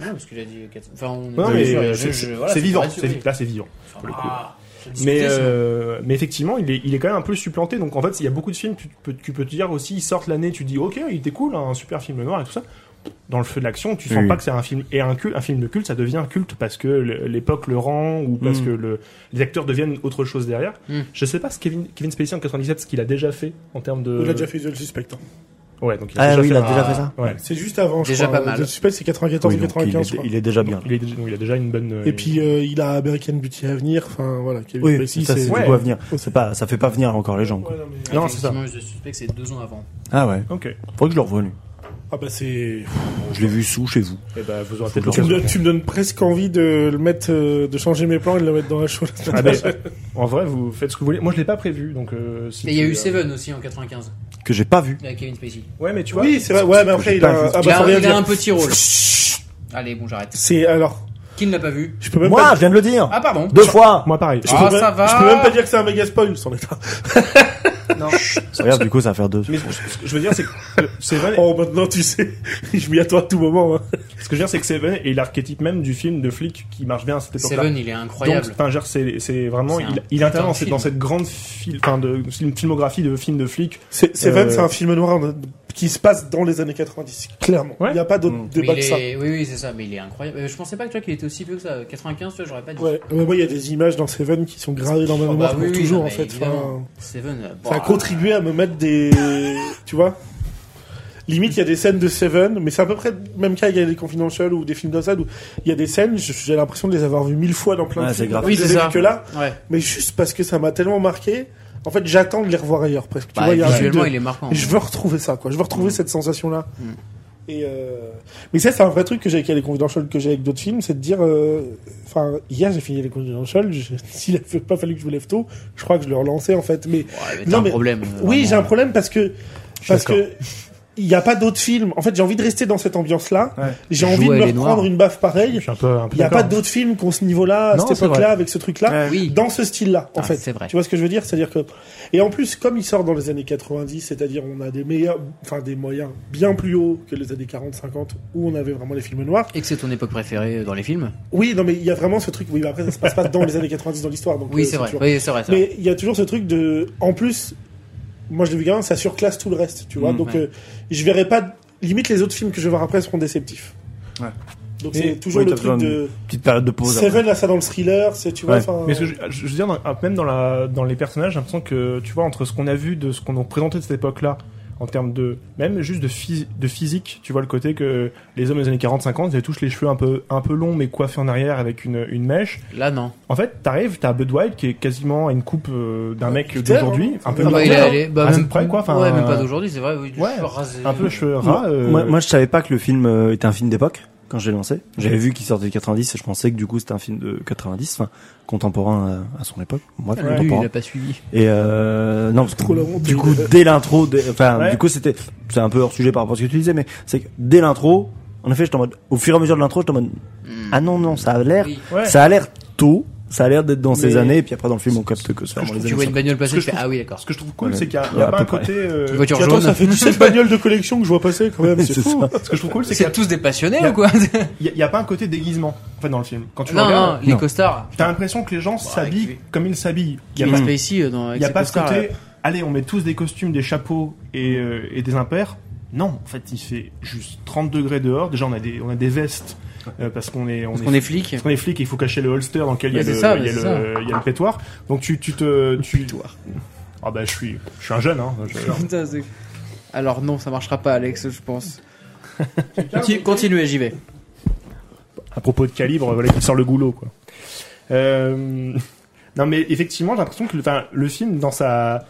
Speaker 3: Non, parce qu'il a dit. 4 Enfin, on
Speaker 2: non,
Speaker 3: est pas
Speaker 2: mais euh,
Speaker 3: sûr, il y a-
Speaker 2: c'est-
Speaker 3: je- je-
Speaker 2: c'est
Speaker 3: voilà,
Speaker 2: c'est vivant.
Speaker 3: là-dessus,
Speaker 2: c'est-
Speaker 3: oui.
Speaker 2: Là, c'est vivant. pour le coup.
Speaker 3: Ah, c'est
Speaker 2: Mais,
Speaker 3: discuté, ça.
Speaker 2: euh, mais effectivement, il est, il est quand même un peu supplanté. Donc en fait, il y a beaucoup de films, tu peux, tu peux te dire aussi, ils sortent l'année, tu dis, ok, il était cool, hein, un super film noir et tout ça. Dans le feu de l'action, tu sens
Speaker 4: Oui.
Speaker 2: pas que c'est un film et un, culte, un film de culte, ça devient un culte parce que le- l'époque le rend ou parce
Speaker 4: Mm.
Speaker 2: que le, les acteurs deviennent autre chose derrière.
Speaker 3: Mm.
Speaker 2: Je sais pas ce Kevin, Kevin Spacey en 97 ce qu'il a déjà fait en termes de.
Speaker 4: euh,
Speaker 5: Il a déjà fait The Suspect. hein.
Speaker 2: Ouais, donc il a
Speaker 4: Ah
Speaker 2: déjà
Speaker 4: oui,
Speaker 2: fait
Speaker 4: il a
Speaker 2: un-
Speaker 4: déjà fait ça.
Speaker 2: Ouais.
Speaker 5: C'est juste avant, je
Speaker 3: Déjà
Speaker 5: crois. euh,
Speaker 3: pas mal.
Speaker 5: The Suspect, c'est 94
Speaker 4: Oui,
Speaker 5: ou
Speaker 4: donc, il,
Speaker 5: 95, je
Speaker 4: est,
Speaker 5: crois.
Speaker 4: il est déjà bien.
Speaker 2: Il, est déjà- donc il a déjà une bonne.
Speaker 5: Et puis, euh, il a American Beauty à venir, enfin, voilà, Kevin
Speaker 4: Oui,
Speaker 5: Spacey,
Speaker 4: ça c'est
Speaker 5: c'est...
Speaker 4: du
Speaker 2: Ouais.
Speaker 4: coup à venir. C'est pas, ça fait pas venir encore les gens. Quoi.
Speaker 2: Non, c'est ça.
Speaker 3: Effectivement, Je suspecte que c'est deux ans avant.
Speaker 4: Ah ouais.
Speaker 2: Ok.
Speaker 4: Faut que je le revoie lui.
Speaker 5: Ah bah c'est...
Speaker 4: Je l'ai vu sous chez vous.
Speaker 2: Et bah, vous aurez peut-être
Speaker 5: Tu me,
Speaker 2: l'occasion.
Speaker 5: donnes, tu me donnes presque envie de le mettre, euh, de changer mes plans et de le mettre dans la show.
Speaker 2: Ah ben, en vrai, vous faites ce que vous voulez. Moi, je l'ai pas prévu, donc. euh, si
Speaker 3: Et il y a
Speaker 2: tu-
Speaker 3: eu Seven aussi en 95,
Speaker 4: Que j'ai pas vu.
Speaker 3: avec Kevin Spacey.
Speaker 2: Ouais, mais tu vois.
Speaker 5: oui, c'est vrai. Ouais, mais après, il a, un- ah, bah,
Speaker 3: Il
Speaker 5: faut
Speaker 3: a
Speaker 5: rien
Speaker 3: il a
Speaker 5: dire.
Speaker 3: un petit rôle. Allez, bon, j'arrête.
Speaker 5: C'est alors,
Speaker 3: Qui ne l'a pas vu
Speaker 5: je peux même
Speaker 4: Moi,
Speaker 5: pas.
Speaker 4: je viens de le dire.
Speaker 3: Ah, pardon.
Speaker 4: Deux fois.
Speaker 2: Moi, pareil.
Speaker 5: je peux
Speaker 3: Ah,
Speaker 5: même-
Speaker 3: ça va.
Speaker 5: Je peux même pas dire que c'est un méga spoil, c'en est un.
Speaker 4: Regarde, du coup, ça va faire deux.
Speaker 2: Mais ce que je veux dire, c'est que euh, Seven,
Speaker 5: Oh, maintenant tu sais, je m'y attends à tout moment. hein.
Speaker 2: ce que je veux dire, c'est que Seven est l'archétype même du film de flic qui marche bien à cette époque-là.
Speaker 3: Seven, il est
Speaker 2: Donc,
Speaker 3: incroyable.
Speaker 2: enfin, genre, c'est, c'est vraiment,
Speaker 3: C'est un
Speaker 2: il, il
Speaker 3: putain
Speaker 2: intervient
Speaker 3: de
Speaker 2: c'est
Speaker 3: film.
Speaker 2: dans cette grande fil- enfin, de, film- filmographie de films de flics.
Speaker 5: C'est Seven,
Speaker 2: Euh,
Speaker 5: c'est un film noir en- qui se passe dans les années 90, clairement.
Speaker 2: Ouais.
Speaker 5: Il n'y a pas d'autre
Speaker 4: Mm.
Speaker 5: débat
Speaker 3: Hmm. Mais
Speaker 5: que
Speaker 3: il
Speaker 5: ça.
Speaker 3: est- Oui, oui, c'est ça, mais il est incroyable. Euh, Je pensais pas que tu vois, qu'il était aussi vieux que ça. 95, tu vois, j'aurais pas dit.
Speaker 5: Ouais, Ouais, moi il y a des images dans Seven qui sont gravées dans ma
Speaker 3: Oh,
Speaker 5: mémoire
Speaker 3: bah
Speaker 5: pour
Speaker 3: oui, oui,
Speaker 5: toujours
Speaker 3: non,
Speaker 5: en
Speaker 3: mais
Speaker 5: fait.
Speaker 3: évidemment.
Speaker 5: Enfin,
Speaker 3: Seven, euh,
Speaker 5: ça a
Speaker 3: bah,
Speaker 5: contribué à me mettre des. tu vois Limite, il y a des scènes de Seven, mais c'est à peu près le même cas, il y a des Confidential ou des films d'Assad où il y a des scènes, je- j'ai l'impression de les avoir vues mille fois dans plein
Speaker 4: Ouais,
Speaker 5: de
Speaker 4: c'est
Speaker 5: films.
Speaker 4: grave.
Speaker 5: Je
Speaker 3: Oui,
Speaker 5: les
Speaker 3: c'est
Speaker 5: ai
Speaker 3: ça.
Speaker 5: vues que là,
Speaker 3: Ouais. Bah,
Speaker 5: mais juste parce que ça m'a tellement marqué, en fait j'attends de les revoir ailleurs presque. Tu
Speaker 3: Bah,
Speaker 5: vois, il y a un truc
Speaker 3: visuellement,
Speaker 5: de-
Speaker 3: il est marquant.
Speaker 5: Je veux retrouver ça, quoi. Je veux
Speaker 2: Mm.
Speaker 5: retrouver cette sensation-là. Et euh... Mais ça, c'est un vrai truc que j'ai avec les Confidential, que j'ai avec d'autres films, c'est de dire. euh, Enfin, hier, j'ai fini les Confidential. je- S'il n'avait pas fallu que je me lève tôt, je
Speaker 2: Ah,
Speaker 5: crois que je le relançais, en fait. Mais
Speaker 3: Ouais, mais
Speaker 5: Non,
Speaker 3: t'as un euh,
Speaker 5: mais-
Speaker 3: problème.
Speaker 5: oui, j'ai un problème parce que. Parce que. il n'y a pas d'autres films. En fait, j'ai envie de rester dans cette ambiance-là.
Speaker 2: Ouais.
Speaker 5: J'ai
Speaker 3: Jouer
Speaker 5: envie de me
Speaker 3: les
Speaker 5: reprendre
Speaker 3: Noirs.
Speaker 5: une baffe pareille.
Speaker 2: Je suis un peu, un peu
Speaker 5: Il n'y a
Speaker 2: d'accord.
Speaker 5: pas d'autres films qui ont ce niveau-là, à
Speaker 2: Non,
Speaker 5: cette
Speaker 2: c'est
Speaker 5: époque-là,
Speaker 2: vrai.
Speaker 5: avec ce truc-là,
Speaker 2: Ouais.
Speaker 3: Oui.
Speaker 5: dans ce style-là, en
Speaker 3: Ah,
Speaker 5: fait.
Speaker 3: c'est vrai.
Speaker 5: Tu vois ce que je veux dire C'est-à-dire que. Et en plus, comme il sort dans les années 90, c'est-à-dire on a des meilleurs. Enfin, des moyens bien plus hauts que les années 40-50, où on avait vraiment les films noirs.
Speaker 3: Et que c'est ton époque préférée euh, dans les films
Speaker 5: Oui, non, mais il y a vraiment ce truc. Oui, mais après, ça se passe pas dans les années 90 dans l'histoire. donc, euh,
Speaker 3: Oui, c'est vrai.
Speaker 5: toujours-
Speaker 3: Oui, c'est vrai. c'est vrai.
Speaker 5: mais il y a toujours ce truc de. En plus, moi je l'ai vu gamin, ça surclasse tout le reste, tu vois.
Speaker 3: Mm,
Speaker 5: Donc
Speaker 3: ouais.
Speaker 5: euh, je verrai pas. Limite, les autres films que je vais voir après seront déceptifs.
Speaker 4: Ouais.
Speaker 5: Donc
Speaker 2: Et-
Speaker 5: c'est toujours
Speaker 4: oui,
Speaker 5: le
Speaker 4: t'as
Speaker 5: truc
Speaker 4: besoin
Speaker 5: de.
Speaker 4: Petite période de pause. après.
Speaker 5: Seven, là, ça dans le thriller, c'est, tu vois.
Speaker 4: Ouais.
Speaker 5: enfin,
Speaker 2: Mais ce que je, je veux dire, dans- même dans, la, dans les personnages, j'ai l'impression que, tu vois, entre ce qu'on a vu de ce qu'on nous présentait de cette époque-là, en termes de. Même juste de, phys- de physique, tu vois, le côté que les hommes des années 40-50, ils avaient tous les cheveux un peu, un peu longs, mais coiffés en arrière avec une, une mèche.
Speaker 3: Là, non.
Speaker 2: En fait, t'arrives, t'as Bud White qui est quasiment à une coupe euh, d'un mec
Speaker 5: putain,
Speaker 2: d'aujourd'hui,
Speaker 5: hein.
Speaker 2: un peu
Speaker 5: Ah
Speaker 3: Ah bah,
Speaker 5: non,
Speaker 3: il est
Speaker 2: militaire,
Speaker 3: allé- bah,
Speaker 2: à
Speaker 3: même
Speaker 2: cette près, quoi, enfin,
Speaker 3: ouais, même
Speaker 2: euh,
Speaker 3: pas d'aujourd'hui, c'est vrai. Oui, du
Speaker 2: ouais,
Speaker 3: cheveux rasés.
Speaker 2: un peu cheveux ras. euh,
Speaker 4: Moi, moi, je savais pas que le film euh, était un film d'époque quand je l'ai lancé. J'avais vu qu'il sortait de 90 et je pensais que du coup c'était un film de 90, enfin contemporain à, à son époque. Moi,
Speaker 3: Lui,
Speaker 4: contemporain.
Speaker 3: il a pas suivi.
Speaker 4: Et euh, non, parce que
Speaker 5: Trop la honte.
Speaker 4: du coup, dès l'intro, dès- enfin,
Speaker 2: Ouais.
Speaker 4: du coup, c'était, c'est un peu hors sujet par rapport à ce que tu disais, mais c'est que dès l'intro, en effet, j'étais en mode, au fur et à mesure de l'intro, j'étais en mode, ah non, non, ça a l'air,
Speaker 3: Hmm. Oui.
Speaker 2: Ouais.
Speaker 4: ça a l'air tôt, ça a l'air d'être dans ces
Speaker 2: Mais-
Speaker 4: années, et puis après dans le film, on capte que c'est vraiment les
Speaker 3: Tu vois
Speaker 4: années.
Speaker 3: une bagnole passer,
Speaker 2: que
Speaker 3: tu
Speaker 2: je
Speaker 3: fais
Speaker 2: trouve-
Speaker 3: ah oui, d'accord.
Speaker 2: Ce que je trouve cool,
Speaker 4: Ouais,
Speaker 2: c'est qu'il y a, il y
Speaker 4: ouais,
Speaker 2: a
Speaker 4: à
Speaker 2: pas
Speaker 4: peu
Speaker 2: un
Speaker 4: près.
Speaker 2: côté. euh,
Speaker 3: Une voiture
Speaker 5: Tiens, attends,
Speaker 3: jaune.
Speaker 5: ça fait 17 bagnoles de collection que je vois passer quand même, c'est
Speaker 4: C'est
Speaker 5: fou.
Speaker 4: ça.
Speaker 2: Ce que je trouve cool, c'est qu'il y a-
Speaker 3: C'est tous des passionnés
Speaker 2: y a-
Speaker 3: ou quoi
Speaker 2: il y a- il y a, pas un côté déguisement, en fait, dans le film. Quand tu le
Speaker 3: Non,
Speaker 2: regardes,
Speaker 3: non, les
Speaker 4: Non.
Speaker 3: costards.
Speaker 2: T'as l'impression que les gens s'habillent
Speaker 3: avec-
Speaker 2: comme ils s'habillent. Il
Speaker 3: Kevin
Speaker 2: n'y a, pas-
Speaker 3: Spacey euh, dans. avec
Speaker 2: il y a
Speaker 3: ses
Speaker 2: pas ce
Speaker 3: costards,
Speaker 2: côté,
Speaker 3: là.
Speaker 2: allez, on met tous des costumes, des chapeaux et, euh, et des impairs. Non, en fait, il fait juste 30 degrés dehors. Déjà, on a des, on a des vestes euh, parce qu'on est, on
Speaker 3: Parce
Speaker 2: est,
Speaker 3: qu'on est flic.
Speaker 2: parce qu'on est flic et il faut cacher le holster dans lequel il y a
Speaker 3: Mais
Speaker 2: le,
Speaker 3: c'est ça,
Speaker 2: il y a
Speaker 3: mais c'est
Speaker 2: le- il y a le pétoir. Donc tu, tu te, tu... Ah bah, je suis, je suis un jeune, hein. Je-
Speaker 3: Putain, c'est- Alors non, ça marchera pas, Alex, je pense. Conti- Continuez, j'y vais.
Speaker 2: à propos de calibre, voilà qui sort le goulot quoi. Euh, Non mais effectivement, j'ai l'impression que le, enfin, le film dans sa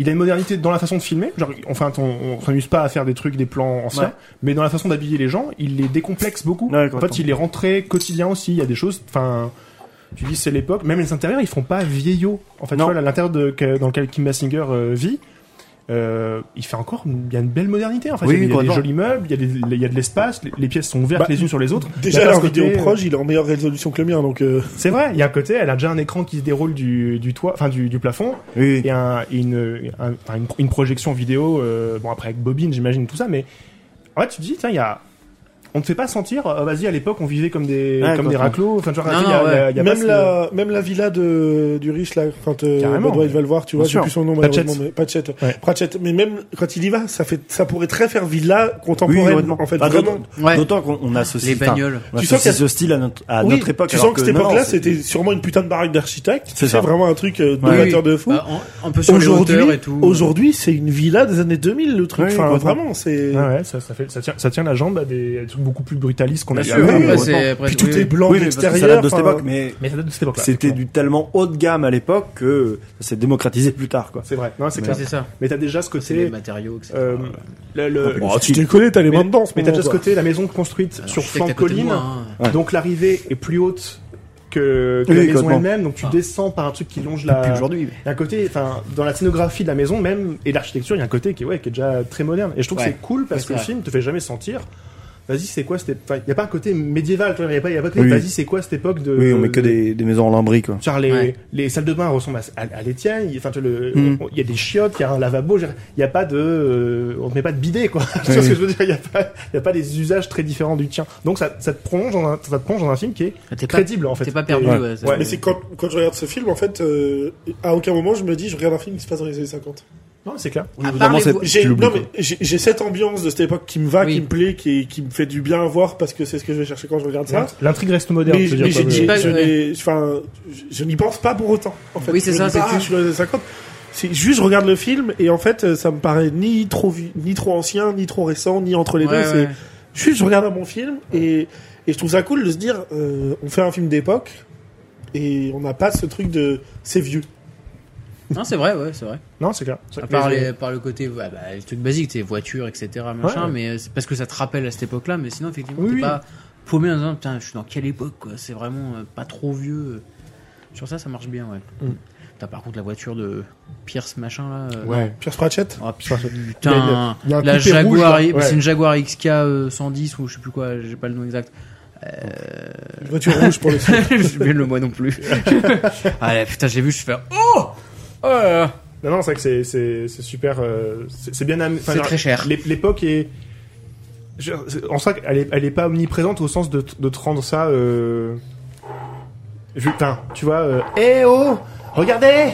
Speaker 2: il a une modernité dans la façon de filmer. Genre, enfin, on, on s'amuse pas à faire des trucs, des plans anciens,
Speaker 4: Ouais.
Speaker 2: mais dans la façon d'habiller les gens, il les décomplexe beaucoup.
Speaker 4: Ouais,
Speaker 2: en
Speaker 4: complètement.
Speaker 2: fait, il est rentré quotidien aussi. Il y a des choses, enfin, tu dis c'est l'époque. Même les intérieurs, ils font pas vieillot. En fait,
Speaker 4: Non.
Speaker 2: tu vois, l'intérieur de- que- dans lequel Kim Basinger euh, vit, euh, il fait encore, il y a une belle modernité. En fait,
Speaker 4: Oui,
Speaker 2: il y a, il y a des
Speaker 4: complètement.
Speaker 2: jolis meubles, il y a, des- il y a de l'espace, les, les pièces sont ouvertes
Speaker 5: Bah,
Speaker 2: les unes sur les autres. Il y
Speaker 5: Déjà,
Speaker 2: a pas
Speaker 5: la
Speaker 2: ce côté,
Speaker 5: vidéo
Speaker 2: euh,
Speaker 5: proche, il est en meilleure résolution que le mien, donc. euh,
Speaker 2: C'est vrai, il y a un côté, elle a déjà un écran qui se déroule du, du toit, enfin du, du plafond,
Speaker 4: Oui,
Speaker 2: et, un- et une, un- enfin, une, une projection vidéo, euh, bon après avec bobine j'imagine tout ça, mais en fait tu te dis, tiens, il y a... On ne fait pas sentir, ah, vas-y, à l'époque on vivait comme des,
Speaker 4: Ouais,
Speaker 2: comme des
Speaker 4: complètement.
Speaker 2: raclos, enfin tu vois,
Speaker 3: Non,
Speaker 2: il y a,
Speaker 3: non,
Speaker 2: il y a- il y a pas
Speaker 5: même, euh,
Speaker 2: ce-
Speaker 5: la, même la villa de, du riche, là, quand euh,
Speaker 2: Carrément,
Speaker 5: Bud White va le voir, tu vois,
Speaker 4: Bien
Speaker 5: j'ai
Speaker 4: sûr.
Speaker 5: plus son nom
Speaker 2: Pratchett.
Speaker 5: malheureusement, mais Pratchett.
Speaker 2: Ouais.
Speaker 5: Pratchett. Mais même quand il y va, ça, fait, ça pourrait très faire villa
Speaker 4: oui,
Speaker 5: contemporaine,
Speaker 4: complètement.
Speaker 5: en fait,
Speaker 4: Ah,
Speaker 5: vraiment.
Speaker 4: d'autant-
Speaker 3: Ouais.
Speaker 4: D'autant qu'on on associe,
Speaker 3: Les
Speaker 4: enfin,
Speaker 3: bagnoles.
Speaker 4: on
Speaker 5: Tu sens
Speaker 4: associe
Speaker 5: qu'il
Speaker 4: ce
Speaker 5: y
Speaker 4: style à notre, à
Speaker 5: Oui,
Speaker 4: notre époque.
Speaker 5: Tu
Speaker 4: alors
Speaker 5: sens que cette
Speaker 4: non, non,
Speaker 5: époque-là,
Speaker 4: c'est-
Speaker 5: c'était sûrement une putain de baraque d'architecte.
Speaker 4: C'est
Speaker 5: C'est
Speaker 4: ça.
Speaker 5: vraiment un truc euh,
Speaker 4: Ouais.
Speaker 5: novateur de fou.
Speaker 3: Bah, on, un peu sur les hauteurs et tout.
Speaker 5: aujourd'hui, c'est une villa des années 2000, le truc.
Speaker 4: Oui,
Speaker 5: enfin,
Speaker 4: complètement.
Speaker 5: vraiment, c'est.
Speaker 2: Ah ouais, ça, ça fait, ça, tient, ça tient la jambe à des, à des trucs beaucoup plus brutalistes qu'on a euh,
Speaker 3: Bien
Speaker 2: vu
Speaker 3: sûr,
Speaker 2: avant,
Speaker 5: oui,
Speaker 2: mais-
Speaker 3: après,
Speaker 4: oui,
Speaker 3: c'est- après,
Speaker 5: Puis tout
Speaker 3: oui.
Speaker 5: est blanc
Speaker 4: Oui, mais parce que ça
Speaker 5: d'extérieur.
Speaker 4: date de cette
Speaker 5: enfin,
Speaker 4: époque, mais
Speaker 2: Mais ça date de cette époque-là.
Speaker 4: c'était
Speaker 2: effectivement.
Speaker 4: du tellement haut de gamme à l'époque que ça s'est démocratisé plus tard, quoi.
Speaker 2: C'est vrai, non, c'est
Speaker 3: Ouais,
Speaker 2: clair.
Speaker 3: C'est ça.
Speaker 2: Mais t'as déjà ce
Speaker 3: C'est les
Speaker 2: côté.
Speaker 3: matériaux, etc.
Speaker 2: euh, le- le-
Speaker 4: Complètement.
Speaker 5: Oh, tu t'es collé, t'as les mains
Speaker 2: Mais,
Speaker 5: dedans, en ce
Speaker 2: mais t'as
Speaker 5: moment,
Speaker 2: déjà ce
Speaker 5: quoi.
Speaker 2: côté, la maison construite
Speaker 3: Alors,
Speaker 2: sur
Speaker 3: je sais que
Speaker 2: flanc
Speaker 3: t'es à
Speaker 2: de
Speaker 3: côté de
Speaker 2: colline,
Speaker 3: moi, hein.
Speaker 4: Ouais.
Speaker 2: donc l'arrivée est plus haute que, que
Speaker 4: Oui,
Speaker 2: la maison
Speaker 4: complètement.
Speaker 2: elle-même, donc tu
Speaker 3: Ah.
Speaker 2: descends par un truc qui longe la.
Speaker 4: Plus aujourd'hui, mais-
Speaker 2: Il y a un côté, enfin, dans la scénographie de la maison même et l'architecture, il y a un côté qui, est- ouais, qui est déjà très moderne. Et je trouve
Speaker 3: Ouais.
Speaker 2: que c'est cool parce
Speaker 3: Ouais,
Speaker 2: que le
Speaker 3: c'est vrai.
Speaker 2: film te fait jamais sentir. Vas-y, c'est quoi cette époque Il y a pas un côté médiéval, tu vois, il y a pas, il y a pas un côté,
Speaker 4: Oui.
Speaker 2: Vas-y, c'est quoi cette époque de
Speaker 4: Oui, on
Speaker 5: euh,
Speaker 4: met que
Speaker 2: de-
Speaker 4: des, des maisons en lambris, quoi.
Speaker 2: Genre les,
Speaker 3: Ouais.
Speaker 2: les salles de bain ressemblent à, à- à les tiennes. Il enfin, tu vois, le-
Speaker 4: Mm.
Speaker 2: on- il y a des chiottes, il y a un lavabo. je veux dire, Il n'y a pas de, euh, on ne met pas de bidet quoi. tu vois
Speaker 4: Oui.
Speaker 2: ce que je veux dire Il n'y a pas, il y a pas des usages très différents du tien. Donc ça, ça te prolonge dans un, ça te plonge dans un film qui est
Speaker 3: T'es pas-
Speaker 2: crédible en fait.
Speaker 3: T'es pas perdu,
Speaker 2: Et-
Speaker 3: ouais.
Speaker 2: ouais.
Speaker 3: c'est-
Speaker 5: Mais c'est quand, quand je regarde ce film, en fait, euh, à aucun moment je me dis je regarde un film qui se passe dans les années 50.
Speaker 2: Non, c'est clair.
Speaker 3: À
Speaker 4: Évidemment,
Speaker 3: part les
Speaker 4: c'est-
Speaker 3: voix-
Speaker 5: J'ai
Speaker 4: tu l'oublies,
Speaker 5: non, mais j'ai j'ai cette ambiance de cette époque qui me va,
Speaker 3: Oui.
Speaker 5: qui me plaît, qui, qui me fait du bien à voir parce que c'est ce que je vais chercher quand je regarde ça.
Speaker 2: L'intrigue reste moderne.
Speaker 5: Mais,
Speaker 2: je veux
Speaker 5: mais
Speaker 2: dire,
Speaker 5: j'ai-
Speaker 2: comme-
Speaker 5: j'ai-
Speaker 3: Pas-
Speaker 5: je
Speaker 3: ouais.
Speaker 5: n'ai- enfin, je- je n'y pense pas pour autant. En fait.
Speaker 3: Oui, c'est
Speaker 5: Je
Speaker 3: ça,
Speaker 5: me dis pas,
Speaker 3: c'est-
Speaker 5: ah, je suis dans les années 50. C'est juste, je regarde le film et en fait, euh, ça me paraît ni trop, vi- ni trop ancien, ni trop récent, ni entre les
Speaker 3: Ouais,
Speaker 5: deux.
Speaker 3: ouais.
Speaker 5: C'est juste, je regarde un bon film et, et je trouve ça cool de se dire, euh, on fait un film d'époque et on n'a pas ce truc de c'est vieux.
Speaker 3: Non, c'est vrai, ouais, c'est vrai.
Speaker 2: Non, c'est clair.
Speaker 3: À part,
Speaker 2: Mais-
Speaker 3: les- par le côté, ouais, bah, les trucs basiques, tes voitures, etc., machin,
Speaker 2: Ouais.
Speaker 3: mais euh, c'est parce que ça te rappelle à cette époque-là, mais sinon, effectivement,
Speaker 2: Oui,
Speaker 3: t'es
Speaker 2: oui.
Speaker 3: pas paumé en disant,
Speaker 2: Mm.
Speaker 3: putain, je suis dans quelle époque, quoi, c'est vraiment euh, pas trop vieux. Sur ça, ça marche bien, ouais. T'as par contre la voiture de Pierce machin là. euh,
Speaker 2: Ouais.
Speaker 5: Pierce Pratchett
Speaker 3: Ah
Speaker 2: Il y a
Speaker 3: putain,
Speaker 2: une- il y a un
Speaker 3: la
Speaker 2: coupé
Speaker 3: Jaguar,
Speaker 2: rouge, là.
Speaker 3: bah,
Speaker 2: Ouais.
Speaker 3: c'est une Jaguar XK euh, 110 ou je sais plus quoi, j'ai pas le nom exact. Euh...
Speaker 5: Une voiture rouge pour le film.
Speaker 3: je le moi non plus. ah là, putain, j'ai vu, je fais oh, oh là là.
Speaker 1: Non, non, c'est vrai que c'est- c'est c'est super. euh, c'est c'est bien. am- enfin,
Speaker 3: C'est
Speaker 1: genre,
Speaker 3: très cher.
Speaker 1: l'ép- L'époque est. je- c'est- En fait, elle est, elle est pas omniprésente au sens de, t- de te rendre ça. Euh... Putain, tu vois. euh, Eh oh Regardez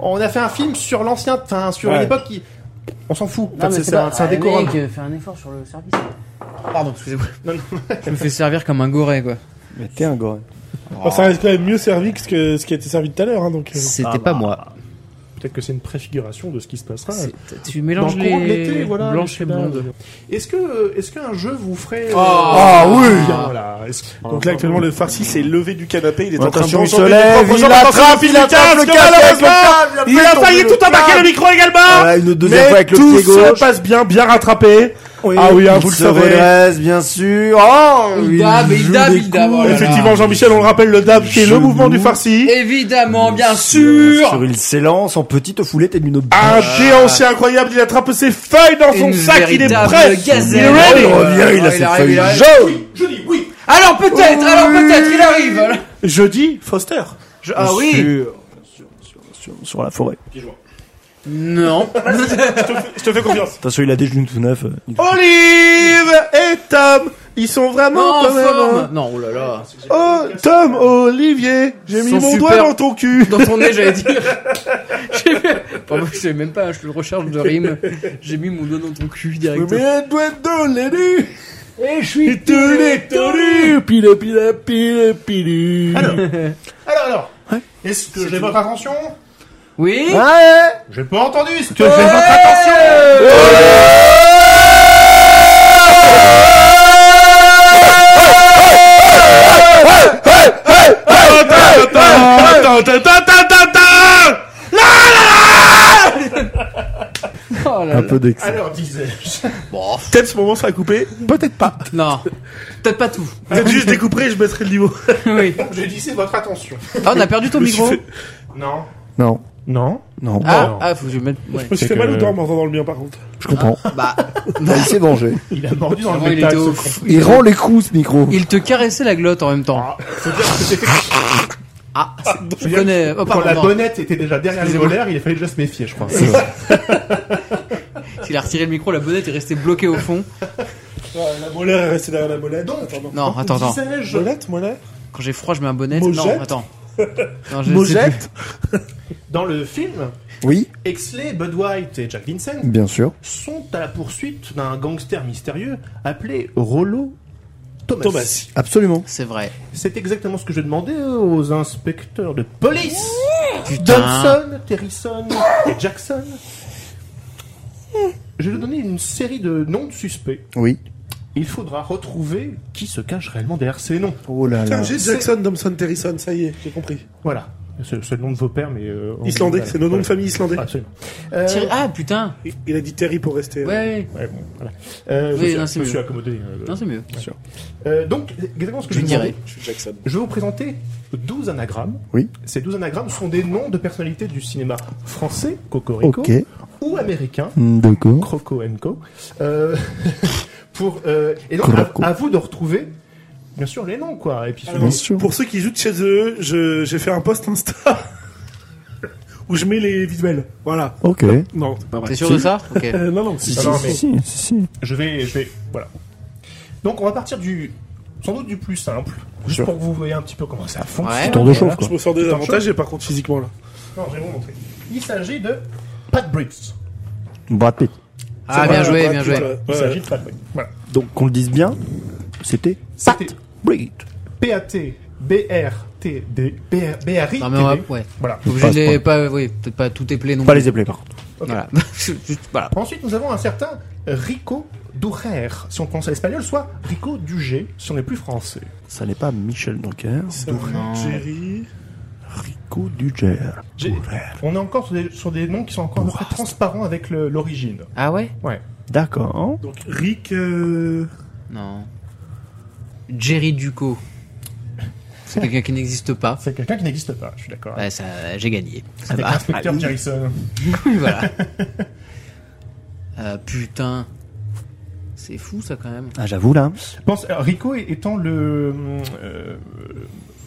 Speaker 1: On a fait un film sur l'ancien. Enfin, sur
Speaker 2: Ouais.
Speaker 1: une époque qui. On s'en fout. Enfin, c'est Ah, c'est un, c'est un décorum.
Speaker 3: fais un effort sur le service. Pardon, excusez-moi. je me fais servir comme un goré quoi.
Speaker 4: Mais t'es un goré.
Speaker 5: Enfin, ça reste quand même mieux servi que ce, que- ce qui a été servi tout à l'heure. hein, donc, euh,
Speaker 7: C'était pas moi.
Speaker 1: Peut-être que c'est une préfiguration de ce qui se passera.
Speaker 3: C'est- Tu
Speaker 1: Dans le
Speaker 3: mélanges
Speaker 1: courant de
Speaker 3: les
Speaker 1: l'été, voilà.
Speaker 3: blanches et
Speaker 1: les finales.
Speaker 3: blondes.
Speaker 1: Est-ce que, est-ce qu'un jeu vous ferait. euh,
Speaker 5: Ah oui
Speaker 1: bien, voilà. Est-ce-
Speaker 5: donc là, actuellement, le farci s'est levé du canapé. Il est en train de
Speaker 4: Attention, il se
Speaker 5: changer de
Speaker 4: lève,
Speaker 5: propre
Speaker 4: il
Speaker 5: jambe. Attention,
Speaker 4: attrape,
Speaker 5: il
Speaker 4: il attrape le
Speaker 5: casque, malheureusement.
Speaker 4: casque,
Speaker 5: Il a failli tout attaquer le micro également
Speaker 4: Voilà, une deuxième
Speaker 5: Mais
Speaker 4: fois avec le
Speaker 5: tout
Speaker 4: pied
Speaker 5: se
Speaker 4: gauche.
Speaker 5: passe bien, bien rattrapé. Ah oui, hein,
Speaker 4: Il
Speaker 5: vous le
Speaker 4: se
Speaker 5: savez.
Speaker 4: redresse, bien sûr. Oh,
Speaker 3: Il dab, il
Speaker 4: joue
Speaker 3: dab,
Speaker 4: des
Speaker 3: il dab,
Speaker 4: coups.
Speaker 3: Oh là là.
Speaker 5: Effectivement, Jean-Michel, on le rappelle, le dab, qui est le
Speaker 4: Chelou.
Speaker 5: mouvement du farci.
Speaker 3: Évidemment, bien
Speaker 4: Sur-
Speaker 3: sûr.
Speaker 4: sur- Il s'élance en petite foulette et d'une autre.
Speaker 5: Un déhanché incroyable, il attrape ses feuilles dans son
Speaker 3: Une
Speaker 5: sac, il est
Speaker 3: véritable
Speaker 5: prêt.
Speaker 3: gazelle.
Speaker 5: Il est ready.
Speaker 4: il revient,
Speaker 3: Oh,
Speaker 4: il a
Speaker 3: il
Speaker 4: ses
Speaker 3: arrive,
Speaker 4: feuilles
Speaker 3: il arrive.
Speaker 4: jaunes.
Speaker 3: Alors peut-être, alors peut-être, il arrive.
Speaker 5: Jeudi, Foster.
Speaker 3: Je- ah oui.
Speaker 4: Sur- sur- sur- sur- Sur la forêt.
Speaker 3: Non.
Speaker 5: Je te fais confiance.
Speaker 4: De toute façon, il a des genoux tout neufs. euh, il-
Speaker 5: Olive et Tom, ils sont vraiment
Speaker 3: Non, en
Speaker 5: quand même, hein.
Speaker 3: forme. Non, oh là là.
Speaker 5: Oh, Tom, Olivier, j'ai
Speaker 3: Ils
Speaker 5: mis
Speaker 3: sont
Speaker 5: mon
Speaker 3: super.
Speaker 5: doigt dans ton cul.
Speaker 3: Dans ton nez, j'allais dire. J'ai- Enfin, moi, je sais même pas, je le recharge de rime. J'ai mis mon doigt dans ton cul direct.
Speaker 5: Mais elle doit être dans les rues. Et je suis tout étendu. Pile, pile, pile, pile.
Speaker 2: Alors, alors, alors. Est-ce que j'ai votre attention
Speaker 3: Oui
Speaker 2: J'ai pas entendu. Est-ce que j'ai votre attention
Speaker 3: Oh là
Speaker 4: Un
Speaker 3: là.
Speaker 4: peu d'excès.
Speaker 2: Alors, disais-je.
Speaker 5: Peut-être ce moment sera coupé. Peut-être pas.
Speaker 3: Non. Peut-être pas tout.
Speaker 5: Peut-être juste découpé et je baisserai le niveau.
Speaker 3: Oui.
Speaker 2: J'ai dit c'est votre attention.
Speaker 3: Ah, on a perdu ton
Speaker 5: Je me suis
Speaker 3: micro
Speaker 5: fait-
Speaker 2: Non.
Speaker 4: Non,
Speaker 1: Non.
Speaker 4: non,
Speaker 3: Ah, ah, faut que je mette. Ouais.
Speaker 5: Je me suis fait mal au dormant en entendant le mien par contre.
Speaker 4: je comprends.
Speaker 3: Bah,
Speaker 4: Bah, il s'est vengé.
Speaker 1: Il a mordu dans
Speaker 3: avant,
Speaker 1: le
Speaker 3: il était
Speaker 1: métal.
Speaker 3: au. Oh,
Speaker 1: ce con.
Speaker 4: Il rend les coups, ce micro.
Speaker 3: Il te caressait la glotte en même temps. Ah, je connais. Oh,
Speaker 2: Quand
Speaker 3: pardon,
Speaker 2: la
Speaker 3: non.
Speaker 2: bonnette était déjà derrière les volaires, il fallait déjà se méfier, je crois.
Speaker 3: Il a retiré le micro, la bonnette est restée bloquée au fond.
Speaker 5: La molaire est restée derrière la molaire. Donc,
Speaker 3: Non, attends, attends.
Speaker 2: Disais-je-
Speaker 5: Molette, molaire
Speaker 3: Quand j'ai froid, je mets un bonnet.
Speaker 5: Mojette
Speaker 3: Non, attends. Non, je sais plus.
Speaker 5: Mojette
Speaker 2: Dans le film,
Speaker 4: Oui,
Speaker 2: Exley, Bud White et Jack Vincent
Speaker 4: bien sûr.
Speaker 2: sont à la poursuite d'un gangster mystérieux appelé Rollo Thomas.
Speaker 5: Thomas.
Speaker 4: Absolument.
Speaker 3: C'est vrai.
Speaker 2: C'est exactement ce que je demandais aux inspecteurs de police.
Speaker 3: Putain.
Speaker 2: Johnson, Terrison et Jackson. Je vais vous donner une série de noms de suspects.
Speaker 4: Oui.
Speaker 2: Il faudra retrouver qui se cache réellement derrière ces noms.
Speaker 4: Oh là là.
Speaker 5: Putain, j'ai Jackson, Thompson, Terrison, ça y est, j'ai compris.
Speaker 2: Voilà. C'est c'est le nom de vos pères, mais... euh, en-
Speaker 5: Islandais,
Speaker 2: voilà.
Speaker 5: c'est nos noms de
Speaker 2: Voilà.
Speaker 5: famille islandais.
Speaker 2: Absolument. Euh,
Speaker 3: Thierry- Ah, putain.
Speaker 5: Il- Il a dit Terry pour rester.
Speaker 3: Ouais, ouais.
Speaker 2: Ouais, bon, voilà. Euh,
Speaker 3: Oui,
Speaker 2: je,
Speaker 3: non,
Speaker 2: me
Speaker 3: c'est
Speaker 2: suis- je me
Speaker 3: mieux.
Speaker 2: suis accommodé. euh,
Speaker 3: Non, c'est mieux.
Speaker 2: Euh, donc, exactement ce que
Speaker 3: Je
Speaker 2: je, vous
Speaker 3: dirais.
Speaker 5: Je suis Jackson.
Speaker 2: Je vais vous présenter 12 anagrammes.
Speaker 4: Oui.
Speaker 2: Ces 12 anagrammes sont des noms de personnalités du cinéma français, Cocorico,
Speaker 4: Ok.
Speaker 2: ou américain,
Speaker 4: Hmm, D'accord.
Speaker 2: Croco and Co. Euh, pour, euh, et donc, à,
Speaker 4: Croco.
Speaker 2: à vous de retrouver, bien sûr, les noms, quoi. Et puis,
Speaker 5: Alors,
Speaker 4: Bien sûr.
Speaker 5: Pour ceux qui jouent de chez eux, je- j'ai fait un post Insta où je mets les visuels. Voilà.
Speaker 4: Ok.
Speaker 5: Non, c'est pas vrai.
Speaker 3: T'es sûr de ça Ok.
Speaker 5: Euh, Non, non.
Speaker 4: Si,
Speaker 2: Ah
Speaker 4: si,
Speaker 2: non, mais-
Speaker 4: si, si, si.
Speaker 2: je vais, je vais, voilà. Donc, on va partir du, sans doute du plus simple, juste
Speaker 4: Sûr.
Speaker 2: pour que vous voyez un petit peu comment ça fonctionne.
Speaker 3: Ouais.
Speaker 4: Tour de chauffe, quoi.
Speaker 5: Je me sors des avantages et par contre physiquement là.
Speaker 2: Non, je vais vous montrer. Il s'agit de Pat Briggs.
Speaker 4: Brad Pitt.
Speaker 3: Ah, bien joué, bien joué.
Speaker 2: Il s'agit de Pat Briggs. Voilà.
Speaker 4: Donc, qu'on le dise bien, c'était
Speaker 2: C'était
Speaker 4: Brigitte.
Speaker 2: PAT, BRTD, BR, BRI.
Speaker 3: Non, mais on va- ouais.
Speaker 2: Voilà.
Speaker 3: Faut que je
Speaker 4: Passe,
Speaker 3: les- pas, oui, peut-être pas tout éplé non
Speaker 4: Pas
Speaker 3: plus.
Speaker 4: les éplés, par contre.
Speaker 3: Voilà. Juste, voilà.
Speaker 2: Ensuite, nous avons un certain Rico Durer, si on pense à l'espagnol, soit Rico Dugé, si on n'est plus français.
Speaker 4: Ça n'est pas Michel Drucker,
Speaker 5: Jerry.
Speaker 4: Rico Duger.
Speaker 2: J'ai- On est encore sur des, sur des noms qui sont encore à peu près transparents avec le- l'origine.
Speaker 3: Ah ouais
Speaker 4: D'accord.
Speaker 5: Donc Rick. euh,
Speaker 3: Non. Jerry Duco. C'est quelqu'un qui n'existe pas.
Speaker 2: C'est quelqu'un qui n'existe pas, je suis d'accord.
Speaker 3: Bah, ça, j'ai gagné. Ça
Speaker 2: Avec
Speaker 3: va.
Speaker 2: l'inspecteur Jerison.
Speaker 3: Oui, voilà. Euh, putain. C'est fou ça quand même.
Speaker 4: Ah, j'avoue, là.
Speaker 2: Pense, alors, Rico étant le, euh,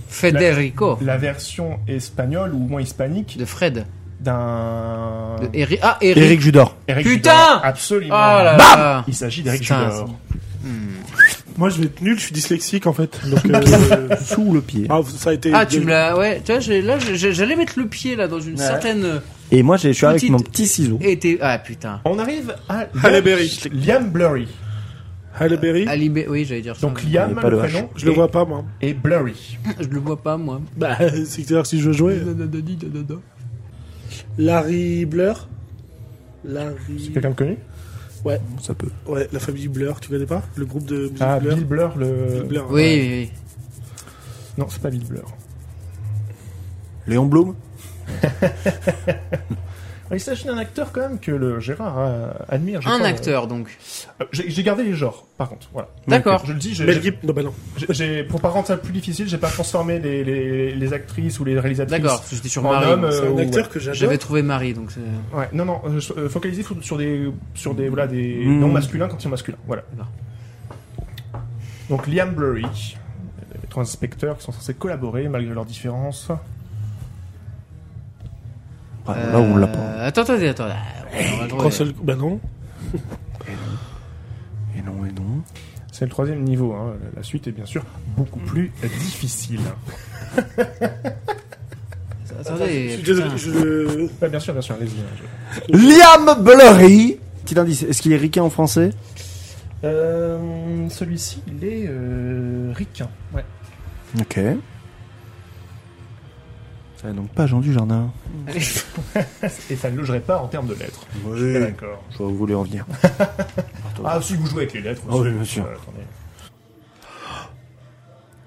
Speaker 3: Federico.
Speaker 2: la version espagnole ou au moins hispanique
Speaker 3: De Fred.
Speaker 2: d'un.
Speaker 3: De Eri- Ah,
Speaker 4: Eric
Speaker 3: Eric.
Speaker 4: Judor.
Speaker 2: Eric
Speaker 3: Putain
Speaker 2: Judor. Absolument
Speaker 3: Ah là là.
Speaker 2: Il s'agit d'Eric
Speaker 3: Putain,
Speaker 2: Judor.
Speaker 5: Hmm. Moi, je vais être nul, je suis dyslexique en fait. Donc, euh,
Speaker 4: Sous le pied.
Speaker 5: ah, ça a été.
Speaker 3: Ah, tu me l'as. Ouais, tu vois, j'ai- là, j'ai- j'allais mettre le pied là dans une certaine.
Speaker 4: Et moi, j'ai- je suis avec
Speaker 3: Petite-
Speaker 4: mon petit ciseau.
Speaker 3: Et t'es- Ah, putain.
Speaker 2: On arrive à
Speaker 5: Halle Berry.
Speaker 2: Liam Blurry.
Speaker 5: Halle Berry,
Speaker 3: Ali B- Oui, j'allais dire ça.
Speaker 2: Donc Liam,
Speaker 4: Il y a pas
Speaker 2: le
Speaker 4: le H.
Speaker 2: prénom,
Speaker 5: je le
Speaker 2: et-
Speaker 5: vois pas moi.
Speaker 2: Et Blurry.
Speaker 3: Je le vois pas moi.
Speaker 5: Bah, c'est clair si je veux jouer. Larry Blur. Larry.
Speaker 2: Quelqu'un de connu
Speaker 4: Ça peut.
Speaker 5: Ouais, la famille Blur, tu connais pas Le groupe de musique
Speaker 2: Ah,
Speaker 5: Blur.
Speaker 2: Bill Blur, le.
Speaker 5: Bill Blur,
Speaker 3: Oui,
Speaker 5: ouais.
Speaker 3: oui, oui.
Speaker 2: Non, c'est pas Bill Blur.
Speaker 4: Léon Blum
Speaker 2: Ah, Il s'agit d'un acteur quand même que le Gérard euh, admire. j'ai
Speaker 3: Un
Speaker 2: pas-
Speaker 3: acteur donc.
Speaker 2: Euh, J'ai j'ai gardé les genres, par contre. Voilà.
Speaker 3: D'accord.
Speaker 2: Je le dis, j'ai-
Speaker 5: Mel Gibson. Non, bah non.
Speaker 2: j'ai- j'ai- pour pas rendre ça plus difficile, j'ai pas transformé les, les, les actrices ou les réalisatrices.
Speaker 3: D'accord, parce que j'étais sur
Speaker 2: En
Speaker 3: Marie.
Speaker 2: homme,
Speaker 3: donc.
Speaker 2: euh,
Speaker 5: C'est un
Speaker 2: ouais.
Speaker 5: acteur que
Speaker 3: J'avais
Speaker 5: j'adore.
Speaker 3: trouvé Marie donc. c'est-
Speaker 2: Ouais, non, non, euh, euh, focalisez sur, sur des, sur des, voilà, des
Speaker 5: Hmm.
Speaker 4: Mm.
Speaker 2: noms masculins quand ils sont masculins. Voilà.
Speaker 3: D'accord.
Speaker 2: Donc Liam Blurry, euh, les trois inspecteurs qui sont censés collaborer malgré leurs différences.
Speaker 4: Ouais, Bah, Là, on l'a pas.
Speaker 3: Euh, Attends, attends, attends. attends. On va trouver.
Speaker 5: Quand seul- Bah non.
Speaker 4: Et non, et non.
Speaker 2: C'est le troisième niveau. hein. La suite est bien sûr beaucoup plus difficile.
Speaker 5: Je
Speaker 3: Attendez.
Speaker 5: suis
Speaker 3: putain.
Speaker 5: désolé, je.
Speaker 2: Ouais, Bah, bien sûr, bien sûr, allez-y. hein, je-
Speaker 4: Liam Blurry Petit indice, est-ce qu'il est ricain en français
Speaker 2: Euh, Celui-ci, il est euh, ricain. Ouais.
Speaker 4: Ok. Ça n'est donc pas Jean Dujardin.
Speaker 2: Et ça ne logerait pas en termes de lettres.
Speaker 4: Oui.
Speaker 2: Ah, D'accord.
Speaker 4: Je vois où vous voulez en venir.
Speaker 2: Ah, si vous jouez avec les lettres
Speaker 4: Ah
Speaker 2: aussi.
Speaker 4: oui, bien sûr.
Speaker 2: Euh, attendez.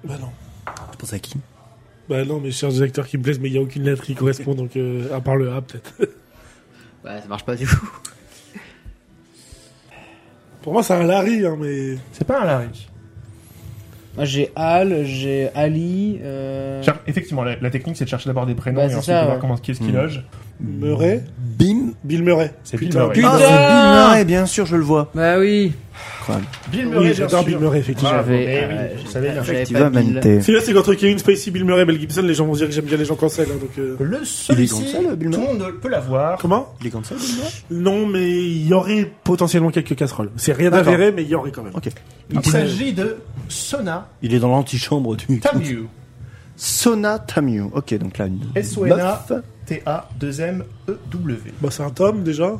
Speaker 5: Bah non.
Speaker 4: Tu penses à qui
Speaker 5: Bah non, mais je cherche des acteurs qui me plaisent, mais il n'y a aucune lettre qui correspond, donc euh, à part le A peut-être.
Speaker 3: Bah, ça marche pas du tout.
Speaker 5: Pour moi, c'est un Larry, hein, mais.
Speaker 2: C'est pas un Larry.
Speaker 3: Moi j'ai Al, j'ai Ali. Euh...
Speaker 2: Cher- Effectivement, la, la technique, c'est de chercher d'abord des prénoms
Speaker 3: Bah,
Speaker 2: et
Speaker 3: c'est
Speaker 2: ensuite
Speaker 3: ça,
Speaker 2: de voir
Speaker 3: ouais.
Speaker 2: comment qui est-ce qui loge.
Speaker 5: Murray
Speaker 4: Bim
Speaker 5: Bill Murray.
Speaker 2: Hmm. C'est Bill
Speaker 5: Putain,
Speaker 2: Murray.
Speaker 5: Bill-
Speaker 4: Ah, c'est Bill Murray, bien sûr, je le vois.
Speaker 3: Bah oui.
Speaker 4: Incroyable.
Speaker 2: Bill
Speaker 5: Oui,
Speaker 2: Murray, bien
Speaker 5: j'adore
Speaker 2: sûr.
Speaker 5: Bill Murray, effectivement.
Speaker 2: Bravo,
Speaker 3: J'avais-
Speaker 2: mais
Speaker 3: euh,
Speaker 2: Eh oui, vous savez bien.
Speaker 3: j'avais-
Speaker 4: Effectivement.
Speaker 5: C'est là, c'est qu'entre Kevin Spacey, Bill Murray, Mel Gibson, les gens vont dire que j'aime bien les gens cancel, hein, donc. euh,
Speaker 2: Le seul
Speaker 4: Il est
Speaker 2: ici,
Speaker 4: comme ça, le
Speaker 2: tout
Speaker 4: Bill
Speaker 2: le
Speaker 4: Murray
Speaker 2: monde peut l'avoir.
Speaker 5: Comment
Speaker 4: Il est comme ça, Bill Murray
Speaker 5: Non, mais il y aurait potentiellement quelques casseroles. C'est rien
Speaker 4: D'accord.
Speaker 5: avéré, mais il y aurait quand même.
Speaker 4: Ok.
Speaker 2: Il s'agit de Sona
Speaker 4: Il est dans l'antichambre du...
Speaker 2: Tamu.
Speaker 4: Sona Tamu. Ok, donc là, une...
Speaker 2: S-O-N-A
Speaker 4: meuf.
Speaker 2: T-A-2-M-E-W.
Speaker 5: Bah, c'est un tome déjà.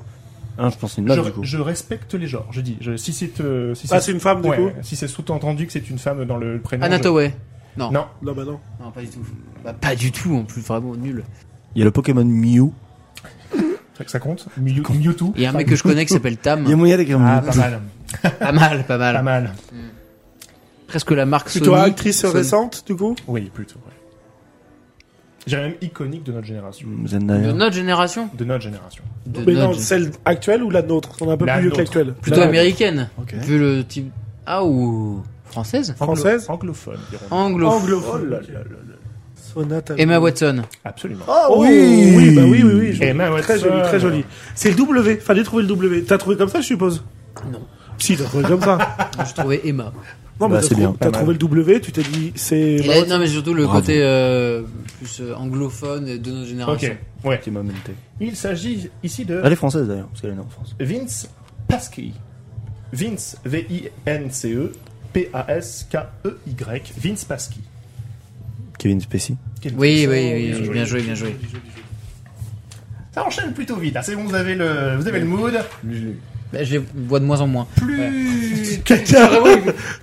Speaker 4: Hein, je pense que c'est une
Speaker 2: je,
Speaker 4: meuf, du coup.
Speaker 2: je respecte les genres, je dis. Je- si c'est euh, si
Speaker 5: Ah, c'est une femme, du
Speaker 2: Ouais,
Speaker 5: coup
Speaker 2: si c'est sous-entendu que c'est une femme dans le prénom. je-
Speaker 3: Anatoway.
Speaker 2: Non,
Speaker 5: Non, bah non.
Speaker 3: Non, pas du tout. Bah, pas du tout en plus, vraiment nul.
Speaker 4: Il y a le Pokémon Mew.
Speaker 2: ça, ça compte. Mew- Mewtwo.
Speaker 3: Il y a un mec que je connais qui s'appelle
Speaker 4: Il y a
Speaker 3: Tam.
Speaker 4: moyen d'écrire
Speaker 2: Ah,
Speaker 4: Mew.
Speaker 2: pas mal.
Speaker 3: Pas mal, pas
Speaker 2: Pas
Speaker 3: mal.
Speaker 2: mal.
Speaker 3: Presque la marque Sony.
Speaker 5: Plutôt actrice
Speaker 3: Sony.
Speaker 5: récente, du coup
Speaker 2: Oui, plutôt. Ouais. J'irais même iconique de notre génération.
Speaker 3: De
Speaker 4: Zendaya.
Speaker 3: notre génération.
Speaker 2: De notre génération.
Speaker 3: De
Speaker 5: Mais non,
Speaker 3: notre...
Speaker 5: celle actuelle ou la nôtre On est un peu
Speaker 2: La
Speaker 5: plus vieux que
Speaker 2: nôtre.
Speaker 5: l'actuelle.
Speaker 3: Plutôt
Speaker 5: La-
Speaker 3: américaine.
Speaker 4: Ok.
Speaker 3: Vu le type. Ah ou française.
Speaker 2: Anglo-
Speaker 5: Française
Speaker 2: Anglophone, dirons
Speaker 3: Anglo.
Speaker 5: Anglophone. Sonata.
Speaker 3: Emma Watson.
Speaker 2: Absolument.
Speaker 4: Ah
Speaker 5: Oh, oui, bah oui, oui, oui. je-
Speaker 2: Emma
Speaker 5: Très
Speaker 2: Watson.
Speaker 5: joli, très joli. C'est le W. Fallait trouver le W. T'as trouvé comme ça, je suppose
Speaker 3: Non.
Speaker 5: Si, t'as trouvé comme ça.
Speaker 3: J'ai trouvé Emma.
Speaker 5: Non, mais
Speaker 4: Bah,
Speaker 5: t'as
Speaker 4: c'est
Speaker 5: trou-
Speaker 4: bien.
Speaker 5: T'as
Speaker 2: Pas
Speaker 5: trouvé le W, tu t'es dit, c'est.
Speaker 3: Et
Speaker 5: Emma
Speaker 3: là,
Speaker 5: Watson.
Speaker 3: non mais surtout le
Speaker 4: Bravo.
Speaker 3: côté euh, plus euh, anglophone de notre génération.
Speaker 2: Ok, ouais.
Speaker 4: Qui m'a menté.
Speaker 2: Il s'agit ici de
Speaker 4: Elle est française, d'ailleurs, parce qu'elle est née en France.
Speaker 2: Vince Pasky. Vince, V-I-N-C-E, P-A-S-K-E-Y. E Vince Pasky.
Speaker 4: Kevin Spacey.
Speaker 2: Quel
Speaker 3: Oui, oui,
Speaker 2: bon
Speaker 3: oui,
Speaker 2: son,
Speaker 3: oui, bien joué, bien joué.
Speaker 2: Ça enchaîne plutôt vite, hein. c'est bon, vous avez le, vous avez le mood.
Speaker 3: Bah, je les vois de moins en moins.
Speaker 2: Plus,
Speaker 5: Caca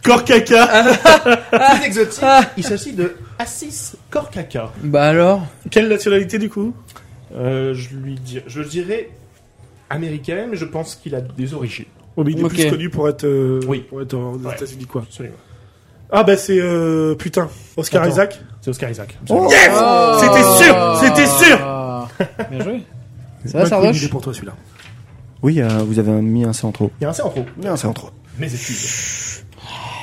Speaker 5: Corps caca
Speaker 3: Ah.
Speaker 2: plus exotique, il s'agit de Assis Korkaka.
Speaker 3: Bah alors
Speaker 5: Quelle nationalité, du coup
Speaker 2: Euh, je lui dis, je dirais américaine, mais je pense qu'il a des origines.
Speaker 5: Oh, mais il est
Speaker 3: Ok.
Speaker 5: plus connu pour être. euh,
Speaker 2: Oui.
Speaker 5: Pour être aux
Speaker 2: Ouais.
Speaker 5: États-Unis, quoi.
Speaker 2: Absolument.
Speaker 5: Ah, bah, c'est. euh, putain. Oscar
Speaker 2: Attends.
Speaker 5: Isaac
Speaker 2: C'est Oscar Isaac.
Speaker 4: Oh
Speaker 5: Yes Oh. C'était sûr C'était sûr
Speaker 3: Bien joué. Ça va,
Speaker 5: Bah,
Speaker 3: Sardoche
Speaker 5: il est pour toi, celui-là.
Speaker 4: Oui, euh, vous avez un- mis un C en trop.
Speaker 2: Il y a un C en trop.
Speaker 4: Mis un C en trop.
Speaker 2: Mes excuses.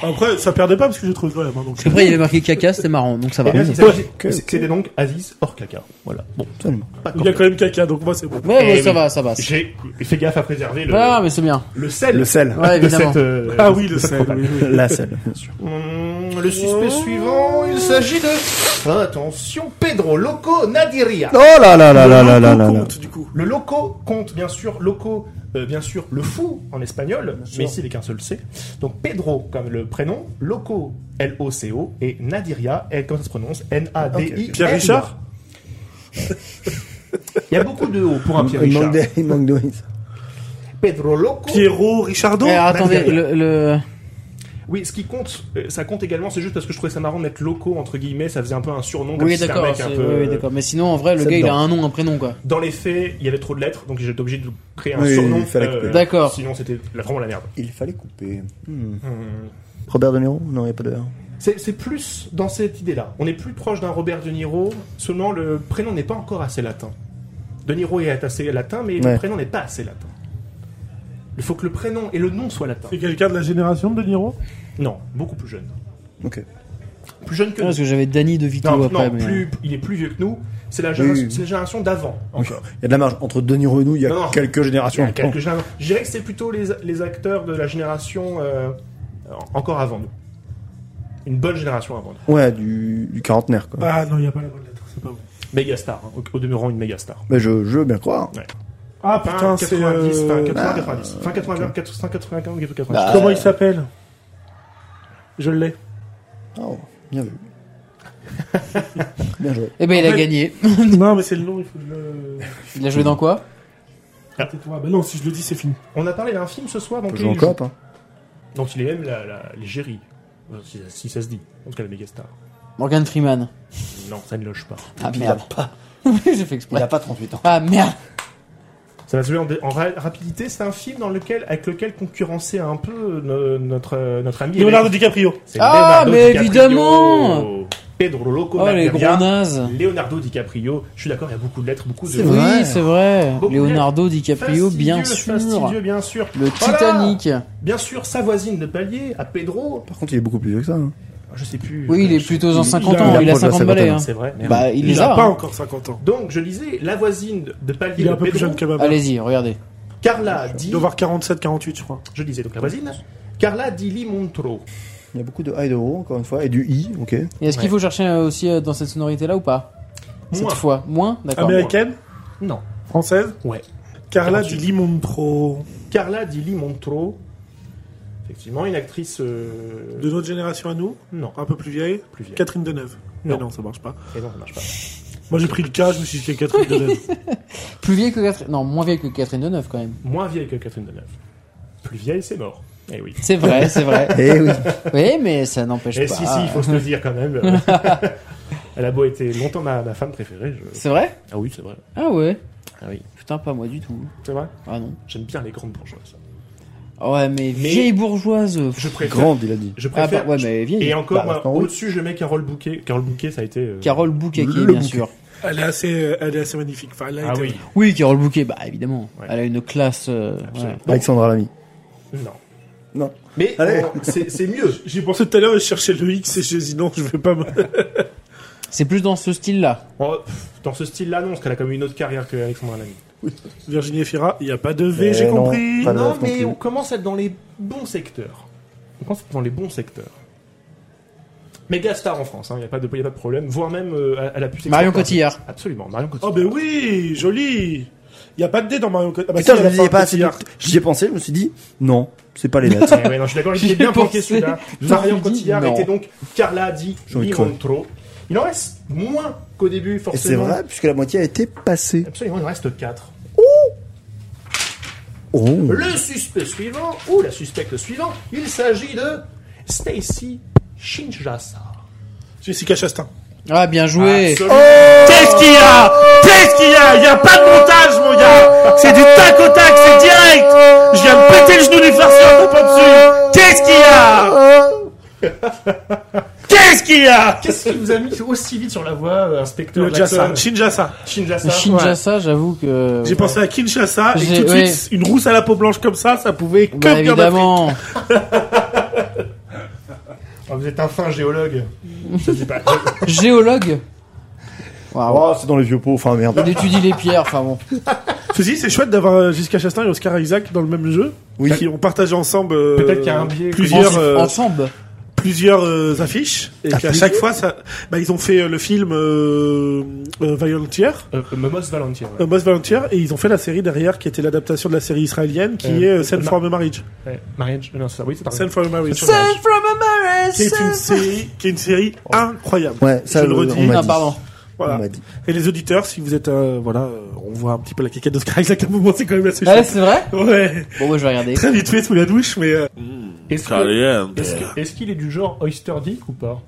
Speaker 5: Après, ça perdait pas parce que j'ai trouvé quand même. hein, donc.
Speaker 3: Parce qu'après, il y avait marqué caca, c'était marrant, donc ça va.
Speaker 2: Et là, c'est-
Speaker 5: Ouais.
Speaker 2: c'est- C'était donc Aziz hors caca. Voilà. Bon,
Speaker 4: Absolument.
Speaker 2: pas de
Speaker 5: Il y
Speaker 2: problème.
Speaker 5: a quand même caca, donc moi c'est bon.
Speaker 3: Ouais, ouais,
Speaker 2: Eh
Speaker 3: ça
Speaker 2: oui.
Speaker 3: va, ça va.
Speaker 2: J'ai fait gaffe à préserver le,
Speaker 3: Ah, mais c'est bien.
Speaker 2: le sel.
Speaker 4: Le sel.
Speaker 3: Ouais,
Speaker 2: de
Speaker 3: évidemment.
Speaker 2: cette, euh,
Speaker 5: Ah oui, le
Speaker 2: cette
Speaker 5: sel, Oh.
Speaker 2: propale.
Speaker 5: oui, oui.
Speaker 4: La selle, bien sûr.
Speaker 2: Mmh, le suspect suivant, il s'agit de. Attention, Pedro Loco Nadiria.
Speaker 4: Oh là là là là là là là
Speaker 5: On
Speaker 4: là.
Speaker 5: compte, du coup.
Speaker 2: Le loco compte bien sûr loco, euh, bien sûr le fou en espagnol, mais ici il n'y a qu'un seul C. Donc Pedro comme le prénom, loco L-O-C-O et Nadiria, elle, comment ça se prononce N-A-D-I.
Speaker 5: Pierre Richard
Speaker 2: Il y a beaucoup de O pour un Pierre
Speaker 4: Il
Speaker 2: Richard.
Speaker 4: manque de- il manque de.
Speaker 2: Pedro loco.
Speaker 5: Pierrot Richardot
Speaker 3: Eh,
Speaker 2: Bah,
Speaker 3: attendez,
Speaker 2: Nadia.
Speaker 3: le, le-
Speaker 2: Oui, ce qui compte, euh, ça compte également, c'est juste parce que je trouvais ça marrant de mettre loco entre guillemets, ça faisait un peu un surnom. comme
Speaker 3: Oui,
Speaker 2: si c'était un
Speaker 3: d'accord.
Speaker 2: mec un
Speaker 3: c'est-
Speaker 2: peu-
Speaker 3: oui, oui, d'accord. Mais sinon, en vrai, le
Speaker 4: C'est
Speaker 3: gars, il a
Speaker 4: dedans.
Speaker 3: un nom, un prénom, quoi.
Speaker 2: Dans les faits, il y avait trop de lettres, donc j'étais obligé de créer un
Speaker 4: Oui,
Speaker 2: surnom. euh,
Speaker 4: il fallait couper.
Speaker 3: D'accord.
Speaker 2: Sinon, c'était la- vraiment la merde.
Speaker 4: Il fallait couper.
Speaker 2: Hmm.
Speaker 4: Robert De Niro Non, il n'y a pas de R.
Speaker 2: C'est c'est plus dans cette idée-là. On est plus proche d'un Robert De Niro, seulement le prénom n'est pas encore assez latin. De Niro est assez latin, mais le
Speaker 4: Ouais.
Speaker 2: prénom n'est pas assez latin. Il faut que le prénom et le nom soient latins.
Speaker 5: C'est quelqu'un de la génération de De Niro
Speaker 2: Non, beaucoup plus jeune.
Speaker 4: Ok.
Speaker 2: Plus jeune que
Speaker 3: Ah,
Speaker 2: nous.
Speaker 3: Parce que j'avais Danny de Vito
Speaker 2: Non,
Speaker 3: après.
Speaker 2: non,
Speaker 3: mais-
Speaker 2: plus- il est plus vieux que nous. C'est la,
Speaker 4: Oui,
Speaker 2: génération-
Speaker 4: oui.
Speaker 2: c'est la génération d'avant.
Speaker 4: Encore. Il y a de la marge. Entre De Niro et nous, il y a
Speaker 2: Non, non.
Speaker 4: quelques
Speaker 2: Il y
Speaker 4: générations.
Speaker 2: a quelques générations. Je dirais que c'est plutôt les, les acteurs de la génération euh, en- encore avant nous. Une bonne génération avant nous.
Speaker 4: Bon. Ouais, du, du quarantenaire, quoi.
Speaker 5: Ah non, il n'y a pas la bonne lettre, c'est pas bon.
Speaker 2: Méga star, hein. au, au demeurant une méga star.
Speaker 4: Mais je, je veux bien croire.
Speaker 5: Ah
Speaker 2: Fin
Speaker 5: putain, c'est.
Speaker 2: 90,
Speaker 5: euh,
Speaker 2: fin 80, 90. Fin 80, 80, 95, 90.
Speaker 4: Bah,
Speaker 5: Comment il s'appelle Je l'ai.
Speaker 4: Oh, bien vu. bien joué.
Speaker 3: Eh ben, il
Speaker 5: En
Speaker 3: a
Speaker 5: fait-
Speaker 3: gagné.
Speaker 5: non, mais c'est le nom, il faut que je le.
Speaker 3: Il a joué dans quoi
Speaker 5: Ah bah non, si je le dis, c'est fini.
Speaker 2: On a parlé d'un film ce soir, donc
Speaker 4: Jouer en
Speaker 2: il, joue,
Speaker 4: coop, hein.
Speaker 2: donc il est même la, la, l'égérie. Euh, Si, si ça se dit. En tout cas, la méga star.
Speaker 3: Morgan Freeman.
Speaker 2: Non, ça ne loge pas.
Speaker 3: Ah
Speaker 4: Il a
Speaker 3: merde.
Speaker 4: pas,
Speaker 3: J'ai fait
Speaker 4: il
Speaker 3: exprès.
Speaker 4: a pas 38 ans.
Speaker 3: Ah merde.
Speaker 2: Ça va se jouer en, dé- en ra- rapidité. C'est un film dans lequel, avec lequel concurrencer un peu no- notre, euh, notre ami.
Speaker 5: Leonardo DiCaprio.
Speaker 2: C'est
Speaker 3: Ah,
Speaker 2: Leonardo
Speaker 3: mais
Speaker 2: DiCaprio.
Speaker 3: évidemment
Speaker 2: Pedro Loco
Speaker 3: Oh, les
Speaker 2: Magnolia,
Speaker 3: gros nazes.
Speaker 2: Leonardo DiCaprio. Je suis d'accord, il y a beaucoup de lettres, beaucoup de.
Speaker 4: C'est vrai.
Speaker 3: Oui, c'est vrai.
Speaker 2: Beaucoup
Speaker 3: Leonardo DiCaprio,
Speaker 2: Fastidieux,
Speaker 3: bien sûr.
Speaker 2: fastidieux, bien sûr.
Speaker 3: Le
Speaker 2: Voilà.
Speaker 3: Titanic.
Speaker 2: Bien sûr, sa voisine de palier, à Pedro.
Speaker 4: Par contre, il est beaucoup plus vieux que ça. hein.
Speaker 2: Je sais plus.
Speaker 3: Oui, il est
Speaker 2: Je-
Speaker 3: plutôt dans
Speaker 4: il-
Speaker 3: 50
Speaker 4: il a-
Speaker 3: ans.
Speaker 4: il
Speaker 3: Il a
Speaker 4: approche de la
Speaker 3: 50 balais. hein.
Speaker 4: cinquantaine.
Speaker 2: C'est vrai. merde.
Speaker 3: Bah, il les
Speaker 5: a
Speaker 3: a.
Speaker 5: pas
Speaker 3: hein.
Speaker 5: encore 50 ans.
Speaker 2: Donc, je lisais, la voisine de palier
Speaker 5: Il est
Speaker 2: de
Speaker 5: un peu plus
Speaker 2: Pedro,
Speaker 5: jeune que Baba.
Speaker 3: Allez-y, regardez.
Speaker 2: Carla dit.
Speaker 5: Il doit avoir 47, 48, je crois.
Speaker 2: Je lisais donc la voisine. Carla di Limontro.
Speaker 4: Il y a beaucoup de A et de O, encore une fois, et du I, ok.
Speaker 3: Et est-ce qu'il
Speaker 2: Ouais.
Speaker 3: faut chercher euh, aussi euh, dans cette sonorité-là ou pas Cette
Speaker 2: Moins.
Speaker 3: fois, moins D'accord.
Speaker 5: Américaine
Speaker 2: Non.
Speaker 5: Française
Speaker 2: Ouais.
Speaker 5: Carla
Speaker 2: 48.
Speaker 5: Di Limontro.
Speaker 2: Carla di Limontro. Effectivement, une actrice. euh,
Speaker 5: De notre génération à nous
Speaker 2: Non.
Speaker 5: Un peu plus vieille
Speaker 2: Plus vieille.
Speaker 5: Catherine Deneuve.
Speaker 2: Non.
Speaker 5: Mais non, ça marche pas.
Speaker 2: Et non, ça marche pas.
Speaker 5: Moi j'ai pris le cas, je me suis dit qu'il y a Catherine Deneuve.
Speaker 3: Plus vieille que Catherine. Non, moins vieille que Catherine Deneuve quand même.
Speaker 2: Moins vieille que Catherine Deneuve. Plus vieille, c'est mort. Eh oui.
Speaker 3: C'est vrai, c'est vrai.
Speaker 4: Eh oui.
Speaker 3: Oui, mais ça n'empêche
Speaker 2: Eh
Speaker 3: pas.
Speaker 2: si, si, il faut se le dire quand même. Elle a beau été longtemps ma, ma femme préférée. je-
Speaker 3: C'est vrai
Speaker 2: Ah oui, c'est vrai.
Speaker 3: Ah ouais.
Speaker 2: Ah oui.
Speaker 3: Putain, pas moi du tout.
Speaker 2: C'est vrai
Speaker 3: Ah non.
Speaker 2: J'aime bien les grandes bourgeoises.
Speaker 3: Ah Ouais, mais, vieille bourgeoise. euh,
Speaker 2: Je préfère.
Speaker 4: Grande, il a dit.
Speaker 2: Je
Speaker 3: Ah
Speaker 2: préfère.
Speaker 3: bah ouais, mais vieille.
Speaker 2: Et encore,
Speaker 4: Bah,
Speaker 2: moi,
Speaker 4: maintenant, oui.
Speaker 2: au-dessus, je mets Carole Bouquet. Carole Bouquet, ça a été. euh,
Speaker 3: Carole Bouquet,
Speaker 4: Le
Speaker 3: bien
Speaker 4: Bouquet.
Speaker 3: sûr.
Speaker 5: elle, est assez, euh, elle est assez magnifique. Enfin, elle a
Speaker 2: Ah
Speaker 5: été-
Speaker 2: oui.
Speaker 3: Oui, Carole Bouquet, bah évidemment.
Speaker 2: Ouais.
Speaker 3: Elle a une classe. euh,
Speaker 2: Absolument.
Speaker 4: Alexandra Lamy.
Speaker 2: Non.
Speaker 4: Non.
Speaker 2: Mais
Speaker 4: Allez.
Speaker 2: on- c'est c'est mieux.
Speaker 5: J'y pensais tout à l'heure, je cherchais le X et j'ai dit non, je vais pas me.
Speaker 3: ouais. C'est plus dans ce style-là.
Speaker 2: Oh, pff, dans ce style-là, non, parce qu'elle a quand même une autre carrière que Alexandra Lamy.
Speaker 5: Virginie Efira, il n'y a pas de V,
Speaker 4: Eh
Speaker 5: j'ai
Speaker 4: non,
Speaker 5: compris.
Speaker 4: pas de-
Speaker 2: Non,
Speaker 4: F non
Speaker 2: mais
Speaker 4: plus.
Speaker 2: on commence à être dans les bons secteurs. On commence à être dans les bons secteurs. Méga star en France, il n'y a, pas de y a pas de problème. Voire même, euh, elle- elle a pu s'exporter.
Speaker 3: Marion Cotillard.
Speaker 2: Absolument, Marion Cotillard.
Speaker 5: Oh, ben oui, joli. Il n'y a pas de D dans Mario Kart. Ah, bah,
Speaker 4: Putain,
Speaker 5: si,
Speaker 4: je
Speaker 5: à
Speaker 4: me
Speaker 5: la fin,
Speaker 4: disais pas assez.
Speaker 5: petit art.
Speaker 4: vite. J'y ai pensé, je me suis dit, non, c'est pas les lettres.
Speaker 2: Eh ouais, non, je suis d'accord, il
Speaker 3: J'y
Speaker 2: était
Speaker 3: ai
Speaker 2: bien
Speaker 3: pensé.
Speaker 2: planqué celui-là.
Speaker 3: Putain,
Speaker 2: Marion
Speaker 3: je me dis,
Speaker 2: Cotillard
Speaker 3: non.
Speaker 2: était donc Carla dit
Speaker 4: J'ai envie de crever.
Speaker 2: trop. Il en reste moins qu'au début,
Speaker 4: Et c'est
Speaker 2: forcément.
Speaker 4: vrai, puisque la moitié a été passée.
Speaker 2: Absolument, il en reste 4.
Speaker 4: Oh.
Speaker 2: Le suspect suivant, ou la suspecte suivante, il s'agit de Stacy Shinjasa.
Speaker 5: Jessica Chastain.
Speaker 3: Ah, bien joué.
Speaker 2: Absolument.
Speaker 5: Qu'est-ce qu'il y a Qu'est-ce qu'il y a Il n'y a pas de montage, mon gars C'est du tac au tac, c'est direct Je viens de péter le genou du farceur de dessus Qu'est-ce qu'il y a Qu'est-ce qu'il y a
Speaker 2: Qu'est-ce qui vous a mis aussi vite sur la voie, euh, inspecteur
Speaker 5: Le Jassa,
Speaker 2: Jackson
Speaker 5: Shinjasa.
Speaker 2: Shinjasa.
Speaker 3: Shinjasa, j'avoue que.
Speaker 5: J'ai pensé à Kinshasa et
Speaker 3: J'ai- Bah,
Speaker 5: tout de
Speaker 3: ouais.
Speaker 5: suite, une rousse à la peau blanche comme ça, ça pouvait que
Speaker 3: Bah,
Speaker 5: bien
Speaker 3: évidemment.
Speaker 2: Enfin, Oh, vous êtes un fin géologue. Ça se dit pas.
Speaker 3: Géologue Waouh.
Speaker 4: Ah, c'est dans les vieux pots. Enfin, merde.
Speaker 3: Il étudie les pierres, enfin bon.
Speaker 5: Ceci, c'est chouette d'avoir euh, Giscard Chastain et Oscar Isaac dans le même jeu.
Speaker 4: Oui.
Speaker 5: Qui ont partagé ensemble euh,
Speaker 1: Peut-être qu'il y a un biais.
Speaker 5: plusieurs,
Speaker 3: En-
Speaker 5: euh,
Speaker 3: Ensemble.
Speaker 5: plusieurs euh, affiches. Et
Speaker 4: Ah,
Speaker 5: qu'à
Speaker 4: plus-
Speaker 5: chaque fois, ça, bah, ils ont fait euh, le film euh, euh, Volunteer,
Speaker 1: Euh, Momos Valentine.
Speaker 5: euh, Most Volunteer, et ils ont fait la série derrière qui était l'adaptation de la série israélienne qui
Speaker 1: Euh,
Speaker 5: est euh,
Speaker 1: euh,
Speaker 5: Send
Speaker 1: Ma-
Speaker 5: for a Marriage.
Speaker 1: Ouais. Ouais. Mariage. euh, Non, c'est ça. Oui, c'est
Speaker 5: Send
Speaker 1: pareil.
Speaker 5: for a Marriage.
Speaker 1: Send
Speaker 3: Send from a marriage,
Speaker 5: Qui est une
Speaker 3: send from-
Speaker 5: série, qui est une série incroyable.
Speaker 4: Ouais, ça,
Speaker 5: Je le
Speaker 4: euh,
Speaker 5: redis.
Speaker 4: on m'a
Speaker 3: Ah,
Speaker 4: dit.
Speaker 3: pardon.
Speaker 5: Voilà.
Speaker 4: On m'a dit.
Speaker 5: Et les auditeurs, si vous êtes, euh, voilà, euh, on voit un petit peu la quéquette de Oscar Isaac à un moment, c'est quand même assez
Speaker 3: Ouais,
Speaker 5: chouette.
Speaker 3: Eh, c'est vrai
Speaker 5: Ouais.
Speaker 3: Bon, moi je vais regarder.
Speaker 5: Très vite fait sous la douche, mais euh,
Speaker 1: Est-ce que- est-ce que- est-ce qu'il est du genre Oyster Dick ou pas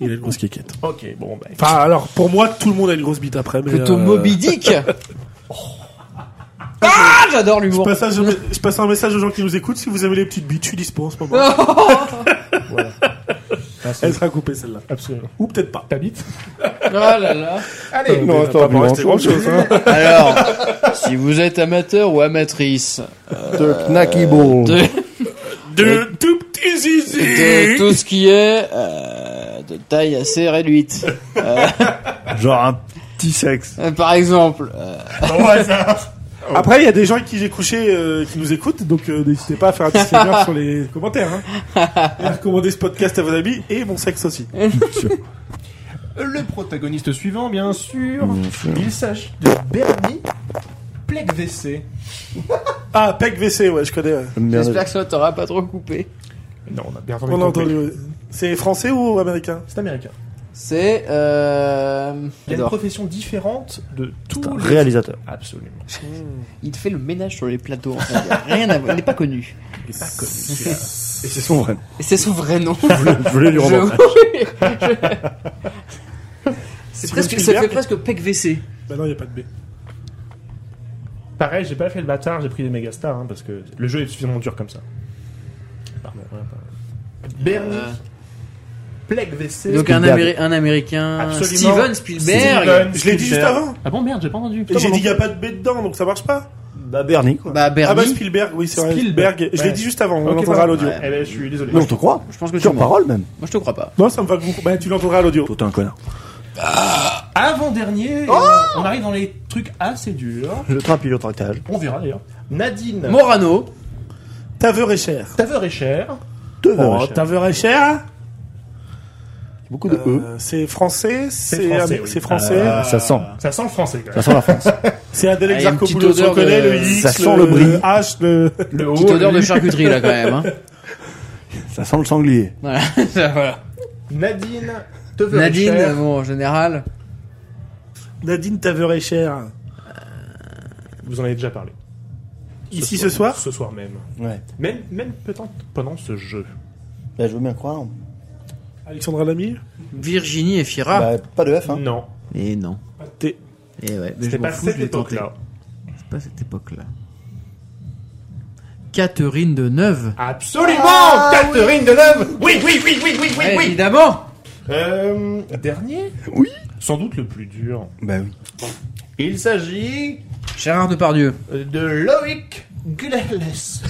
Speaker 5: il a une grosse quéquette.
Speaker 1: Ok, bon, bah.
Speaker 5: Enfin, alors, pour moi, tout le monde a une grosse bite après. Mais,
Speaker 3: Plutôt
Speaker 5: euh,
Speaker 3: Moby Dick Ah, j'adore
Speaker 5: Je
Speaker 3: l'humour
Speaker 5: passe, un, je passe un message aux gens qui nous écoutent. Si vous avez les petites bites, je suis dispo en ce moment. Elle sera coupée celle-là.
Speaker 1: Absolument.
Speaker 5: Ou peut-être pas.
Speaker 1: T'habites
Speaker 3: Ah là là
Speaker 5: Allez,
Speaker 4: non, attends, plus grand-chose,
Speaker 5: hein.
Speaker 3: Alors, si vous êtes amateur ou amatrice
Speaker 4: De Knacky Ball.
Speaker 3: de,
Speaker 5: De tout petits
Speaker 3: de
Speaker 5: zizi.
Speaker 3: tout ce qui est euh, de taille assez réduite,
Speaker 4: Genre un petit sexe.
Speaker 3: Euh, par exemple, euh,
Speaker 5: Après, il y a des gens avec qui j'ai couché euh, qui nous écoutent, donc euh, n'hésitez pas à faire un petit seigneur sur les commentaires. Hein. Et à recommander ce podcast à vos amis et mon sexe aussi.
Speaker 1: Le protagoniste suivant, bien sûr.
Speaker 5: Mm.
Speaker 4: Bien sûr.
Speaker 1: Il s'agit de Bernie Plec VC.
Speaker 5: Ah, PEC VC, ouais, je connais. ouais.
Speaker 3: j'espère que ça t'aura pas trop coupé.
Speaker 1: Non, on a bien
Speaker 5: On a
Speaker 1: compris.
Speaker 5: entendu. ouais. C'est français ou américain
Speaker 1: C'est américain.
Speaker 3: C'est
Speaker 1: Il y a
Speaker 3: euh,
Speaker 1: une
Speaker 3: j'adore.
Speaker 1: profession différente de tous
Speaker 4: Un
Speaker 1: les...
Speaker 4: réalisateur.
Speaker 1: Absolument.
Speaker 3: il fait le ménage sur les plateaux. en fait. Il y a Rien à voir, il n'est pas connu.
Speaker 4: Et c'est son vrai. nom.
Speaker 3: Et c'est son vrai nom.
Speaker 4: Je voulais- je voulais lui
Speaker 3: Je-
Speaker 4: rendre.
Speaker 3: je- C'est presque, ça
Speaker 5: Spielberg.
Speaker 3: fait presque PEC VC.
Speaker 5: Bah non, il n'y a pas de B.
Speaker 1: Pareil, j'ai pas fait le bâtard, j'ai pris des méga stars, hein, parce que le jeu est suffisamment dur comme ça. Pardon, ouais, pardon. Bernie
Speaker 3: Euh,
Speaker 1: Plec VC.
Speaker 3: Donc un,
Speaker 4: Spielberg.
Speaker 3: Améri- un américain,
Speaker 1: Absolument.
Speaker 3: Steven Spielberg.
Speaker 1: Steven
Speaker 5: Je l'ai dit juste
Speaker 1: Spielberg.
Speaker 5: avant.
Speaker 1: Ah bon, merde, j'ai pas entendu.
Speaker 5: Et j'ai
Speaker 1: Putain,
Speaker 5: dit, il n'y a
Speaker 1: pardon.
Speaker 5: pas de B dedans, donc ça marche pas.
Speaker 4: Bah, Bernie, quoi.
Speaker 3: Bah Bernie,
Speaker 5: Ah bah Spielberg, oui, c'est vrai.
Speaker 1: Spielberg.
Speaker 5: Spielberg. Je l'ai
Speaker 1: Ouais.
Speaker 5: dit juste avant, on
Speaker 1: Ok,
Speaker 5: l'entendra
Speaker 1: pardon.
Speaker 5: à l'audio.
Speaker 1: Ouais, eh ben, je suis désolé.
Speaker 4: Non, je te crois.
Speaker 3: je pense que tu
Speaker 4: Sur
Speaker 3: mens. Moi
Speaker 4: parole, même.
Speaker 3: je te crois pas.
Speaker 5: Non, ça me va beaucoup. Bah, tu l'entendras à l'audio.
Speaker 4: Toi, t'es un connard.
Speaker 1: Avant-dernier,
Speaker 5: Oh
Speaker 1: et on on arrive dans les trucs assez durs.
Speaker 4: Je trappe le tractage.
Speaker 1: On verra d'ailleurs. Nadine,
Speaker 3: Morano,
Speaker 5: Taveur est cher.
Speaker 1: Taveur et Cher.
Speaker 4: Deux verres,
Speaker 5: Oh,
Speaker 4: cher.
Speaker 5: Taveur est cher euh,
Speaker 4: Beaucoup de E.
Speaker 5: C'est français, c'est
Speaker 1: français,
Speaker 5: am-
Speaker 1: oui.
Speaker 5: c'est français.
Speaker 4: Ah, ça sent.
Speaker 1: Ça sent le français quand
Speaker 4: Ça
Speaker 1: même.
Speaker 4: sent la France.
Speaker 5: C'est Adèle
Speaker 3: Ah, il y a une petite
Speaker 5: Exarchopoulos, on
Speaker 3: odeur de-
Speaker 5: connaît le X,
Speaker 4: Ça sent le brie.
Speaker 5: H, le...
Speaker 1: Le
Speaker 3: petite
Speaker 1: haut,
Speaker 3: odeur
Speaker 1: le-
Speaker 3: de charcuterie là quand même. hein.
Speaker 4: Ça sent le sanglier.
Speaker 3: Voilà. Ça, voilà.
Speaker 1: Nadine, Taveur et
Speaker 3: Nadine,
Speaker 1: Cher.
Speaker 3: bon en général.
Speaker 5: Nadine Taveur est cher.
Speaker 1: Vous en avez déjà parlé.
Speaker 5: Ici ce soir
Speaker 1: Ce soir même.
Speaker 4: Ouais.
Speaker 1: Même, même peut-être pendant ce jeu.
Speaker 4: Bah, je veux bien croire.
Speaker 5: Alexandra Lamy
Speaker 3: Virginie et Fira.
Speaker 4: Bah, pas de F, hein.
Speaker 1: Non.
Speaker 3: Et Eh non.
Speaker 5: T'es-
Speaker 3: Et ouais, mais je
Speaker 1: C'était
Speaker 3: m'en
Speaker 1: pas
Speaker 3: fous,
Speaker 1: cette
Speaker 3: je l'ai tenté.
Speaker 1: époque-là.
Speaker 3: C'est pas cette époque-là. Catherine de Neuve.
Speaker 1: Absolument
Speaker 5: Ah
Speaker 1: Catherine Deneuve Oui, oui, oui, oui, oui, oui,
Speaker 3: Ouais,
Speaker 1: oui
Speaker 3: Évidemment.
Speaker 1: Euh, Dernier
Speaker 4: Oui.
Speaker 1: Sans doute le plus dur.
Speaker 4: Bah oui.
Speaker 1: Il s'agit
Speaker 3: Gérard Depardieu.
Speaker 1: de Loïc Gulales.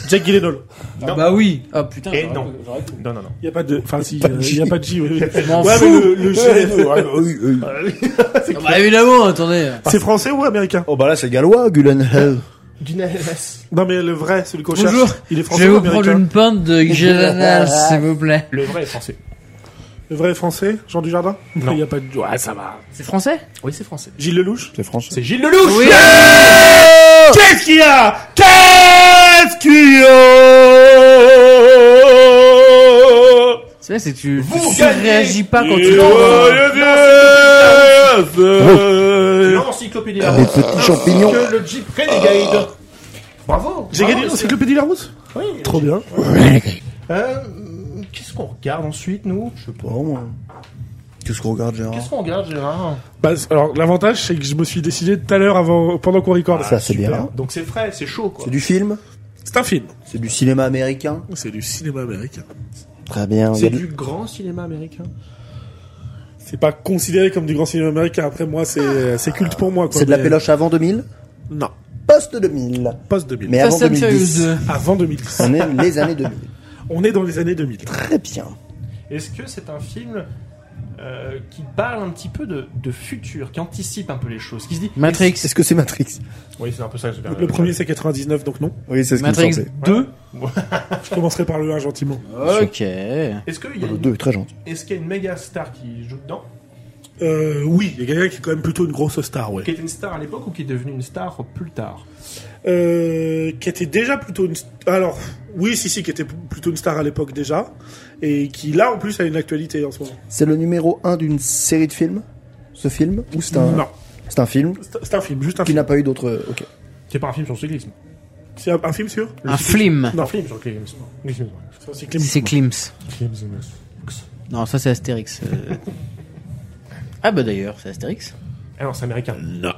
Speaker 5: Jack Gyllenhaal.
Speaker 1: Non.
Speaker 3: Bah oui. Ah putain.
Speaker 1: Et
Speaker 3: j'aurais-
Speaker 1: non.
Speaker 3: j'aurais-
Speaker 1: Non, non, non.
Speaker 5: Il n'y a pas de... Enfin, si,
Speaker 4: Pas de
Speaker 5: euh,
Speaker 4: J.
Speaker 5: y a pas de J. oui, oui.
Speaker 3: Je m'en
Speaker 5: Ouais,
Speaker 3: fous.
Speaker 5: mais le, le
Speaker 4: Eh,
Speaker 5: G...
Speaker 4: bah,
Speaker 3: Ah, bah évidemment. Attendez.
Speaker 5: C'est français ou américain
Speaker 4: Oh, bah là, c'est gallois, Gulenhell.
Speaker 1: Gulales.
Speaker 5: Non, mais le vrai, celui qu'on cherche.
Speaker 3: Bonjour.
Speaker 5: Il est
Speaker 3: Je
Speaker 5: français
Speaker 3: vais
Speaker 5: ou
Speaker 3: vous prendre
Speaker 5: américain
Speaker 3: une pinte de Gelanas, s'il vous plaît.
Speaker 1: Le vrai est français.
Speaker 5: Le vrai est français Jean Dujardin
Speaker 1: Non.
Speaker 5: Il n'y a pas de... Ouais, ça va.
Speaker 3: C'est français
Speaker 1: Oui, c'est français.
Speaker 5: Gilles Lelouch
Speaker 4: C'est français.
Speaker 1: C'est Gilles Lelouch
Speaker 3: Oui.
Speaker 5: Qu'est-ce qu'il y a
Speaker 4: Qu'est-ce qu'il y a
Speaker 3: C'est vrai, c'est que tu,
Speaker 1: Vous
Speaker 3: tu
Speaker 1: gagnez.
Speaker 3: réagis pas quand tu
Speaker 1: Et
Speaker 3: l'entends.
Speaker 1: voilà.
Speaker 5: Euh,
Speaker 1: L'encyclopédie
Speaker 4: ah, Des
Speaker 1: Larousse.
Speaker 4: petits champignons.
Speaker 1: Que le Jeep Renegade. Bravo Bravo,
Speaker 5: J'ai
Speaker 1: Ah
Speaker 5: gagné
Speaker 1: c'est-
Speaker 5: l'encyclopédie Larousse
Speaker 1: Oui.
Speaker 5: Trop bien.
Speaker 1: Euh, Qu'est-ce qu'on regarde ensuite, nous
Speaker 4: Je sais pas, moi. euh, Qu'est-ce qu'on regarde,
Speaker 1: Qu'est-ce
Speaker 4: Gérard
Speaker 1: qu'on regarde, Gérard
Speaker 5: Bah, c- alors l'avantage c'est que je me suis décidé tout à l'heure avant pendant qu'on record.
Speaker 4: Ça, c'est
Speaker 1: Super.
Speaker 4: bien.
Speaker 1: Donc c'est frais, c'est chaud, quoi.
Speaker 4: C'est du film
Speaker 5: C'est un film.
Speaker 4: C'est du cinéma américain
Speaker 5: C'est du cinéma américain.
Speaker 4: Très bien.
Speaker 1: C'est du grand cinéma américain.
Speaker 5: C'est pas considéré comme du grand cinéma américain. Après moi c'est euh, c'est culte pour moi. quoi,
Speaker 4: C'est de la
Speaker 5: mais-
Speaker 4: péloche avant 2000
Speaker 5: Non.
Speaker 4: Post 2000.
Speaker 5: Post 2000.
Speaker 4: Mais avant
Speaker 3: Fast and
Speaker 4: 2010.
Speaker 3: Furious 2.
Speaker 5: Ah, Avant 2010.
Speaker 4: On aime les années 2000.
Speaker 5: Ah, On est dans les années 2000.
Speaker 4: Très bien.
Speaker 1: Est-ce que c'est un film euh, qui parle un petit peu de, de futur, qui anticipe un peu les choses, qui se dit
Speaker 3: Matrix,
Speaker 4: Est-ce que c'est Matrix
Speaker 2: Oui, c'est un peu ça que je vais
Speaker 5: Le premier c'est 99, donc non.
Speaker 4: Oui, c'est ce qu'il me
Speaker 3: Matrix
Speaker 4: semblait.
Speaker 3: 2.
Speaker 5: Je commencerai par le 1 gentiment.
Speaker 3: Ok.
Speaker 1: Est-ce qu'il y, a
Speaker 4: Le
Speaker 1: une-
Speaker 4: 2 est très gentil.
Speaker 1: est-ce qu'il y a une méga star qui joue dedans
Speaker 5: Euh, oui, il y a quelqu'un qui est quand même plutôt une grosse star, ouais.
Speaker 1: Qui était une star à l'époque ou qui est devenue une star plus tard
Speaker 5: Euh, qui était déjà plutôt une. st- Alors, oui, si, si, qui était p- plutôt une star à l'époque déjà. Et qui, là, en plus, a une actualité en ce moment.
Speaker 4: C'est le numéro 1 d'une série de films Ce film Ou c'est un...
Speaker 5: Non,
Speaker 4: C'est un film
Speaker 5: c'est c'est un film, juste un
Speaker 4: qui
Speaker 5: film.
Speaker 4: n'a pas eu d'autres. euh, Ok.
Speaker 2: C'est pas un film sur le cyclisme.
Speaker 5: C'est un, un film sûr
Speaker 3: Un film.
Speaker 2: C'est un film sur le cyclisme. Cyclisme,
Speaker 5: C'est un cyclisme.
Speaker 3: C'est Klims.
Speaker 2: ouais. Cyclisme.
Speaker 3: Non, ça c'est Astérix. euh. Ah bah d'ailleurs, c'est Astérix.
Speaker 2: Ah non, c'est américain.
Speaker 4: La-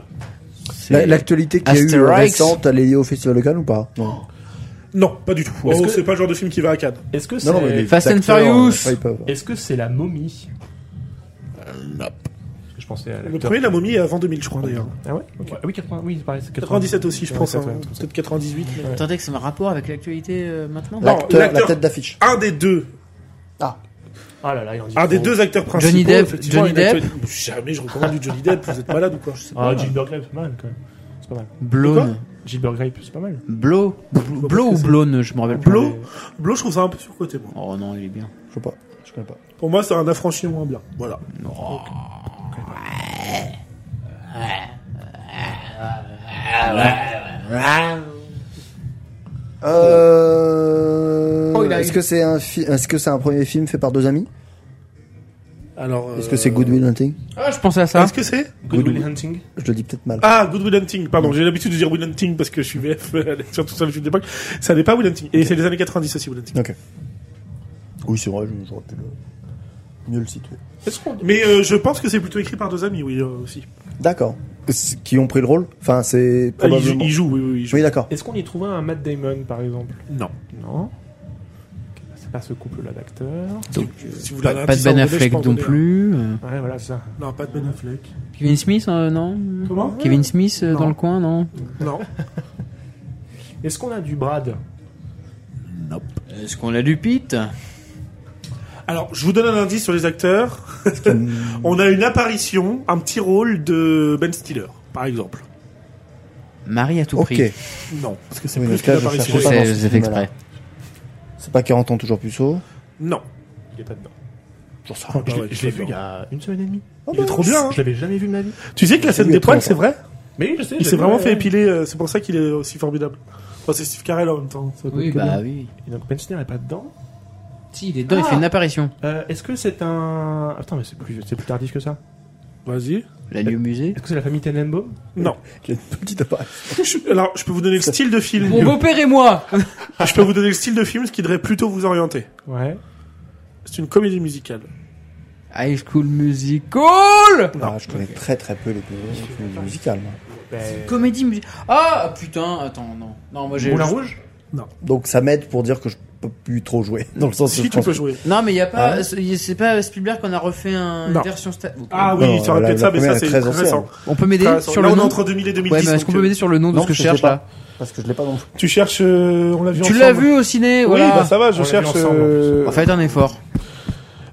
Speaker 4: L'actualité qu'il y a eu euh,
Speaker 3: Asterix.
Speaker 4: récente, elle est liée au festival local ou pas Non.
Speaker 5: Non, pas du tout.
Speaker 1: Est-ce
Speaker 5: Oh,
Speaker 1: que-
Speaker 5: c'est pas le genre de film qui va à Cannes.
Speaker 1: Est-ce que c'est
Speaker 4: Non, non, mais les
Speaker 3: Fast and
Speaker 4: acteurs,
Speaker 3: Furious.
Speaker 4: euh, pas, ils peuvent.
Speaker 1: est-ce que c'est la momie
Speaker 5: Euh,
Speaker 1: Parce que je pensais à
Speaker 5: Le
Speaker 1: l'acteur.
Speaker 5: premier, La Momie, est avant 2000, je crois, d'ailleurs.
Speaker 1: Ah ouais, Ok. Ah Oui, 80 oui, c'est pareil, c'est
Speaker 5: 97 aussi, je
Speaker 1: Ouais,
Speaker 5: pense.
Speaker 1: ça
Speaker 5: hein.
Speaker 1: fait un truc comme ça.
Speaker 5: Peut-être 98. mais-
Speaker 3: Attendez que c'est un rapport avec l'actualité euh, maintenant
Speaker 5: Non,
Speaker 4: L'acteur, la
Speaker 5: l'acteur-
Speaker 4: tête d'affiche.
Speaker 5: Un des deux,
Speaker 1: Ah là là, il en dit
Speaker 5: un des
Speaker 1: trop.
Speaker 5: deux acteurs principaux.
Speaker 3: Johnny Depp,
Speaker 5: effectivement,
Speaker 3: Johnny
Speaker 5: a une actualité- Jamais je recommande du Johnny Depp, vous êtes malade ou quoi je sais pas.
Speaker 2: Ah, Jim Burkle, c'est pas mal quand même.
Speaker 1: C'est pas mal.
Speaker 3: Blown.
Speaker 1: Gilbert Grape, c'est pas mal.
Speaker 3: Blow. Blow ou Blown, je me rappelle plus.
Speaker 5: Blo, Blo, je trouve ça un peu surcoté, moi.
Speaker 3: Oh non, il est bien.
Speaker 4: Je sais pas. Je connais pas.
Speaker 5: Pour moi, c'est un affranchi moins bien. Voilà.
Speaker 4: Euh...
Speaker 3: Oh, il a
Speaker 4: Est-ce
Speaker 3: eu-
Speaker 4: que c'est un fi- Est-ce que c'est un premier film fait par deux amis
Speaker 5: Alors.
Speaker 4: Est-ce que c'est
Speaker 5: Goodwill
Speaker 4: Goodwill Hunting
Speaker 3: Ah, je pensais à ça.
Speaker 5: Est-ce que c'est
Speaker 1: Good Will Hunting
Speaker 4: Je le dis peut-être mal.
Speaker 5: Ah, Good Will Hunting, pardon, j'ai l'habitude de dire Will Hunting parce que je suis VF, sur tout ça, le film d'époque. Ça n'est pas Will Hunting. Et c'est les années 90 aussi, Will Hunting.
Speaker 4: Ok. Oui, c'est vrai. je- J'aurais pu le mieux le situer.
Speaker 1: Est-ce qu'on
Speaker 5: Mais euh, je pense que c'est plutôt écrit par deux amis, oui, euh, aussi.
Speaker 4: D'accord. C- Qui ont pris le rôle Enfin, c'est
Speaker 5: Ah, ils, jouent-
Speaker 4: probablement.
Speaker 5: ils jouent, oui, oui, ils jouent.
Speaker 4: Oui, d'accord.
Speaker 1: est-ce qu'on y trouvait un Matt Damon par exemple
Speaker 5: Non.
Speaker 1: Non. Ok, bah, C'est pas ce couple-là d'acteurs.
Speaker 3: Donc,
Speaker 5: Si vous l'avez
Speaker 3: pas, pas de
Speaker 5: indiqué,
Speaker 3: Ben
Speaker 5: ça, on
Speaker 3: Affleck
Speaker 5: peut
Speaker 3: non
Speaker 5: donner,
Speaker 3: plus. euh.
Speaker 1: Ouais, voilà, c'est ça.
Speaker 5: hein. Non, pas de Ben Affleck.
Speaker 3: Kevin Smith, euh, non
Speaker 1: Comment
Speaker 3: Kevin Smith euh,
Speaker 1: Non.
Speaker 3: dans le coin, non
Speaker 5: Non.
Speaker 1: Est-ce qu'on a du Brad
Speaker 3: Est-ce qu'on a du Pete
Speaker 5: Alors, je vous donne un indice sur les acteurs. On a une apparition, un petit rôle de Ben Stiller, par exemple.
Speaker 3: Marie à tout
Speaker 4: Ok.
Speaker 3: prix.
Speaker 5: Non. Parce que c'est
Speaker 4: Oui,
Speaker 5: plus
Speaker 4: donc là,
Speaker 5: qu'une
Speaker 4: je
Speaker 5: apparition.
Speaker 3: Je
Speaker 4: Pas dans
Speaker 3: sais, je
Speaker 4: ce
Speaker 3: sais
Speaker 4: film-là.
Speaker 3: fait exprès.
Speaker 4: C'est pas 40 ans toujours puceau.
Speaker 5: Non.
Speaker 1: Il est pas dedans.
Speaker 2: Je
Speaker 5: Ah, ouais,
Speaker 2: l'ai- je
Speaker 5: très
Speaker 2: l'ai vu
Speaker 5: bien.
Speaker 2: il y a une semaine et demie.
Speaker 1: Ah
Speaker 4: Oh,
Speaker 1: bah
Speaker 5: Il est trop bien. hein.
Speaker 2: Je l'avais jamais vu de ma vie.
Speaker 5: Tu sais que la scène
Speaker 4: Oui,
Speaker 5: des poils,
Speaker 4: attends,
Speaker 5: c'est vrai
Speaker 1: Mais je sais.
Speaker 5: Il
Speaker 1: j'ai
Speaker 5: s'est
Speaker 1: vu,
Speaker 5: vraiment
Speaker 1: ouais.
Speaker 5: fait épiler, euh, c'est pour ça qu'il est aussi formidable. Enfin, c'est Steve Carell en même temps. ça doit
Speaker 3: Oui,
Speaker 5: être bien.
Speaker 3: bah oui.
Speaker 1: Et donc Ben Stiller est pas dedans.
Speaker 3: Si, il est dedans, il fait une apparition.
Speaker 1: Euh, Est-ce que c'est un. Attends, mais c'est plus, c'est plus tardif que ça.
Speaker 5: Vas-y.
Speaker 3: La nuit au musée.
Speaker 1: Est-ce que c'est la famille Tenenbaum
Speaker 5: Non.
Speaker 4: Il a une petite appareil.
Speaker 5: Je- Alors, je peux vous donner le style de film.
Speaker 3: Mon beau-père et moi
Speaker 5: Je peux vous donner le style de film, ce qui devrait plutôt vous orienter.
Speaker 1: Ouais.
Speaker 5: C'est une comédie musicale.
Speaker 3: High School Musical
Speaker 4: Ah, je connais très très peu les comédies musicales. moi.
Speaker 1: Ben...
Speaker 3: Comédie musicale. Ah putain, attends, non. Non, moi j'ai.
Speaker 1: Moulin Rouge
Speaker 4: Donc ça m'aide pour dire que je peux plus trop jouer. Dans le sens où
Speaker 5: Si
Speaker 4: je
Speaker 5: tu
Speaker 4: pense
Speaker 5: peux
Speaker 4: que-
Speaker 5: jouer.
Speaker 3: Non, mais il y a pas.
Speaker 4: Ah.
Speaker 3: c'est- C'est pas Spielberg qu'on a refait un... une
Speaker 5: Non.
Speaker 3: version sta- Ok.
Speaker 5: Ah oui,
Speaker 4: Non,
Speaker 5: ça aurait
Speaker 4: la-
Speaker 5: pu être
Speaker 4: la
Speaker 5: ça, mais ça,
Speaker 4: première est
Speaker 5: c'est
Speaker 4: très
Speaker 5: très
Speaker 4: ancienne.
Speaker 5: récent.
Speaker 3: On peut m'aider
Speaker 5: Très récent.
Speaker 3: sur
Speaker 5: là,
Speaker 3: le
Speaker 5: on est
Speaker 3: nom
Speaker 5: entre 2000 et 2010.
Speaker 3: Ouais, mais est-ce qu'on
Speaker 5: donc,
Speaker 3: peut
Speaker 5: euh,
Speaker 3: m'aider sur le nom de
Speaker 4: Non,
Speaker 3: ce que je
Speaker 4: sais
Speaker 3: cherche
Speaker 4: pas,
Speaker 3: là
Speaker 4: Parce que je l'ai pas non plus.
Speaker 5: Tu cherches, euh, on l'a vu
Speaker 3: Tu
Speaker 5: ensemble.
Speaker 3: l'as vu au ciné
Speaker 5: Oui,
Speaker 3: voilà.
Speaker 5: bah ça va,
Speaker 1: On
Speaker 5: je
Speaker 1: l'a vu
Speaker 5: cherche.
Speaker 1: ensemble,
Speaker 5: euh,
Speaker 3: Bah, Faites un effort.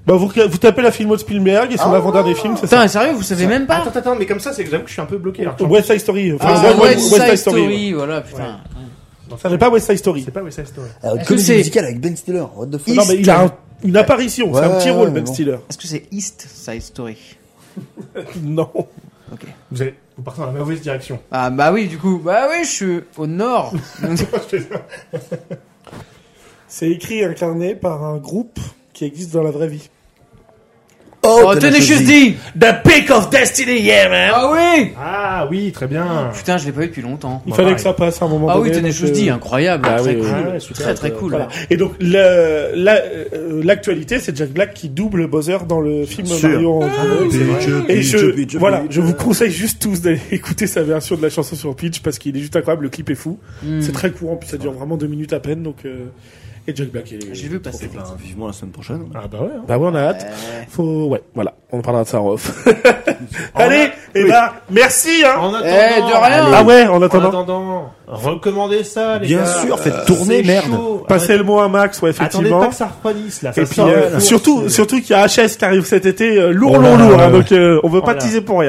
Speaker 5: Bah, vous, vous tapez la film de Spielberg et son avant-dernier film, c'est ça
Speaker 3: Putain, sérieux, vous savez même pas
Speaker 1: Attends, attends, mais comme ça, c'est que j'avoue que je suis un peu bloqué. Alors, que je suis
Speaker 5: West Side Story. Enfin,
Speaker 3: Ah,
Speaker 5: West,
Speaker 3: West Side
Speaker 5: Side
Speaker 3: Story,
Speaker 5: Story. ouais.
Speaker 3: voilà, putain.
Speaker 5: Ça n'est pas West Side Story.
Speaker 1: C'est pas West Side Story.
Speaker 4: Euh,
Speaker 3: Est-ce que
Speaker 4: comédie
Speaker 3: c'est-
Speaker 4: musicale avec Ben Stiller. What the fuck
Speaker 5: Ah, Non, mais il a un- une apparition, c'est un
Speaker 4: Ouais,
Speaker 5: petit
Speaker 4: ouais,
Speaker 5: rôle,
Speaker 4: ouais,
Speaker 5: Ben
Speaker 4: bon.
Speaker 5: Stiller.
Speaker 3: Est-ce que c'est East Side Story
Speaker 5: Non.
Speaker 3: Ok.
Speaker 1: Vous, allez... vous partez dans la mauvaise direction.
Speaker 3: Ah bah oui, du coup, bah oui, je suis au nord.
Speaker 5: C'est écrit et incarné par un groupe qui existe dans la vraie vie.
Speaker 3: oh, Tenacious D
Speaker 5: The Peak of Destiny, yeah, man!
Speaker 3: Ah oui
Speaker 1: Ah oui, très bien.
Speaker 3: Putain, je l'ai pas eu depuis longtemps.
Speaker 5: Il
Speaker 1: Bah,
Speaker 5: fallait
Speaker 1: pareil.
Speaker 5: que ça passe à un moment
Speaker 3: Ah oui,
Speaker 5: donné. donc,
Speaker 3: Tenacious
Speaker 5: euh,
Speaker 3: D, incroyable,
Speaker 5: ah
Speaker 3: très
Speaker 5: oui,
Speaker 3: cool.
Speaker 5: oui,
Speaker 1: ouais, super,
Speaker 3: très très cool.
Speaker 5: Voilà. Et donc le- la- euh, l'actualité, c'est Jack Black qui double Bowser dans le film
Speaker 4: Sûr.
Speaker 5: Mario. en
Speaker 3: oui, c'est vrai.
Speaker 5: et Ah, je,
Speaker 4: Peach, Peach,
Speaker 5: voilà,
Speaker 4: Peach.
Speaker 5: je vous conseille juste tous d'aller écouter sa version de la chanson sur Peach parce qu'il est juste incroyable. Le clip est fou,
Speaker 3: Hmm.
Speaker 5: c'est très courant puis ça dure vraiment deux minutes à peine. Donc euh, Et Jack Black, il est-
Speaker 3: J'ai vu passer.
Speaker 4: Eh ben, vivement la semaine prochaine.
Speaker 2: Ah bah ouais. hein.
Speaker 5: Bah ouais, on a hâte.
Speaker 3: Euh.
Speaker 5: Faut, ouais, voilà. On parlera de ça en off. Allez, et
Speaker 2: Oui.
Speaker 5: bah, merci, hein.
Speaker 2: En
Speaker 3: Eh,
Speaker 2: attendant,
Speaker 3: de rien
Speaker 5: Ah ouais, en
Speaker 2: en
Speaker 5: attendant.
Speaker 2: attendant, recommandez ça, les
Speaker 4: Bien
Speaker 2: gars.
Speaker 4: sûr, faites
Speaker 2: Euh,
Speaker 4: tourner,
Speaker 2: c'est
Speaker 4: merde.
Speaker 2: chaud.
Speaker 5: Passez
Speaker 2: Arrêtez-
Speaker 5: le mot à Max, ouais,
Speaker 2: Attendez pas
Speaker 5: effectivement.
Speaker 2: que ça refroidisse, là.
Speaker 5: Et
Speaker 2: ça
Speaker 5: puis,
Speaker 2: sort
Speaker 5: euh,
Speaker 2: du four,
Speaker 5: surtout,
Speaker 2: c'est-
Speaker 5: surtout qu'il y a HS qui arrive cet été, euh, lourd,
Speaker 2: Oh là
Speaker 5: lourd,
Speaker 2: là
Speaker 5: lourd,
Speaker 2: là
Speaker 5: hein,
Speaker 2: là.
Speaker 5: donc euh, on veut
Speaker 2: Oh
Speaker 5: pas
Speaker 2: là.
Speaker 5: teaser pour rien.